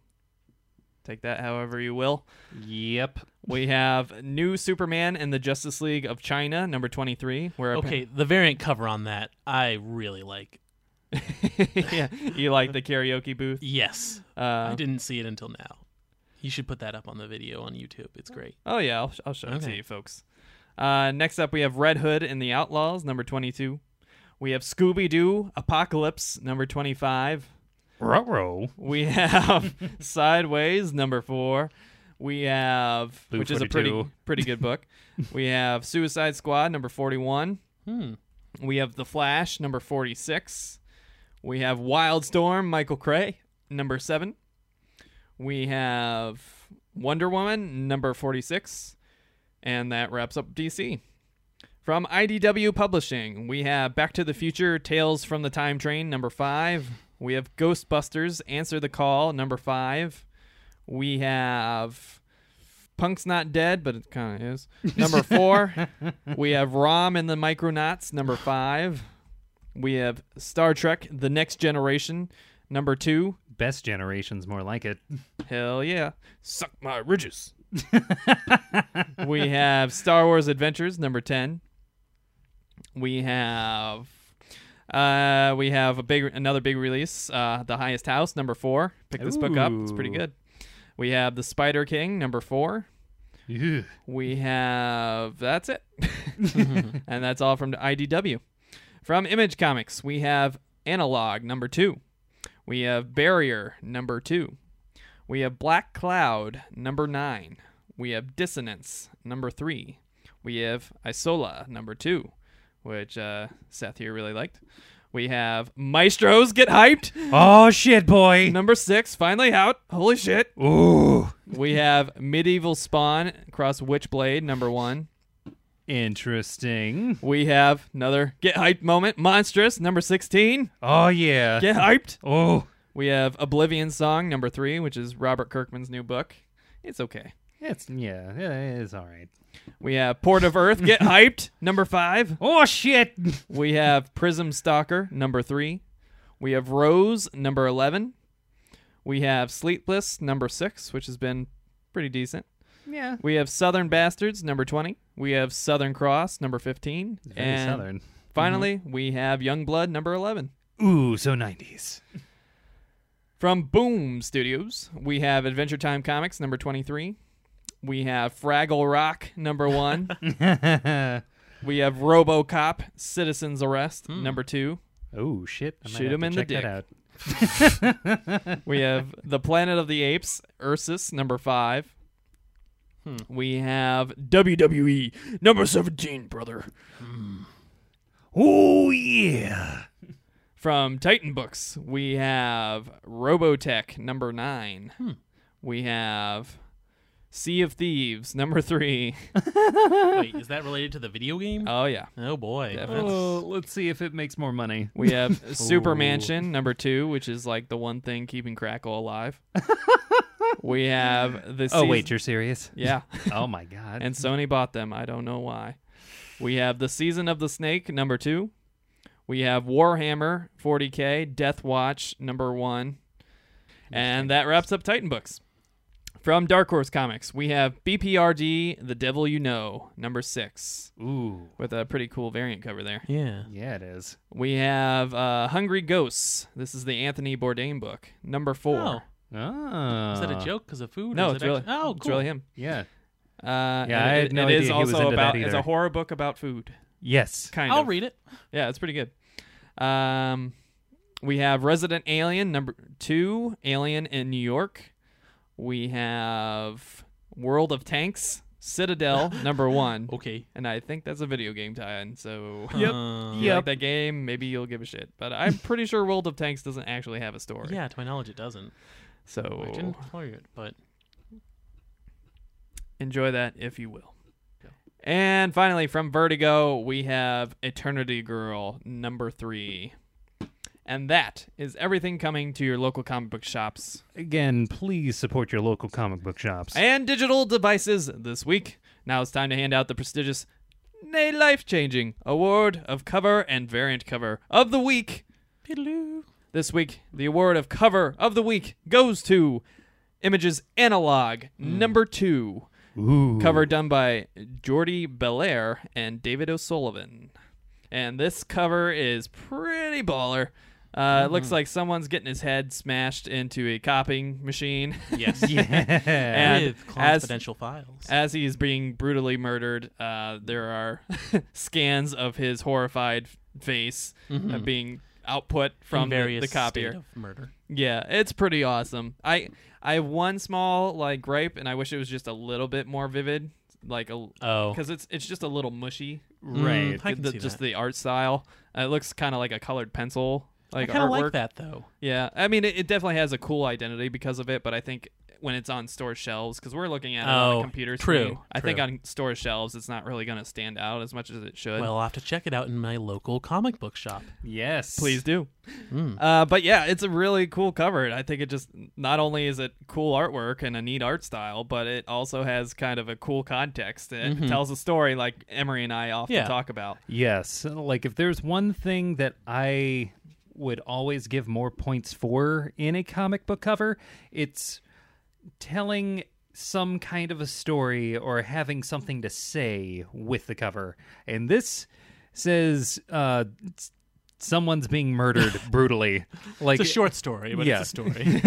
Speaker 1: Take that however you will.
Speaker 2: Yep.
Speaker 1: We have New Superman and the Justice League of China number 23, where appa-
Speaker 3: Okay, the variant cover on that I really like.
Speaker 1: yeah, you like the karaoke booth?
Speaker 3: Yes, I
Speaker 1: Uh,
Speaker 3: didn't see it until now. You should put that up on the video on YouTube. It's great.
Speaker 1: oh yeah, I'll, I'll show it to
Speaker 3: Okay.
Speaker 1: you folks. Uh, next up, we have Red Hood and the Outlaws, number twenty-two. We have Scooby Doo Apocalypse, number twenty-five.
Speaker 2: Ruh-roh.
Speaker 1: We have Sideways, number four. We have
Speaker 2: Blue
Speaker 1: which is a pretty
Speaker 2: 42.
Speaker 1: pretty good book. we have Suicide Squad, number forty-one.
Speaker 3: Hmm.
Speaker 1: We have The Flash, number 46. We have Wildstorm, Michael Cray, number 7. We have Wonder Woman, number 46. And that wraps up DC. From IDW Publishing, we have Back to the Future, Tales from the Time Train, number 5. We have Ghostbusters, Answer the Call, number 5. We have Punk's Not Dead, but it kind of is. Number 4. We have Rom and the Micronauts, number five. We have Star Trek: The Next Generation, number two.
Speaker 2: Best generations, more like it.
Speaker 1: Hell yeah, suck my ridges. we have Star Wars Adventures, number ten. We have, uh, we have a big another big release, uh, The Highest House, number four. Pick this book up; it's pretty
Speaker 2: Ooh.
Speaker 1: good. We have The Spider King, number four.
Speaker 2: Ugh.
Speaker 1: We have that's it, and that's all from IDW. From Image Comics, we have Analog number two, we have Barrier number two, we have Black Cloud number nine, we have Dissonance number three, we have Isola number two, which uh, Seth here really liked. We have Maestros Get Hyped
Speaker 2: Oh shit, boy.
Speaker 1: number six, finally out. Holy shit!
Speaker 2: Ooh.
Speaker 1: We have Medieval Spawn cross Witchblade number one.
Speaker 2: Interesting.
Speaker 1: We have another get hyped moment. Monstrous, number 16.
Speaker 2: Oh yeah.
Speaker 1: Get hyped.
Speaker 2: Oh,
Speaker 1: We have Oblivion Song, number three, which is Robert Kirkman's new book. It's okay.
Speaker 2: it's yeah, yeah, it's all right.
Speaker 1: We have Port of Earth, get hyped, number five.
Speaker 2: Oh shit.
Speaker 1: We have Prism Stalker, number three. We have Rose, number 11. We have Sleepless, number six, which has been pretty decent.
Speaker 2: Yeah.
Speaker 1: We have Southern Bastards, number 20. We have Southern Cross, number 15.
Speaker 2: Very
Speaker 1: and
Speaker 2: southern. Mm-hmm.
Speaker 1: finally, we have Young Blood, number 11.
Speaker 2: Ooh, so 90s.
Speaker 1: From Boom Studios, we have Adventure Time Comics number 23. We have Fraggle Rock number 1. we have RoboCop Citizens Arrest number 2.
Speaker 2: oh shit. I might
Speaker 1: Shoot
Speaker 2: have
Speaker 1: him
Speaker 2: to
Speaker 1: in the
Speaker 2: check that
Speaker 1: dick.
Speaker 2: out.
Speaker 1: we have The Planet of the Apes, Ursus, number five. We have WWE, number 17, brother.
Speaker 2: Oh yeah.
Speaker 1: From Titan Books, we have Robotech, number nine. We have Sea of Thieves, number three.
Speaker 3: Wait, is that related to the video game?
Speaker 1: Oh, yeah.
Speaker 3: oh boy.
Speaker 1: Definitely.
Speaker 2: Oh, let's see if it makes more money.
Speaker 1: We have Super Mansion number two, which is like the one thing keeping Crackle alive. we have the.
Speaker 2: Oh
Speaker 1: seas-
Speaker 2: wait, you're serious?
Speaker 1: yeah,
Speaker 2: Oh my god.
Speaker 1: and Sony bought them. I don't know why. We have the Season of the Snake number two. We have Warhammer 40k, Death Watch number one, and that wraps up Titan books. From Dark Horse Comics, we have BPRD, The Devil You Know, number six,
Speaker 2: Ooh.
Speaker 1: with a pretty cool variant cover there.
Speaker 3: Yeah.
Speaker 2: Yeah, it is.
Speaker 1: We have uh, Hungry Ghosts. This is the Anthony Bourdain book, number four. Uh,
Speaker 3: Oh,
Speaker 2: Oh.
Speaker 3: is that a joke because of food? or
Speaker 1: no,
Speaker 3: is
Speaker 1: it's
Speaker 3: it
Speaker 1: really,
Speaker 3: act- oh, cool.
Speaker 1: it's really him.
Speaker 2: Yeah.
Speaker 1: Uh, yeah,
Speaker 2: I had no idea he was
Speaker 1: also
Speaker 2: into that
Speaker 1: about it's
Speaker 2: either.
Speaker 1: a horror book about food,
Speaker 2: Yes.
Speaker 1: kind
Speaker 3: I'll
Speaker 1: of.
Speaker 3: read it.
Speaker 1: Yeah, it's pretty good. Um, we have Resident Alien number two, Alien in New York. We have World of Tanks, Citadel number one,
Speaker 3: Okay.
Speaker 1: and I think that's a video game tie-in. So
Speaker 3: Uh,
Speaker 1: If you like that game, maybe you'll give a shit. But I'm pretty sure World of Tanks doesn't actually have a story.
Speaker 3: Yeah, to my knowledge, it doesn't. I
Speaker 1: So
Speaker 3: didn't play it, but
Speaker 1: enjoy that if you will. And finally, from Vertigo, we have Eternity Girl number three. And that is everything coming to your local comic book shops
Speaker 2: Again, please support your local comic book shops.
Speaker 1: and digital devices this week. Now it's time to hand out the prestigious, nay, life changing award of cover and variant cover of the week.
Speaker 3: Toodaloo.
Speaker 1: This week, the award of cover of the week goes to Images Analog number two.
Speaker 2: Ooh.
Speaker 1: cover done by Jordi Belair and David O'Sullivan. And this cover is pretty baller. Uh, It looks
Speaker 3: Mm-hmm.
Speaker 1: like someone's getting his head smashed into a copying machine.
Speaker 3: yes,
Speaker 2: Yeah.
Speaker 1: And
Speaker 3: with
Speaker 1: as-
Speaker 3: confidential files.
Speaker 1: As he's being brutally murdered, uh, there are scans of his horrified face uh, being output from
Speaker 3: Mm-hmm. In
Speaker 1: the-
Speaker 3: various
Speaker 1: the copier.
Speaker 3: state of murder.
Speaker 1: Yeah, it's pretty awesome. I I have one small like gripe, and I wish it was just a little bit more vivid, like a
Speaker 3: Oh,
Speaker 1: because it's it's just a little mushy,
Speaker 2: right.
Speaker 3: Mm-hmm. I can
Speaker 1: the-
Speaker 3: see
Speaker 1: just
Speaker 3: that.
Speaker 1: the art style. Uh, it looks kind of like a colored pencil, like
Speaker 3: I kind of
Speaker 1: artwork.
Speaker 3: like that though.
Speaker 1: Yeah, I mean it, it definitely has a cool identity because of it, but I think when it's on store shelves, because we're looking at it on
Speaker 3: Oh,
Speaker 1: a computer
Speaker 3: true,
Speaker 1: screen, I think
Speaker 3: true.
Speaker 1: on store shelves it's not really going to stand out as much as it should.
Speaker 3: Well, I'll have to check it out in my local comic book shop.
Speaker 2: Yes.
Speaker 1: Please do.
Speaker 3: Hmm.
Speaker 1: Uh, but yeah, it's a really cool cover. and I think it just not only is it cool artwork and a neat art style, but it also has kind of a cool context. It tells a story like Emery and I often
Speaker 3: Mm-hmm. Yeah.
Speaker 1: talk about.
Speaker 2: Yes. Like, if there's one thing that I would always give more points for in a comic book cover, it's telling some kind of a story or having something to say with the cover. And this says uh, s- someone's being murdered brutally. Like,
Speaker 3: It's a short story, but
Speaker 2: yeah.
Speaker 3: it's a story.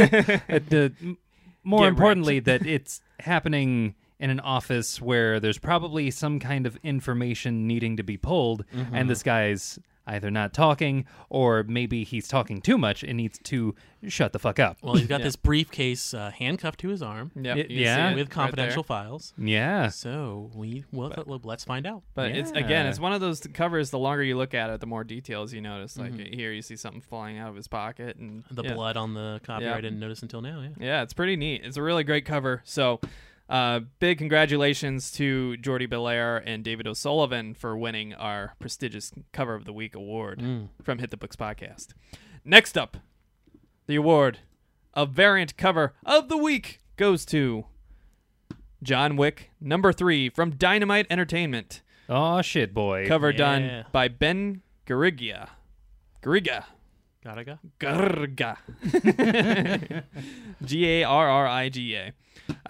Speaker 2: at Uh, the m- more
Speaker 1: Get
Speaker 2: importantly that it's happening in an office where there's probably some kind of information needing to be pulled
Speaker 1: Mm-hmm.
Speaker 2: and this guy's either not talking or maybe he's talking too much and needs to shut the fuck up
Speaker 3: well, he's got this briefcase uh, handcuffed to his arm
Speaker 1: Yep,
Speaker 2: Y-
Speaker 1: you can see
Speaker 2: yeah.
Speaker 1: it
Speaker 3: with
Speaker 1: right
Speaker 3: confidential
Speaker 1: there.
Speaker 3: files.
Speaker 2: yeah
Speaker 3: So we well, well, let's find out.
Speaker 1: but it's again,
Speaker 2: Yeah.
Speaker 1: it's one of those covers. The longer you look at it, the more details you notice. Like here, you see something flying out of his pocket, and
Speaker 3: The
Speaker 1: yeah.
Speaker 3: blood on the copy
Speaker 1: Yeah.
Speaker 3: I didn't notice until now. Yeah.
Speaker 1: Yeah, it's pretty neat. It's a really great cover. So, uh, big congratulations to Jordi Belair and David O'Sullivan for winning our prestigious Cover of the Week award from Hit the Books podcast. Next up, the award of Variant Cover of the Week goes to John Wick, number three from Dynamite Entertainment.
Speaker 2: oh shit boy
Speaker 1: Cover
Speaker 3: Yeah.
Speaker 1: done by Ben Garriga. Garriga.
Speaker 3: Gotta go.
Speaker 1: Garga. G A R R I G A.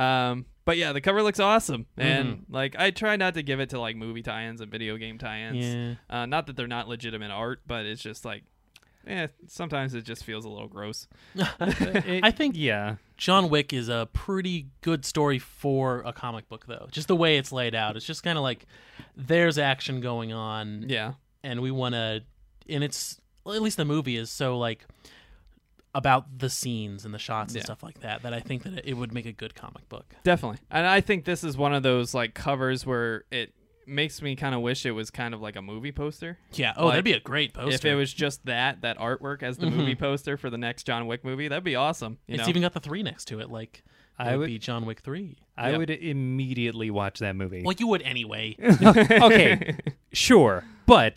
Speaker 1: Um, but yeah, the cover looks awesome.
Speaker 3: Mm-hmm.
Speaker 1: And like I try not to give it to like movie tie-ins and video game tie-ins.
Speaker 3: Yeah.
Speaker 1: Uh, not that they're not legitimate art, but it's just like eh, sometimes it just feels a little gross.
Speaker 2: It-
Speaker 3: I think-
Speaker 2: yeah
Speaker 3: John Wick is a pretty good story for a comic book, though. Just the way it's laid out, it's just kind of like there's action going on,
Speaker 1: Yeah.
Speaker 3: and we want to, and it's well, at least the movie is so like about the scenes and the shots and
Speaker 1: Yeah.
Speaker 3: stuff like that that I think that it- it would make a good comic book.
Speaker 1: Definitely. And I think this is one of those like covers where it makes me kind of wish it was kind of like a movie poster.
Speaker 3: Yeah. Oh,
Speaker 1: Like,
Speaker 3: that'd be a great poster. Mm-hmm.
Speaker 1: If it was just that, that artwork as the movie poster for the next John Wick movie, that'd be awesome. You
Speaker 3: it's
Speaker 1: know?
Speaker 3: even got the three next to it. Like,
Speaker 2: I
Speaker 3: I would,
Speaker 2: would-
Speaker 3: be John Wick three.
Speaker 2: I
Speaker 1: Yeah.
Speaker 2: would immediately watch that movie.
Speaker 3: Well, you would anyway.
Speaker 2: okay, sure. But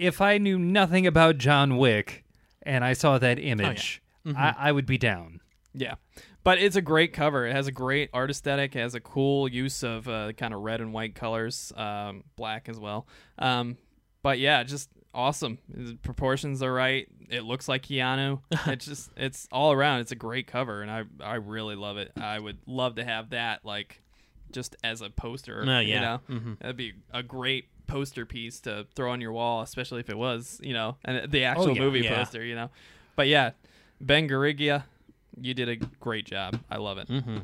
Speaker 2: if I knew nothing about John Wick and I saw
Speaker 1: Oh,
Speaker 2: that image,
Speaker 1: Mm-hmm.
Speaker 2: I, I would be down.
Speaker 1: Yeah, but it's a great cover. It has a great art aesthetic. It has a cool use of uh, kind of red and white colors, um, black as well. Um, but yeah, just awesome. The proportions are right. It looks like Keanu. it's just it's all around. It's a great cover, and I I really love it. I would love to have that like just as a poster.
Speaker 3: No,
Speaker 1: you
Speaker 3: Oh, yeah.
Speaker 1: know? that'd be a great poster piece to throw on your wall, especially if it was you know and the actual
Speaker 2: yeah,
Speaker 1: movie
Speaker 3: Oh, yeah.
Speaker 1: poster. You know, but yeah, Ben Garrigia you did a great job. I love it.
Speaker 3: Mm-hmm.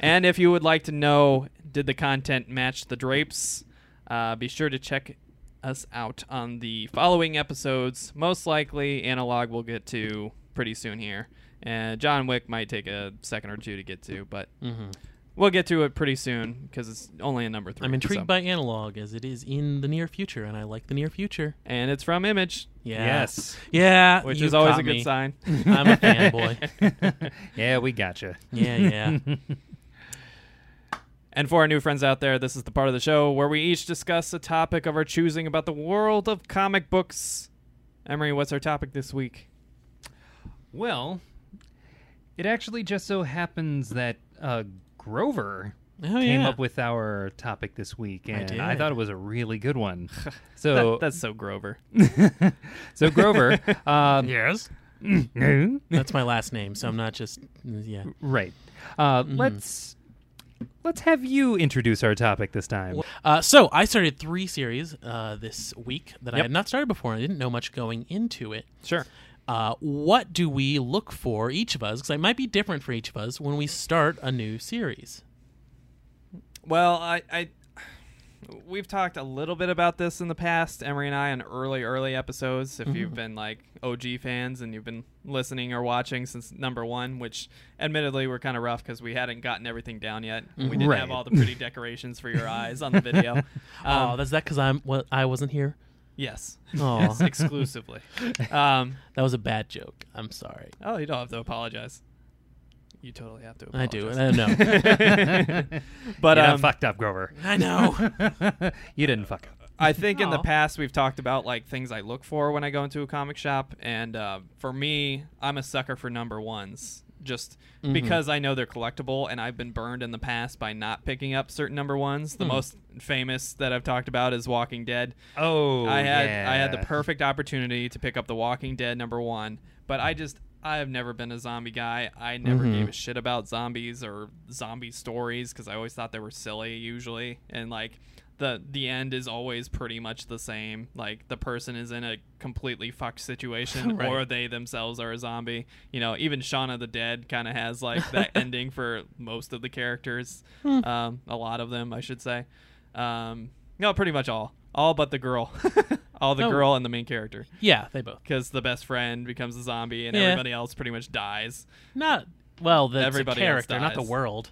Speaker 1: And if you would like to know, did the content match the drapes? Uh, be sure to check us out on the following episodes. Most likely, Analog will get to pretty soon here. And John Wick might take a second or two to get to, but
Speaker 3: Mm-hmm.
Speaker 1: we'll get to it pretty soon because it's only a number three.
Speaker 3: I'm intrigued
Speaker 1: so.
Speaker 3: by analog as it is in the near future, and I like the near future.
Speaker 1: And it's from Image,
Speaker 3: Yeah.
Speaker 2: Yes.
Speaker 3: Yeah.
Speaker 1: which
Speaker 3: you
Speaker 1: is always
Speaker 3: caught
Speaker 1: a good
Speaker 3: me.
Speaker 1: sign.
Speaker 3: I'm a fanboy.
Speaker 2: yeah, we gotcha.
Speaker 3: Yeah, yeah.
Speaker 1: And for our new friends out there, this is the part of the show where we each discuss a topic of our choosing about the world of comic books. Emery, what's our topic this week?
Speaker 2: Well, it actually just so happens that uh, Grover
Speaker 3: Oh,
Speaker 2: came
Speaker 3: yeah.
Speaker 2: up with our topic this week, and
Speaker 3: did.
Speaker 2: I, thought it was a really good one. So,
Speaker 1: That- that's so Grover.
Speaker 2: so Grover, um,
Speaker 3: Yes. That's my last name, so I'm not just yeah.
Speaker 2: right? Uh,
Speaker 3: Mm-hmm.
Speaker 2: Let's let's have you introduce our topic this time.
Speaker 3: Uh, so I started three series uh, this week that I
Speaker 1: Yep.
Speaker 3: had not started before. I didn't know much going into it.
Speaker 1: Sure.
Speaker 3: Uh, what do we look for each of us? Because it might be different for each of us when we start a new series.
Speaker 1: Well, I, I we've talked a little bit about this in the past, Emery and I, in early, early episodes. If you've been like OG fans and you've been listening or watching since number one, which admittedly were kind of rough because we hadn't gotten everything down yet. We didn't
Speaker 2: Right.
Speaker 1: have all the pretty decorations for your eyes on the video. Um,
Speaker 3: oh, that's that because I'm well, I wasn't here.
Speaker 1: Yes.
Speaker 3: Oh.
Speaker 1: Yes, exclusively. um,
Speaker 3: That was a bad joke. I'm sorry.
Speaker 1: oh, you don't have to apologize. You totally have to
Speaker 3: I
Speaker 1: apologize.
Speaker 3: do. I know.
Speaker 1: But
Speaker 2: you done
Speaker 1: um,
Speaker 2: fucked up, Grover.
Speaker 3: I know.
Speaker 2: you didn't fuck up.
Speaker 1: I think in the
Speaker 3: Aw.
Speaker 1: past we've talked about like things I look for when I go into a comic shop, and uh, for me, I'm a sucker for number ones, just
Speaker 3: Mm-hmm.
Speaker 1: because I know they're collectible, and I've been burned in the past by not picking up certain number ones.
Speaker 3: Hmm.
Speaker 1: The most famous that I've talked about is Walking Dead.
Speaker 2: Oh,
Speaker 1: I had I had the
Speaker 2: yeah.
Speaker 1: perfect opportunity to pick up The Walking Dead number one, but I just I have never been a zombie guy. I never
Speaker 2: Mm-hmm.
Speaker 1: gave a shit about zombies or zombie stories because I always thought they were silly usually, and like the the end is always pretty much the same. Like the person is in a completely fucked situation,
Speaker 3: Right.
Speaker 1: or they themselves are a zombie. You know, even Shaun of the Dead kind of has like that ending for most of the characters, um, a lot of them, I should say. Um, no, pretty much all, all but the girl, all the
Speaker 3: Oh.
Speaker 1: girl and the main character,
Speaker 3: yeah, they both.
Speaker 1: because the best friend becomes a zombie and
Speaker 3: Yeah.
Speaker 1: everybody else pretty much dies.
Speaker 3: Not well. The
Speaker 1: Everybody else
Speaker 3: character, not the
Speaker 1: dies.
Speaker 3: world.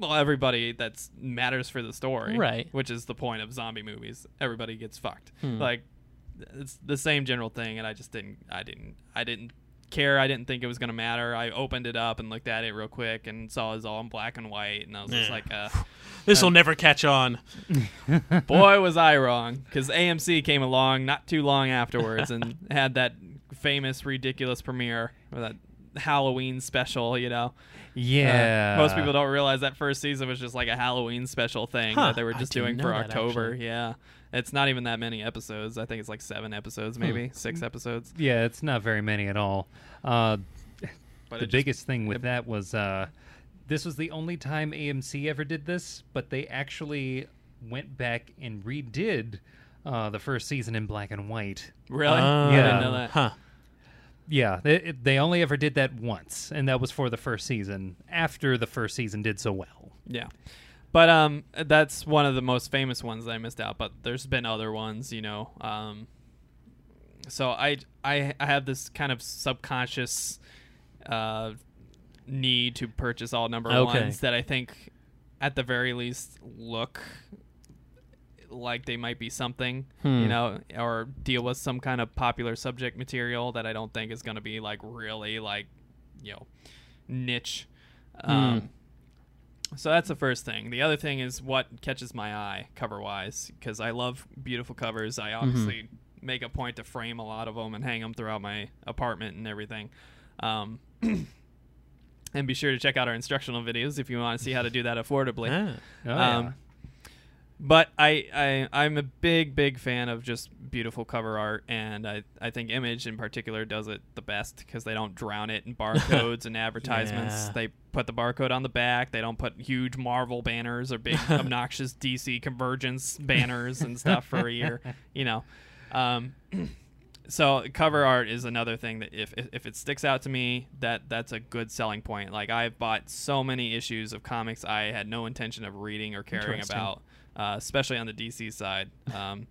Speaker 1: Well, everybody that matters for the story,
Speaker 3: Right.
Speaker 1: Which is the point of zombie movies. Everybody gets fucked. Like it's the same general thing, and I just didn't, I didn't, I didn't care. I didn't think it was gonna matter. I opened it up and looked at it real quick and saw it was all in black and white, and I was just
Speaker 3: Yeah.
Speaker 1: like, uh,
Speaker 3: This will never catch on.
Speaker 1: boy was I wrong because AMC came along not too long afterwards and had that famous ridiculous premiere or that Halloween special. You know, Uh,
Speaker 2: Yeah.
Speaker 1: most people don't realize that first season was just like a Halloween special thing
Speaker 3: Huh,
Speaker 1: that they were
Speaker 3: I
Speaker 1: just
Speaker 3: didn't
Speaker 1: doing
Speaker 3: know
Speaker 1: for
Speaker 3: that,
Speaker 1: October.
Speaker 3: actually.
Speaker 1: Yeah, it's not even that many episodes. I think it's like seven episodes,
Speaker 3: Hmm.
Speaker 1: maybe six episodes.
Speaker 2: Yeah, it's not very many at all. Uh,
Speaker 1: But
Speaker 2: the
Speaker 1: it just-
Speaker 2: biggest thing with that was uh, this was the only time AMC ever did this, but they actually went back and redid uh, the first season in black and white.
Speaker 1: really,
Speaker 3: Uh,
Speaker 1: I didn't know that.
Speaker 3: Huh.
Speaker 2: Yeah, they, it- they only ever did that once, and that was for the first season. After the first season did so well,
Speaker 1: Yeah. But um, that's one of the most famous ones that I missed out. But there's been other ones, you know. Um, so I, I I have this kind of subconscious uh, need to purchase all number
Speaker 3: Okay.
Speaker 1: ones that I think, at the very least, look like they might be something,
Speaker 3: Hmm.
Speaker 1: you know, or deal with some kind of popular subject material that I don't think is going to be like really like, you know, niche.
Speaker 3: Hmm.
Speaker 1: Um, so that's the first thing. The other thing is what catches my eye cover wise because I love beautiful covers. I obviously make a point to frame a lot of them and hang them throughout my apartment and everything. Um, and be sure to check out our instructional videos if you want to see how to do that affordably.
Speaker 3: Ah.
Speaker 2: Oh,
Speaker 1: Um, But I, I I'm a big big fan of just beautiful cover art, and I, I think Image in particular does it the best because they don't drown it in barcodes and advertisements.
Speaker 3: Yeah.
Speaker 1: They put the barcode on the back. They don't put huge Marvel banners or big obnoxious DC convergence banners and stuff for a year. You know, um, so cover art is another thing that if, if if it sticks out to me that that's a good selling point like i've bought so many issues of comics i had no intention of reading or caring
Speaker 3: Interesting.
Speaker 1: about uh, especially on the dc side um,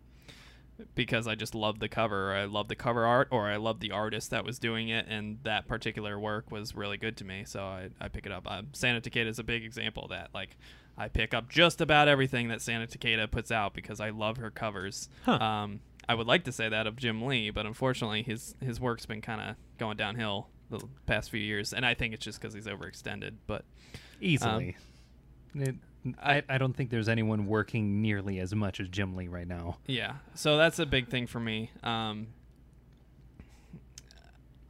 Speaker 1: because i just love the cover or i love the cover art or i love the artist that was doing it and that particular work was really good to me so i, I pick it up um, santa Takeda is a big example of that like i pick up just about everything that santa Takeda puts out because i love her covers
Speaker 3: Huh.
Speaker 1: um, I would like to say that of Jim Lee, but unfortunately, his his work's been kind of going downhill the past few years, and I think it's just because he's overextended. But
Speaker 2: easily.
Speaker 1: um,
Speaker 2: It- I, I don't think there's anyone working nearly as much as Jim Lee right now.
Speaker 1: yeah, so that's a big thing for me. Um,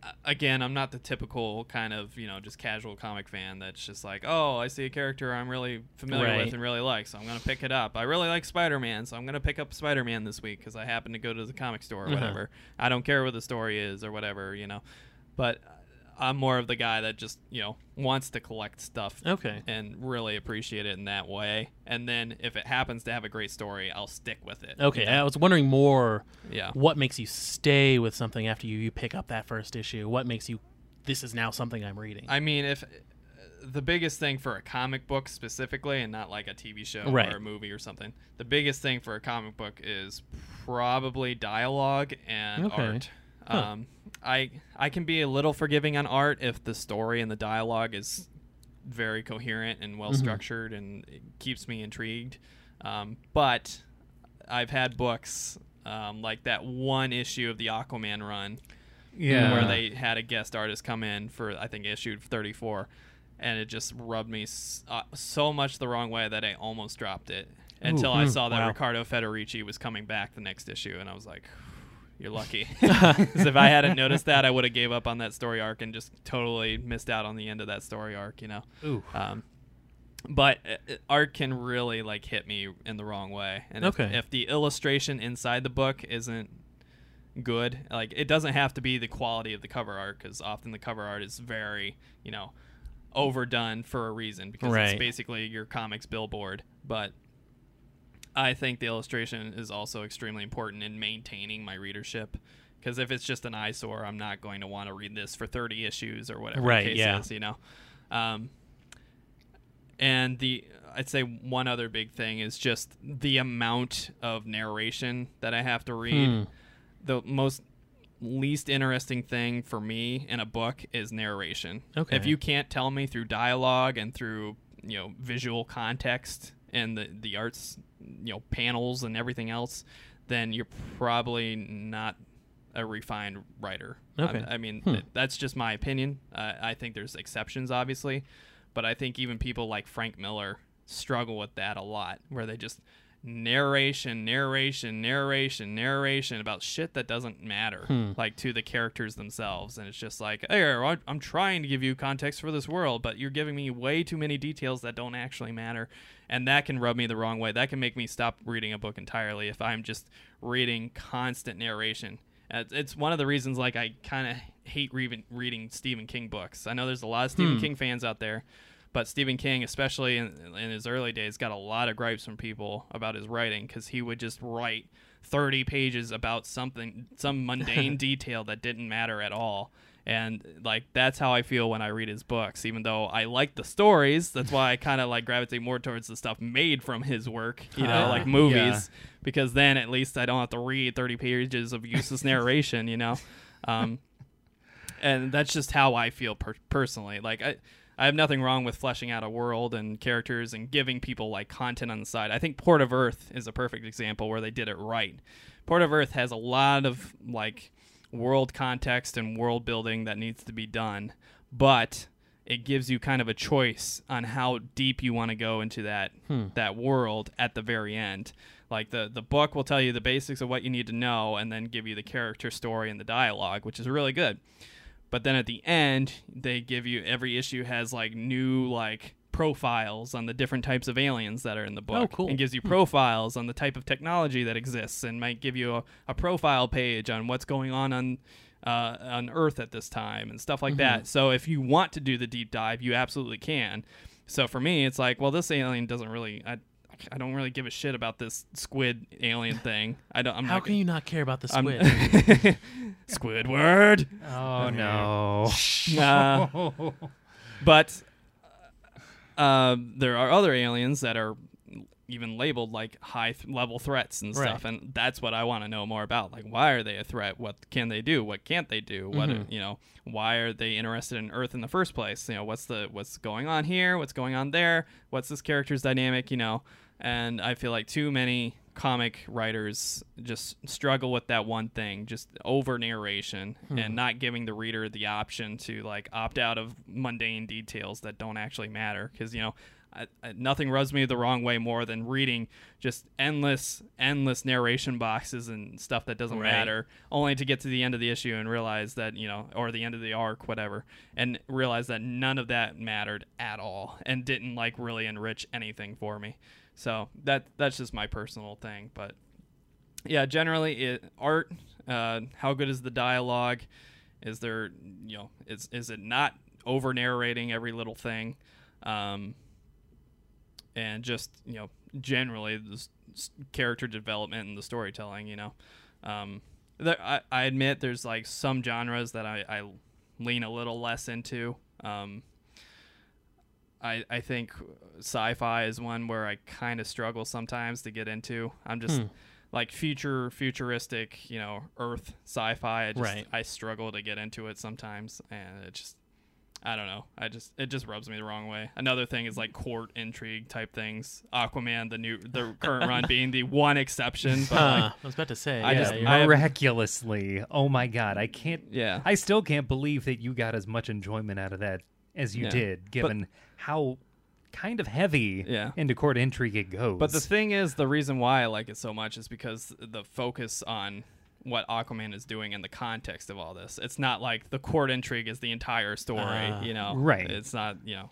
Speaker 1: a- again, I'm not the typical kind of you know just casual comic fan that's just like, oh, I see a character I'm really familiar
Speaker 3: Right.
Speaker 1: with and really like, so I'm gonna pick it up. I really like Spider-Man, so I'm gonna pick up Spider-Man this week because I happen to go to the comic store or
Speaker 3: Uh-huh.
Speaker 1: whatever. I don't care what the story is or whatever, you know. But I'm more of the guy that just you know wants to collect stuff
Speaker 3: Okay.
Speaker 1: and really appreciate it in that way. And then if it happens to have a great story, I'll stick with it.
Speaker 3: Okay. I was wondering more
Speaker 1: Yeah.
Speaker 3: what makes you stay with something after you, you pick up that first issue? What makes you this is now something I'm reading?
Speaker 1: I mean, if uh, the biggest thing for a comic book specifically, and not like a TV show
Speaker 3: Right.
Speaker 1: or a movie or something, the biggest thing for a comic book is probably dialogue and
Speaker 3: Okay.
Speaker 1: art.
Speaker 3: Huh.
Speaker 1: Um, I I can be a little forgiving on art if the story and the dialogue is very coherent and
Speaker 3: Mm-hmm.
Speaker 1: well structured and it keeps me intrigued. Um, but I've had books um, like that one issue of the Aquaman run
Speaker 2: Yeah.
Speaker 1: where they had a guest artist come in for I think issue 34 and it just rubbed me s- uh, so much the wrong way that I almost dropped it until I saw that
Speaker 3: wow.
Speaker 1: Ricardo Federici was coming back the next issue and I was like you're lucky 'Cause if I hadn't noticed that I would have gave up on that story arc and just totally missed out on the end of that story arc you know
Speaker 2: Ooh.
Speaker 1: um, but uh, art can really like hit me in the wrong way. And if,
Speaker 3: Okay.
Speaker 1: if the illustration inside the book isn't good, like it doesn't have to be the quality of the cover art because often the cover art is very, you know, overdone for a reason because
Speaker 3: Right.
Speaker 1: it's basically your comics billboard. But I think the illustration is also extremely important in maintaining my readership. Because if it's just an eyesore, I'm not going to want to read this for 30 issues or whatever. the
Speaker 3: Right,
Speaker 1: case
Speaker 3: yeah.
Speaker 1: is, you know, um, and the I'd say one other big thing is just the amount of narration that I have to read.
Speaker 3: Hmm.
Speaker 1: The most least interesting thing for me in a book is narration.
Speaker 3: Okay.
Speaker 1: If you can't tell me through dialogue and through you know visual context and the the arts you know panels and everything else, then you're probably not a refined writer.
Speaker 3: Okay.
Speaker 1: I, I mean, th- that's just my opinion. Uh, I think there's exceptions, obviously, but I think even people like Frank Miller struggle with that a lot, where they just narration, narration, narration, narration about shit that doesn't matter, like to the characters themselves. And it's just like, hey, I- I'm trying to give you context for this world, but you're giving me way too many details that don't actually matter. And that can rub me the wrong way. That can make me stop reading a book entirely if I'm just reading constant narration. Uh, It's it's one of the reasons like I kind of hate reading reading Stephen King books. I know there's a lot of Stephen King fans out there, but Stephen King, especially in, in his early days, got a lot of gripes from people about his writing because he would just write 30 pages about something, some mundane detail that didn't matter at all. and like that's how I feel when I read his books. Even though I like the stories, that's why I kind of like gravitate more towards the stuff made from his work. You know,
Speaker 2: Ah,
Speaker 1: like movies, because then at least I don't have to read thirty pages of useless narration. You know. Um, and that's just how I feel per- personally. Like I, I have nothing wrong with fleshing out a world and characters and giving people like content on the side. I think Port of Earth is a perfect example where they did it right. Port of Earth has a lot of like world context and world building that needs to be done, but it gives you kind of a choice on how deep you want to go into that that world at the very end. Like the the book will tell you the basics of what you need to know and then give you the character story and the dialogue, which is really good. But then at the end, they give you every issue has like new like profiles on the different types of aliens that are in the book
Speaker 3: Oh, cool. Hmm.
Speaker 1: and gives you profiles on the type of technology that exists and might give you a, a profile page on what's going on on uh, on earth at this time and stuff like
Speaker 3: Mm-hmm.
Speaker 1: that so if you want to do the deep dive you absolutely can so for me it's like well this alien doesn't really i, I don't really give a shit about this squid alien thing i don't i'm
Speaker 3: How
Speaker 1: not
Speaker 3: can you not care about the
Speaker 1: I'm-
Speaker 3: squid?
Speaker 1: Squidward.
Speaker 2: Oh no. Oh,
Speaker 1: Uh, but um, there are other aliens that are even labeled like high th- level threats and stuff and that's what i want to know more about like why are they a threat what can they do what can't they do what you know why are they interested in earth in the first place you know what's the what's going on here what's going on there what's this character's dynamic you know and i feel like too many comic writers just struggle with that one thing just over narration and not giving the reader the option to like opt out of mundane details that don't actually matter because you know I, I, nothing rubs me the wrong way more than reading just endless endless narration boxes and stuff that doesn't
Speaker 3: Right.
Speaker 1: matter only to get to the end of the issue and realize that you know or the end of the arc whatever and realize that none of that mattered at all and didn't like really enrich anything for me so that that's just my personal thing but yeah generally it, art uh, how good is the dialogue is there you know is is it not over narrating every little thing um and just you know generally the s- s- character development and the storytelling you know um there, I, I admit there's like some genres that i, I lean a little less into um I, I think sci-fi is one where I kind of struggle sometimes to get into. I'm just like future futuristic, you know, Earth sci-fi. I just
Speaker 3: Right.
Speaker 1: I struggle to get into it sometimes, and it just I don't know. I just it just rubs me the wrong way. Another thing is like court intrigue type things. Aquaman, the new the current run being the one exception, but like,
Speaker 3: Huh, I was about to say.
Speaker 1: I
Speaker 3: yeah,
Speaker 1: just-
Speaker 3: you're-
Speaker 1: I have-
Speaker 2: Miraculously. Oh my god, I can't
Speaker 1: yeah.
Speaker 2: I still can't believe that you got as much enjoyment out of that as you
Speaker 1: Yeah.
Speaker 2: did, given how kind of heavy
Speaker 1: Yeah.
Speaker 2: into court intrigue it goes.
Speaker 1: But the thing is, the reason why I like it so much is because the focus on what Aquaman is doing in the context of all this. It's not like the court intrigue is the entire story,
Speaker 3: Ah,
Speaker 1: you know.
Speaker 2: right.
Speaker 1: It's not, you know.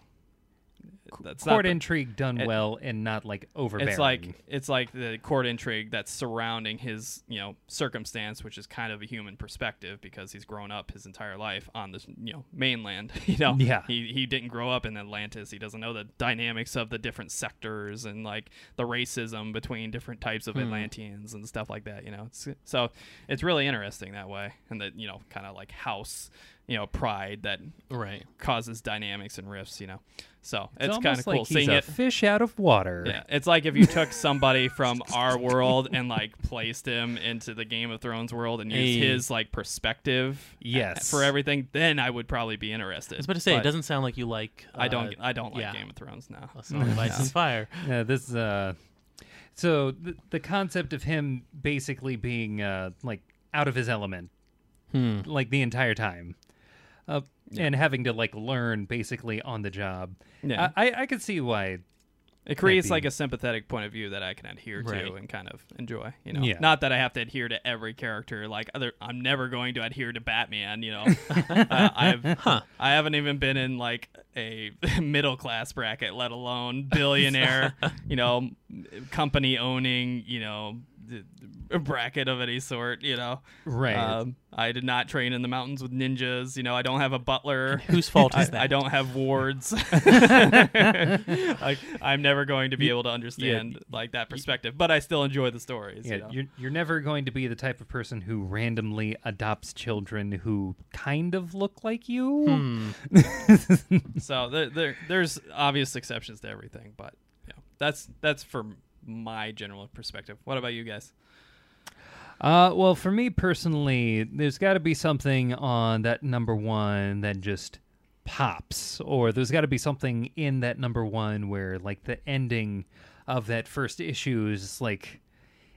Speaker 1: That's not
Speaker 2: court
Speaker 1: the-
Speaker 2: intrigue done
Speaker 1: it-
Speaker 2: well and not like overbearing.
Speaker 1: it's like it's like the court intrigue that's surrounding his, you know, circumstance, which is kind of a human perspective because he's grown up his entire life on this, you know, mainland. You know,
Speaker 2: Yeah.
Speaker 1: he he didn't grow up in Atlantis. He doesn't know the dynamics of the different sectors and like the racism between different types
Speaker 2: Hmm.
Speaker 1: of Atlanteans and stuff like that. You know, it's, so it's really interesting that way, and that you know, kind of like house, you know, pride that
Speaker 3: right.
Speaker 1: causes dynamics and rifts. You know, so
Speaker 2: It's
Speaker 1: it's, kind
Speaker 2: almost
Speaker 1: of cool
Speaker 2: like he's
Speaker 1: seeing
Speaker 2: a
Speaker 1: it.
Speaker 2: fish out of water.
Speaker 1: Yeah, it's like if you took somebody from our world and like placed him into the Game of Thrones world and used
Speaker 3: Hey.
Speaker 1: his like perspective,
Speaker 2: Yes.
Speaker 1: for everything, then I would probably be interested.
Speaker 3: I was about to say,
Speaker 1: But
Speaker 3: it doesn't sound like you like. Uh,
Speaker 1: I don't. I don't like
Speaker 3: yeah.
Speaker 1: Game of Thrones now.
Speaker 3: A Song of Ice and Fire.
Speaker 2: Yeah, this uh so th- the concept of him basically being uh like out of his element like the entire time. Uh, and having to like learn basically on the job.
Speaker 1: Yeah.
Speaker 2: I I, I could see why
Speaker 1: It creates
Speaker 2: be.
Speaker 1: like a sympathetic point of view that I can adhere
Speaker 3: Right.
Speaker 1: to and kind of enjoy. You know,
Speaker 2: Yeah.
Speaker 1: not that I have to adhere to every character. Like other, I'm never going to adhere to Batman. You know, uh, I've I haven't even been in like a middle class bracket, let alone billionaire. you know, company owning. You know, uh, bracket of any sort. You know,
Speaker 2: Right.
Speaker 1: Um, I did not train in the mountains with ninjas. You know, I don't have a butler.
Speaker 3: Whose fault
Speaker 1: I,
Speaker 3: is that?
Speaker 1: I don't have wards. I, I'm never going to be able to understand like that perspective, but I still enjoy the stories.
Speaker 2: yeah,
Speaker 1: you know?
Speaker 2: you're you're never going to be the type of person who randomly adopts children who kind of look like you.
Speaker 1: So there, there, there's obvious exceptions to everything, but yeah, that's that's for my general perspective. What about you guys?
Speaker 2: Uh, well, for me personally, there's got to be something on that number one that just pops, or there's got to be something in that number one where, like, the ending of that first issue is just, like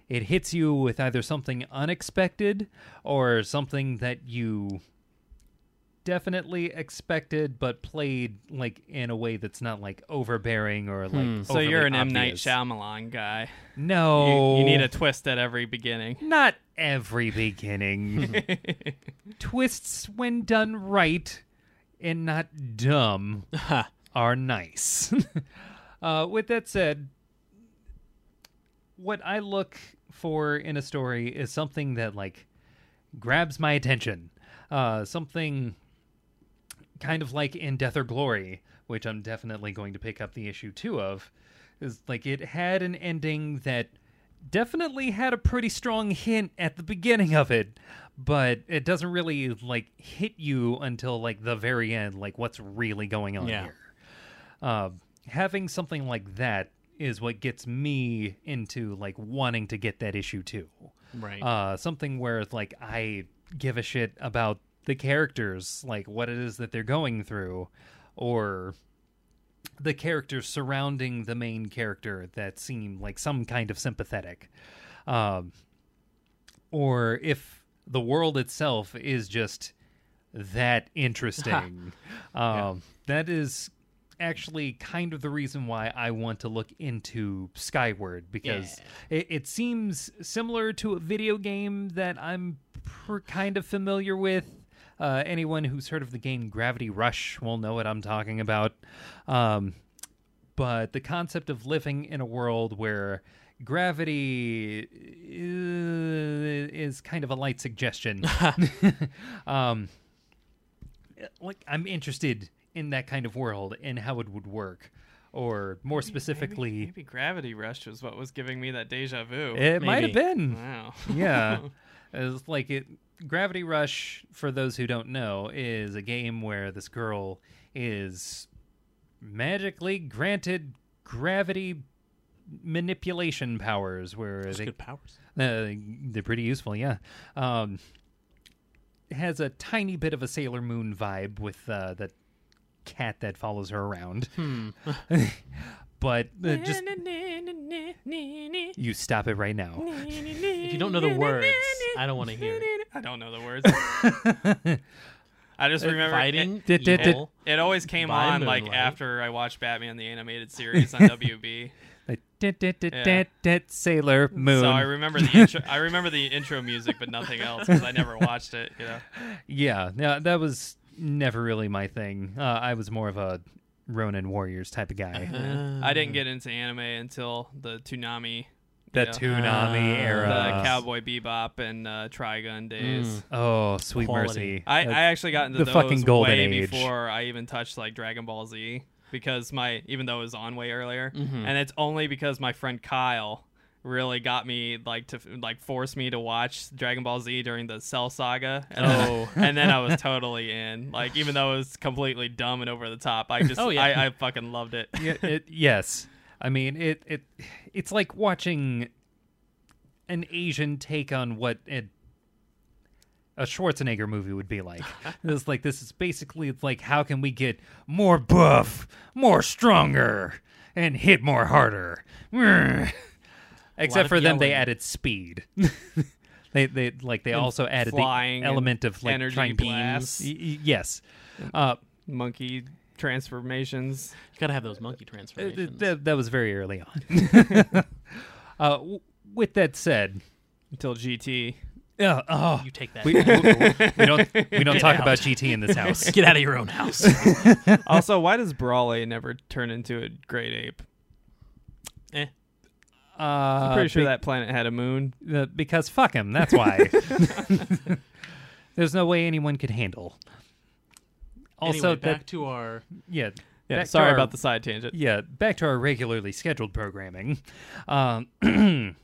Speaker 2: it hits you with either something unexpected or something that you definitely expected but played like in a way that's not like overbearing or like
Speaker 1: Hmm. So you're
Speaker 2: overly
Speaker 1: an M Night
Speaker 2: obvious. Oh.
Speaker 1: Shyamalan guy. You,
Speaker 2: no
Speaker 1: you need a twist at every beginning.
Speaker 2: not every beginning. Twists, when done right and not dumb, are nice. uh, with that said, what I look for in a story is something that, like, grabs my attention. Uh, something kind of like in Death or Glory, which I'm definitely going to pick up the issue two of, is like it had an ending that definitely had a pretty strong hint at the beginning of it, but it doesn't really like hit you until like the very end, like what's really going on
Speaker 3: Yeah.
Speaker 2: here. Uh, having something like that is what gets me into like wanting to get that issue too
Speaker 3: Right.
Speaker 2: uh, something where like I give a shit about the characters, like what it is that they're going through, or the characters surrounding the main character that seem like some kind of sympathetic, um, or if the world itself is just that interesting. um, That is actually kind of the reason why I want to look into Skyward because it, it seems similar to a video game that I'm pr- kind of familiar with. Uh, anyone who's heard of the game Gravity Rush will know what I'm talking about. Um, but the concept of living in a world where gravity is, is kind of a light suggestion. um, like I'm interested in that kind of world and how it would work, or more specifically,
Speaker 1: Maybe, maybe Gravity Rush was what was giving me that deja vu.
Speaker 2: it might have
Speaker 3: Maybe.
Speaker 2: been.
Speaker 1: wow.
Speaker 2: yeah it's like it gravity rush for those who don't know is a game where this girl is magically granted gravity manipulation powers where
Speaker 3: Those
Speaker 2: they
Speaker 3: good powers.
Speaker 2: uh, they're pretty useful, yeah. Um, has a tiny bit of a Sailor Moon vibe with uh, that cat that follows her around.
Speaker 3: Hmm.
Speaker 2: but uh, just. you stop it right now.
Speaker 3: If you don't know the words, I don't want to hear it.
Speaker 1: I don't know the words. I just remember eh,
Speaker 3: Fighting
Speaker 2: Did- did- did-
Speaker 3: evil.
Speaker 1: It, it always came
Speaker 3: By
Speaker 1: on like
Speaker 3: moonlight.
Speaker 1: after I watched Batman the animated series on WB.
Speaker 2: Like, dit, dit, dit, dit, dit, Sailor Moon.
Speaker 1: So I remember the intro. I remember the intro music, but nothing else because I never watched it. You know,
Speaker 2: Yeah, no, that was never really my thing. Uh, I was more of a Ronin Warriors type of guy.
Speaker 3: Ah.
Speaker 1: I didn't get into anime until the Toonami,
Speaker 2: the
Speaker 1: yeah.
Speaker 2: Toonami
Speaker 3: Ah.
Speaker 1: the
Speaker 2: era.
Speaker 1: Cowboy Bebop, and uh, Trigun days.
Speaker 2: oh, sweet
Speaker 3: Quality.
Speaker 2: mercy.
Speaker 1: I,
Speaker 2: That's-
Speaker 1: I actually got into
Speaker 2: the
Speaker 1: those
Speaker 2: fucking golden
Speaker 1: way
Speaker 2: age.
Speaker 1: before I even touched like Dragon Ball Z because my even though it was on way earlier,
Speaker 2: Mm-hmm.
Speaker 1: and it's only because my friend Kyle really got me like to like force me to watch Dragon Ball Z during the Cell Saga. And oh, and then I was totally in. Like even though it was completely dumb and over the top, I just
Speaker 3: Oh, yeah.
Speaker 1: I, I fucking loved it.
Speaker 2: Yeah, it, yes. I mean, it, it it's like watching an Asian take on what it, a Schwarzenegger movie would be like. it's like this is basically it's like how can we get more buff, more stronger, and hit more harder. Grr. Except
Speaker 3: of
Speaker 2: for them, they
Speaker 3: yelling.
Speaker 2: added speed. they they like they also added the
Speaker 1: flying
Speaker 2: element
Speaker 1: and
Speaker 2: of like
Speaker 1: energy
Speaker 2: trying
Speaker 1: blasts.
Speaker 2: to y- y- yes. Uh,
Speaker 1: Monkey transformations.
Speaker 3: You gotta have those monkey
Speaker 2: Uh, th-
Speaker 3: transformations.
Speaker 2: that, that was very early on. uh, w- with that said,
Speaker 1: Until GT.
Speaker 2: uh, oh,
Speaker 3: you take that.
Speaker 2: we, we don't we don't talk
Speaker 3: out.
Speaker 2: about GT in this house.
Speaker 3: Get out of your own house.
Speaker 1: also, why does Brawley never turn into a great ape?
Speaker 3: eh.
Speaker 2: Uh,
Speaker 1: I'm pretty sure
Speaker 2: be-
Speaker 1: that planet had a moon.
Speaker 2: uh, because fuck him. That's why. There's no way anyone could handle. Also,
Speaker 3: anyway, back
Speaker 2: that
Speaker 3: to our
Speaker 2: yeah,
Speaker 1: Yeah,
Speaker 2: back to
Speaker 1: sorry
Speaker 2: our-
Speaker 1: about the side tangent.
Speaker 2: Yeah, back to our regularly scheduled programming. Um,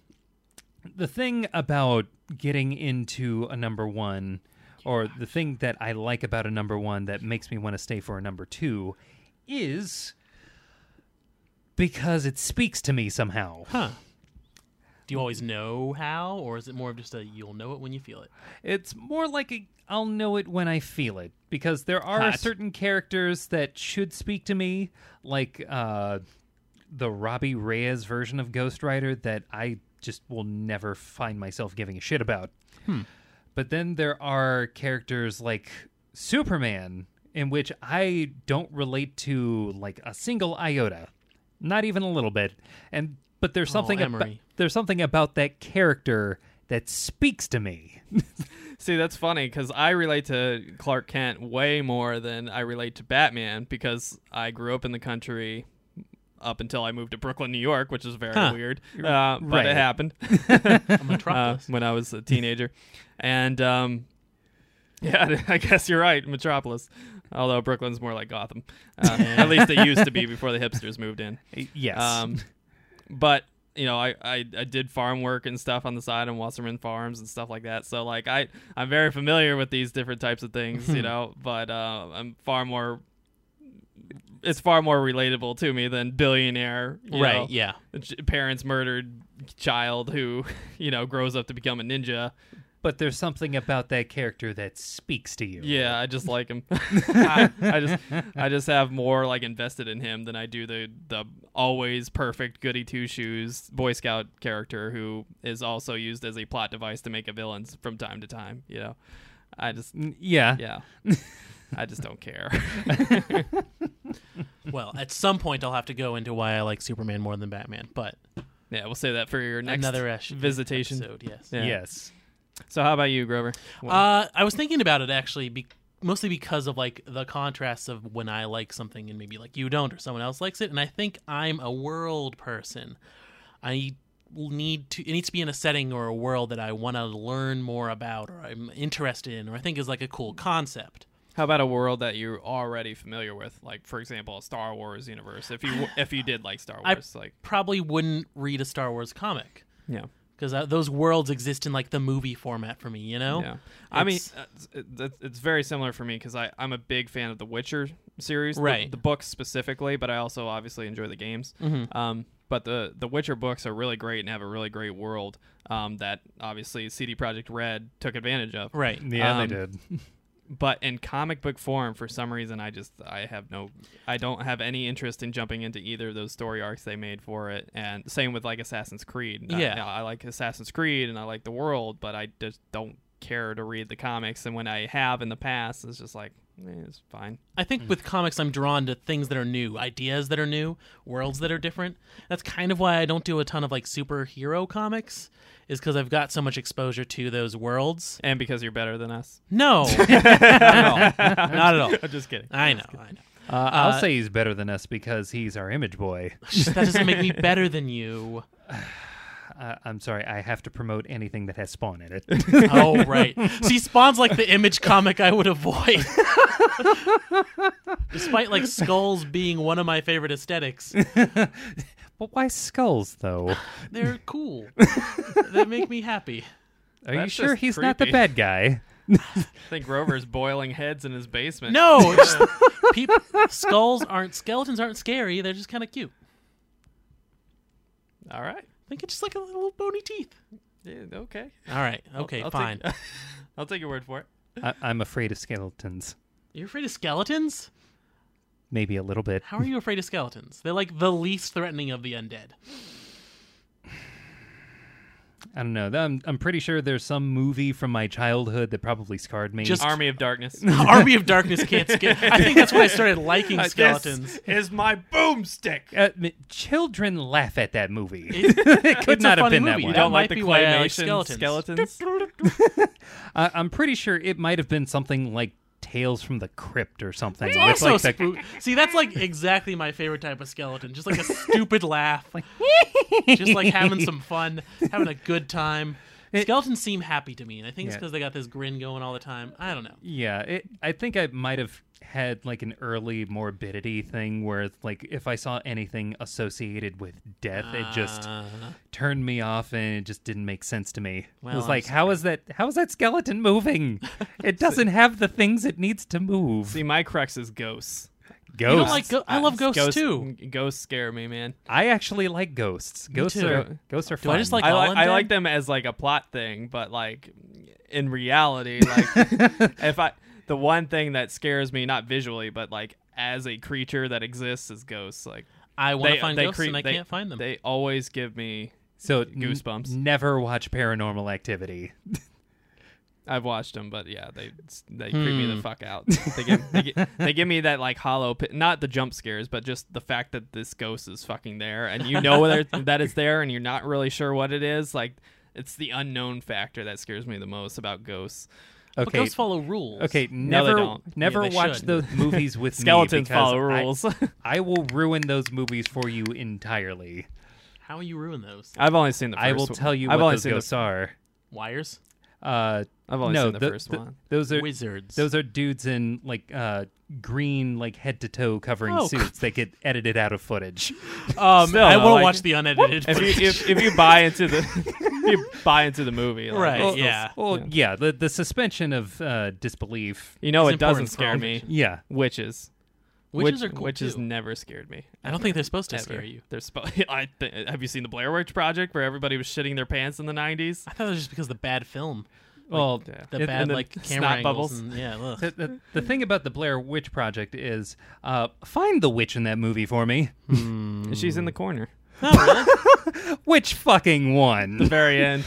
Speaker 2: the thing about getting into a number one, or the thing that I like about a number one that makes me want to stay for a number two, is because it speaks to me somehow.
Speaker 3: huh. Do you always know how, or is it more of just a you'll know it when you feel it?
Speaker 2: It's more like a, I'll know it when I feel it because there are
Speaker 1: Hot.
Speaker 2: certain characters that should speak to me, like uh, the Robbie Reyes version of Ghost Rider that I just will never find myself giving a shit about. But then there are characters like Superman in which I don't relate to like a single iota, not even a little bit. And but there's something about,
Speaker 3: Emery.
Speaker 2: there's something about that character that speaks to me.
Speaker 1: See, that's funny because I relate to Clark Kent way more than I relate to Batman because I grew up in the country up until I moved to Brooklyn, New York, which is very
Speaker 3: Huh.
Speaker 1: weird. Uh, but
Speaker 2: Right.
Speaker 1: it happened
Speaker 3: A
Speaker 1: uh,
Speaker 3: metropolis.
Speaker 1: when I was a teenager. and um, yeah, I guess you're right, Metropolis. Although Brooklyn's more like Gotham. Uh, at least it used to be before the hipsters moved in.
Speaker 2: Yes.
Speaker 1: Um, but you know, I, I I did farm work and stuff on the side on Wasserman Farms and stuff like that. So like I I'm very familiar with these different types of things,
Speaker 3: Hmm.
Speaker 1: you know. But uh, I'm far more. It's far more relatable to me than billionaire, you
Speaker 3: right?
Speaker 1: know,
Speaker 3: Yeah.
Speaker 1: ch- Parents murdered child who, you know, grows up to become a ninja.
Speaker 2: but there's something about that character that speaks to you.
Speaker 1: Yeah, I just like him. I, I just I just have more like invested in him than I do the the always perfect goody two shoes Boy Scout character who is also used as a plot device to make a villain s- from time to time. You know, I just
Speaker 2: N- Yeah.
Speaker 1: yeah, I just don't care.
Speaker 3: Well, at some point I'll have to go into why I like Superman more than Batman, but
Speaker 1: yeah, we'll save that for your next
Speaker 3: another esh-
Speaker 1: visitation.
Speaker 3: episode, yes.
Speaker 1: Yeah.
Speaker 2: Yes.
Speaker 1: So how about you, Grover? What-
Speaker 3: Uh, I was thinking about it actually, be- mostly because of like the contrasts of when I like something and maybe like you don't or someone else likes it, and I think I'm a world person. I need to it needs to be in a setting or a world that I want to learn more about or I'm interested in or I think is like a cool concept.
Speaker 1: how about a world that you're already familiar with, like for example, a Star Wars universe? If you w- if you did like Star
Speaker 3: I-
Speaker 1: Wars, like
Speaker 3: Probably wouldn't read a Star Wars comic
Speaker 1: yeah.
Speaker 3: because those worlds exist in like the movie format for me, you know.
Speaker 1: Yeah, I mean,
Speaker 3: It's-
Speaker 1: uh, it's, it's- it's very similar for me because I I'm a big fan of the Witcher series, the-
Speaker 3: Right.
Speaker 1: The, books specifically, but I also obviously enjoy the games.
Speaker 3: Mm-hmm.
Speaker 1: Um, but the the Witcher books are really great and have a really great world. Um, that obviously CD Projekt Red took advantage of.
Speaker 3: Right.
Speaker 2: Yeah,
Speaker 1: Um,
Speaker 2: they did.
Speaker 1: But in comic book form, for some reason, I just I have no, I don't have any interest in jumping into either of those story arcs they made for it. And same with like Assassin's Creed. I-
Speaker 3: Yeah.
Speaker 1: I, like Assassin's Creed and I like the world, but I just don't care to read the comics. And when I have in the past, it's just like eh, it's fine.
Speaker 3: I think with comics, I'm drawn to things that are new, ideas that are new, worlds that are different. That's kind of why I don't do a ton of like superhero comics, is because I've got so much exposure to those worlds.
Speaker 1: And because you're better than us,
Speaker 3: No, not at all. Not at all.
Speaker 1: I'm just kidding.
Speaker 3: I know, I know.
Speaker 2: Uh, I'll say he's better than us because he's our image boy.
Speaker 3: That doesn't make me better than you.
Speaker 2: Uh, I'm sorry, I have to promote anything that has Spawn in it.
Speaker 3: Oh, right. See, Spawn's like the image comic I would avoid. Despite like skulls being one of my favorite aesthetics,
Speaker 2: but why skulls, though?
Speaker 3: they're cool. they make me happy.
Speaker 2: Are you
Speaker 1: That's
Speaker 2: sure
Speaker 1: just
Speaker 2: he's not the
Speaker 1: creepy.
Speaker 2: bad guy?
Speaker 1: I think Grover's boiling heads in his basement.
Speaker 3: No, it's- peop skulls aren't skeletons aren't scary. They're just kind of cute. I
Speaker 1: All right.
Speaker 3: think it's just like a little bony teeth.
Speaker 1: Yeah, okay.
Speaker 3: All right, okay,
Speaker 1: I'll take-
Speaker 3: fine.
Speaker 1: I'll take your word for it.
Speaker 2: I- I'm afraid of skeletons.
Speaker 3: You're afraid of skeletons?
Speaker 2: Maybe a little bit.
Speaker 3: How are you afraid of skeletons? They're like the least threatening of the undead.
Speaker 2: I don't know. I'm, I'm pretty sure there's some movie from my childhood that probably scarred me.
Speaker 3: Just-
Speaker 1: Army of Darkness.
Speaker 3: Army of Darkness can't scare. I think that's why I started liking
Speaker 1: Uh,
Speaker 3: skeletons.
Speaker 1: This is my boomstick.
Speaker 2: Uh, m- children laugh at that movie.
Speaker 3: It's-
Speaker 2: it could
Speaker 3: it's a
Speaker 2: not have
Speaker 3: funny
Speaker 2: been that
Speaker 3: movie.
Speaker 2: way.
Speaker 3: You don't- might be why I like skeletons.
Speaker 1: skeletons.
Speaker 2: I- I'm pretty sure it might have been something like Tales from the Crypt or something.
Speaker 3: It's
Speaker 2: with,
Speaker 3: also
Speaker 2: like, the-
Speaker 3: spook- See, that's like exactly my favorite type of skeleton. Just like a stupid laugh, like just like having some fun, having a good time. Skeletons seem happy to me, and I think it's
Speaker 2: Yeah.
Speaker 3: because they got this grin going all the time. I don't know.
Speaker 2: Yeah, it, I think I might have had like an early morbidity thing where like if I saw anything associated with death, it just
Speaker 3: Uh,
Speaker 2: turned me off and it just didn't make sense to me.
Speaker 3: Well,
Speaker 2: it was
Speaker 3: I'm
Speaker 2: like, how is that? How is that skeleton moving? It doesn't have the things it needs to move.
Speaker 1: See, my crux is ghosts.
Speaker 3: you
Speaker 2: ghosts.
Speaker 3: don't like go- I love ghosts too.
Speaker 1: Ghosts scare me, man.
Speaker 2: I actually like ghosts. Ghosts
Speaker 3: too.
Speaker 2: are ghosts are
Speaker 3: Do I
Speaker 2: fun.
Speaker 3: just like-
Speaker 1: I like I
Speaker 3: Holland
Speaker 1: like
Speaker 3: did?
Speaker 1: them as like a plot thing, but like in reality, like if I the one thing that scares me not visually, but like as a creature that exists is ghosts. Like
Speaker 3: I want
Speaker 1: they- uh,
Speaker 3: to find
Speaker 1: they
Speaker 3: ghosts,
Speaker 1: creep-
Speaker 3: and I
Speaker 1: they-
Speaker 3: can't find them.
Speaker 1: They always give me.
Speaker 2: so n-
Speaker 1: goosebumps.
Speaker 2: never watch Paranormal Activity.
Speaker 1: I've watched them, but yeah, they they creep me the fuck out. They give, they, gi- they give me that like hollow, pi- not the jump scares, but just the fact that this ghost is fucking there, and you know whether that it's there, and you're not really sure what it is. Like it's the unknown factor that scares me the most about ghosts.
Speaker 3: but
Speaker 2: Okay.
Speaker 3: ghosts follow rules.
Speaker 2: Okay,
Speaker 1: No, they
Speaker 2: never
Speaker 1: don't.
Speaker 2: never
Speaker 3: Yeah, they
Speaker 2: watch
Speaker 3: should.
Speaker 2: those movies with me
Speaker 1: Skeletons
Speaker 2: because
Speaker 1: follow
Speaker 2: I-
Speaker 1: rules.
Speaker 2: I will ruin those movies for you entirely.
Speaker 3: how you ruin those
Speaker 1: I've only seen the. First
Speaker 2: I will
Speaker 1: one.
Speaker 2: tell you
Speaker 1: I've
Speaker 2: what
Speaker 1: only
Speaker 2: those
Speaker 1: seen the-
Speaker 2: ghosts are.
Speaker 3: wires?
Speaker 2: Uh,
Speaker 1: I've only
Speaker 2: no,
Speaker 1: seen the
Speaker 2: tho-
Speaker 1: first
Speaker 2: tho-
Speaker 1: one.
Speaker 2: Those are
Speaker 3: Wizards.
Speaker 2: those are dudes in like uh, green, like head to toe covering
Speaker 3: Oh,
Speaker 2: suits that get edited out of footage.
Speaker 3: um,
Speaker 1: Still,
Speaker 3: I
Speaker 1: I
Speaker 3: want to
Speaker 1: like
Speaker 3: watch
Speaker 1: it.
Speaker 3: the unedited.
Speaker 1: If
Speaker 3: footage.
Speaker 1: you if, if you buy into the if you buy into the movie, like,
Speaker 3: Right,
Speaker 1: it's-
Speaker 3: yeah.
Speaker 2: Well, yeah, the the suspension of uh, disbelief.
Speaker 1: You know
Speaker 3: It's
Speaker 1: it doesn't
Speaker 3: important for
Speaker 1: scare
Speaker 3: all
Speaker 1: me.
Speaker 3: fiction.
Speaker 2: Yeah,
Speaker 1: Witches.
Speaker 3: witches
Speaker 1: Witch-
Speaker 3: are cool
Speaker 1: Witches
Speaker 3: too.
Speaker 1: never scared me.
Speaker 3: I don't think they're supposed to
Speaker 1: Ever.
Speaker 3: scare you.
Speaker 1: They're spo- I th- have you seen the Blair Witch Project where everybody was shitting their pants in the nineties?
Speaker 3: I thought it was just because of the bad film,
Speaker 2: well,
Speaker 1: yeah.
Speaker 3: the
Speaker 2: it-
Speaker 3: bad
Speaker 1: and the
Speaker 3: like camera
Speaker 1: snot
Speaker 3: angles
Speaker 1: bubbles.
Speaker 3: and- yeah, ugh.
Speaker 2: the, the, the thing about the Blair Witch Project is, uh, find the witch in that movie for me.
Speaker 1: She's in the corner.
Speaker 2: Which fucking
Speaker 1: The
Speaker 2: one?
Speaker 1: very end,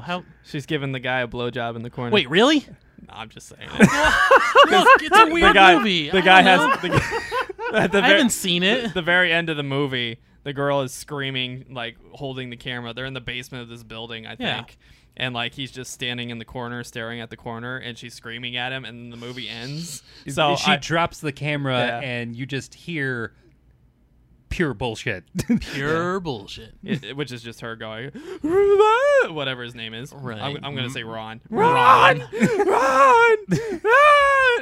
Speaker 3: how?
Speaker 1: she's giving the guy a blowjob in the corner.
Speaker 3: Wait, really?
Speaker 1: No, I'm just saying.
Speaker 3: Look, it's a weird
Speaker 1: the guy,
Speaker 3: movie.
Speaker 1: the
Speaker 3: I
Speaker 1: guy
Speaker 3: don't know.
Speaker 1: has. The, at the
Speaker 3: I
Speaker 1: ver-
Speaker 3: haven't seen it.
Speaker 1: the very end of the movie, the girl is screaming, like holding the camera. They're in the basement of this building, I think.
Speaker 3: Yeah.
Speaker 1: And like he's just standing in the corner, staring at the corner, and she's screaming at him, and the movie ends. So
Speaker 2: she
Speaker 1: I-
Speaker 2: drops the camera,
Speaker 1: Yeah.
Speaker 2: and you just hear pure bullshit.
Speaker 3: Pure bullshit.
Speaker 1: it- it- which is just her going, whatever his name is.
Speaker 3: Right.
Speaker 1: I'm, I'm gonna say Ron.
Speaker 3: Ron!
Speaker 1: Ron, Ron,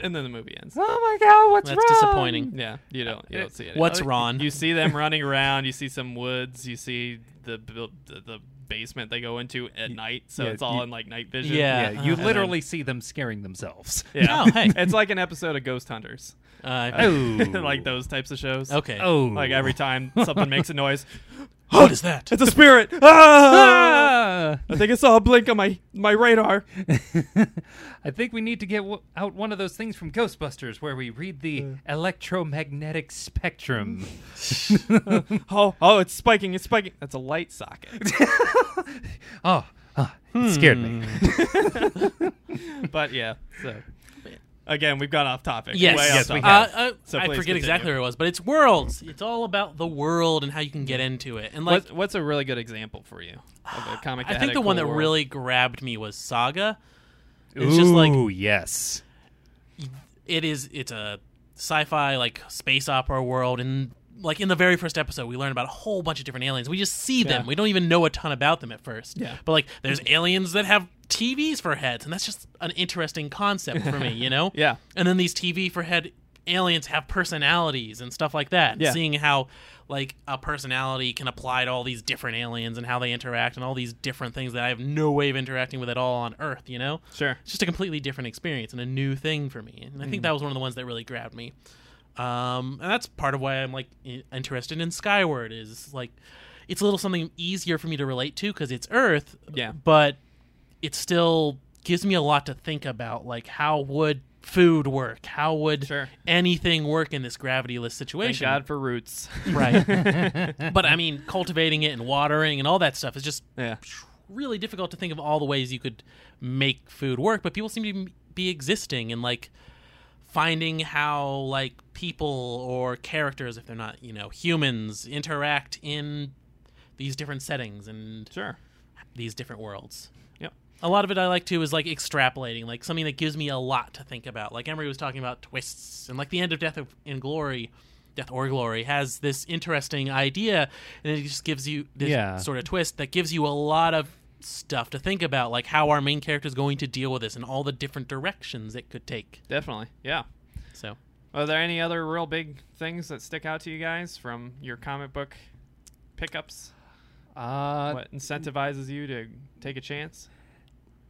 Speaker 1: and then the movie ends.
Speaker 2: Ah! Oh my god, what's
Speaker 3: That's disappointing.
Speaker 1: Yeah, you don't you don't see it.
Speaker 3: What's Ron?
Speaker 1: Oh, You see them running around. You see some woods. You see the buil- the, the basement they go into at night. So
Speaker 2: yeah,
Speaker 1: it's all
Speaker 2: you-
Speaker 1: in like night vision. Uh-huh.
Speaker 3: Yeah.
Speaker 2: Yeah, you
Speaker 3: Uh,
Speaker 2: literally see them scaring themselves.
Speaker 1: yeah.
Speaker 3: Oh, hey.
Speaker 1: it's like an episode of Ghost Hunters,
Speaker 3: Uh,
Speaker 2: Oh,
Speaker 1: like those types of shows.
Speaker 3: okay.
Speaker 2: Oh,
Speaker 1: Like every time something makes a noise,
Speaker 3: what is that?
Speaker 1: it's a spirit. Ah!
Speaker 2: Ah!
Speaker 1: I think I saw a blink on my my radar.
Speaker 2: I think we need to get w- out one of those things from Ghostbusters where we read the electromagnetic spectrum.
Speaker 1: Oh, oh, it's spiking. It's spiking. That's a light socket.
Speaker 2: Oh, ah, it scared me.
Speaker 1: but yeah, so again, we've gone off topic.
Speaker 3: Yes,
Speaker 1: Way off
Speaker 2: Yes, we
Speaker 1: topic.
Speaker 2: have.
Speaker 3: Uh, uh,
Speaker 1: So
Speaker 3: I
Speaker 1: please
Speaker 3: forget
Speaker 1: continue.
Speaker 3: exactly where it was, but it's worlds. It's all about the world and how you can get into it. And like,
Speaker 1: Mm-hmm. What, what's a really good example for you of a comic?
Speaker 3: I
Speaker 1: that
Speaker 3: think
Speaker 1: had a
Speaker 3: the one
Speaker 1: cool
Speaker 3: that
Speaker 1: world?
Speaker 3: really grabbed me was Saga. It's just like
Speaker 2: Ooh, yes.
Speaker 3: it is it's a sci-fi like space opera world and like in the very first episode we learn about a whole bunch of different aliens we just see them
Speaker 1: Yeah.
Speaker 3: we don't even know a ton about them at first
Speaker 1: Yeah.
Speaker 3: but like there's aliens that have tvs for heads and that's just an interesting concept for me you know
Speaker 1: Yeah.
Speaker 3: and then these tv for head aliens have personalities and stuff like that
Speaker 1: Yeah.
Speaker 3: seeing how like a personality can apply to all these different aliens and how they interact and all these different things that i have no way of interacting with at all on earth you know
Speaker 1: sure.
Speaker 3: it's just a completely different experience and a new thing for me. And I
Speaker 1: Mm.
Speaker 3: think that was one of the ones that really grabbed me. Um, and that's part of why I'm like i- interested in Skyward is like it's a little something easier for me to relate to because it's Earth.
Speaker 1: Yeah.
Speaker 3: But it still gives me a lot to think about. Like how would food work? How would
Speaker 1: Sure.
Speaker 3: anything work in this gravityless
Speaker 1: Thank
Speaker 3: situation?
Speaker 1: God for roots.
Speaker 3: Right. but I mean, cultivating it and watering and all that stuff is just
Speaker 1: Yeah.
Speaker 3: really difficult to think of all the ways you could make food work, but people seem to be existing and like finding how like people or characters, if they're not you know humans, interact in these different settings and
Speaker 1: Sure.
Speaker 3: these different worlds.
Speaker 1: Yep.
Speaker 3: a lot of it I like too is like extrapolating, like something that gives me a lot to think about. Like Emery was talking about twists, and like the end of Death and Glory, Death or Glory has this interesting idea, and it just gives you this
Speaker 2: Yeah.
Speaker 3: sort of twist that gives you a lot of stuff to think about, like how our main character is going to deal with this and all the different directions it could take.
Speaker 1: Definitely. Yeah.
Speaker 3: So
Speaker 1: Are there any other real big things that stick out to you guys from your comic book pickups?
Speaker 2: Uh,
Speaker 1: what incentivizes you to take a chance?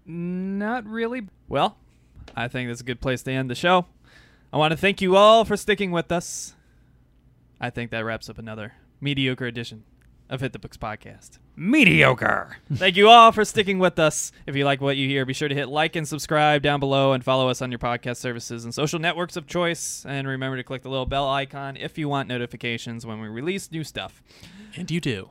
Speaker 2: not really.
Speaker 1: Well, I think that's a good place to end the show. I want to thank you all for sticking with us. I think that wraps up another mediocre edition of Hit the Books podcast.
Speaker 2: Mediocre.
Speaker 1: Thank you all for sticking with us. If you like what you hear, be sure to hit like and subscribe down below and follow us on your podcast services and social networks of choice. And remember to click the little bell icon if you want notifications when we release new stuff.
Speaker 3: and you do.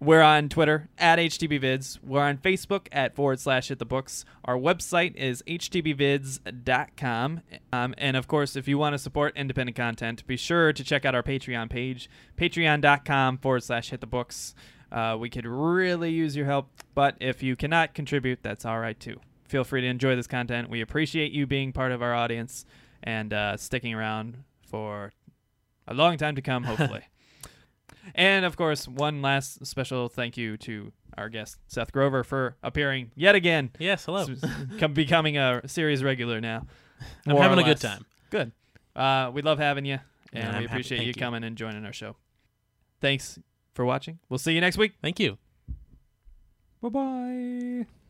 Speaker 1: We're on Twitter at HTBVids. We're on Facebook at forward slash hit the books. Our website is htbvids.com. Um, and of course, if you want to support independent content, be sure to check out our Patreon page, patreon.com forward slash hit the books. Uh, we could really use your help, but if you cannot contribute, that's all right too. Feel free to enjoy this content. We appreciate you being part of our audience and uh, sticking around for a long time to come, hopefully. And of course, one last special thank you to our guest Seth Grover for appearing yet again,
Speaker 3: Yes, hello.
Speaker 1: S- com- becoming a series regular now.
Speaker 3: I'm
Speaker 1: More
Speaker 3: having
Speaker 1: or
Speaker 3: a good
Speaker 1: less.
Speaker 3: time.
Speaker 1: Good. Uh, we love having you, and
Speaker 3: Yeah, I'm
Speaker 1: we
Speaker 3: happy.
Speaker 1: appreciate
Speaker 3: Thank
Speaker 1: you
Speaker 3: you.
Speaker 1: coming and joining our show. Thanks for watching. We'll see you next week.
Speaker 3: Thank you.
Speaker 2: Bye bye.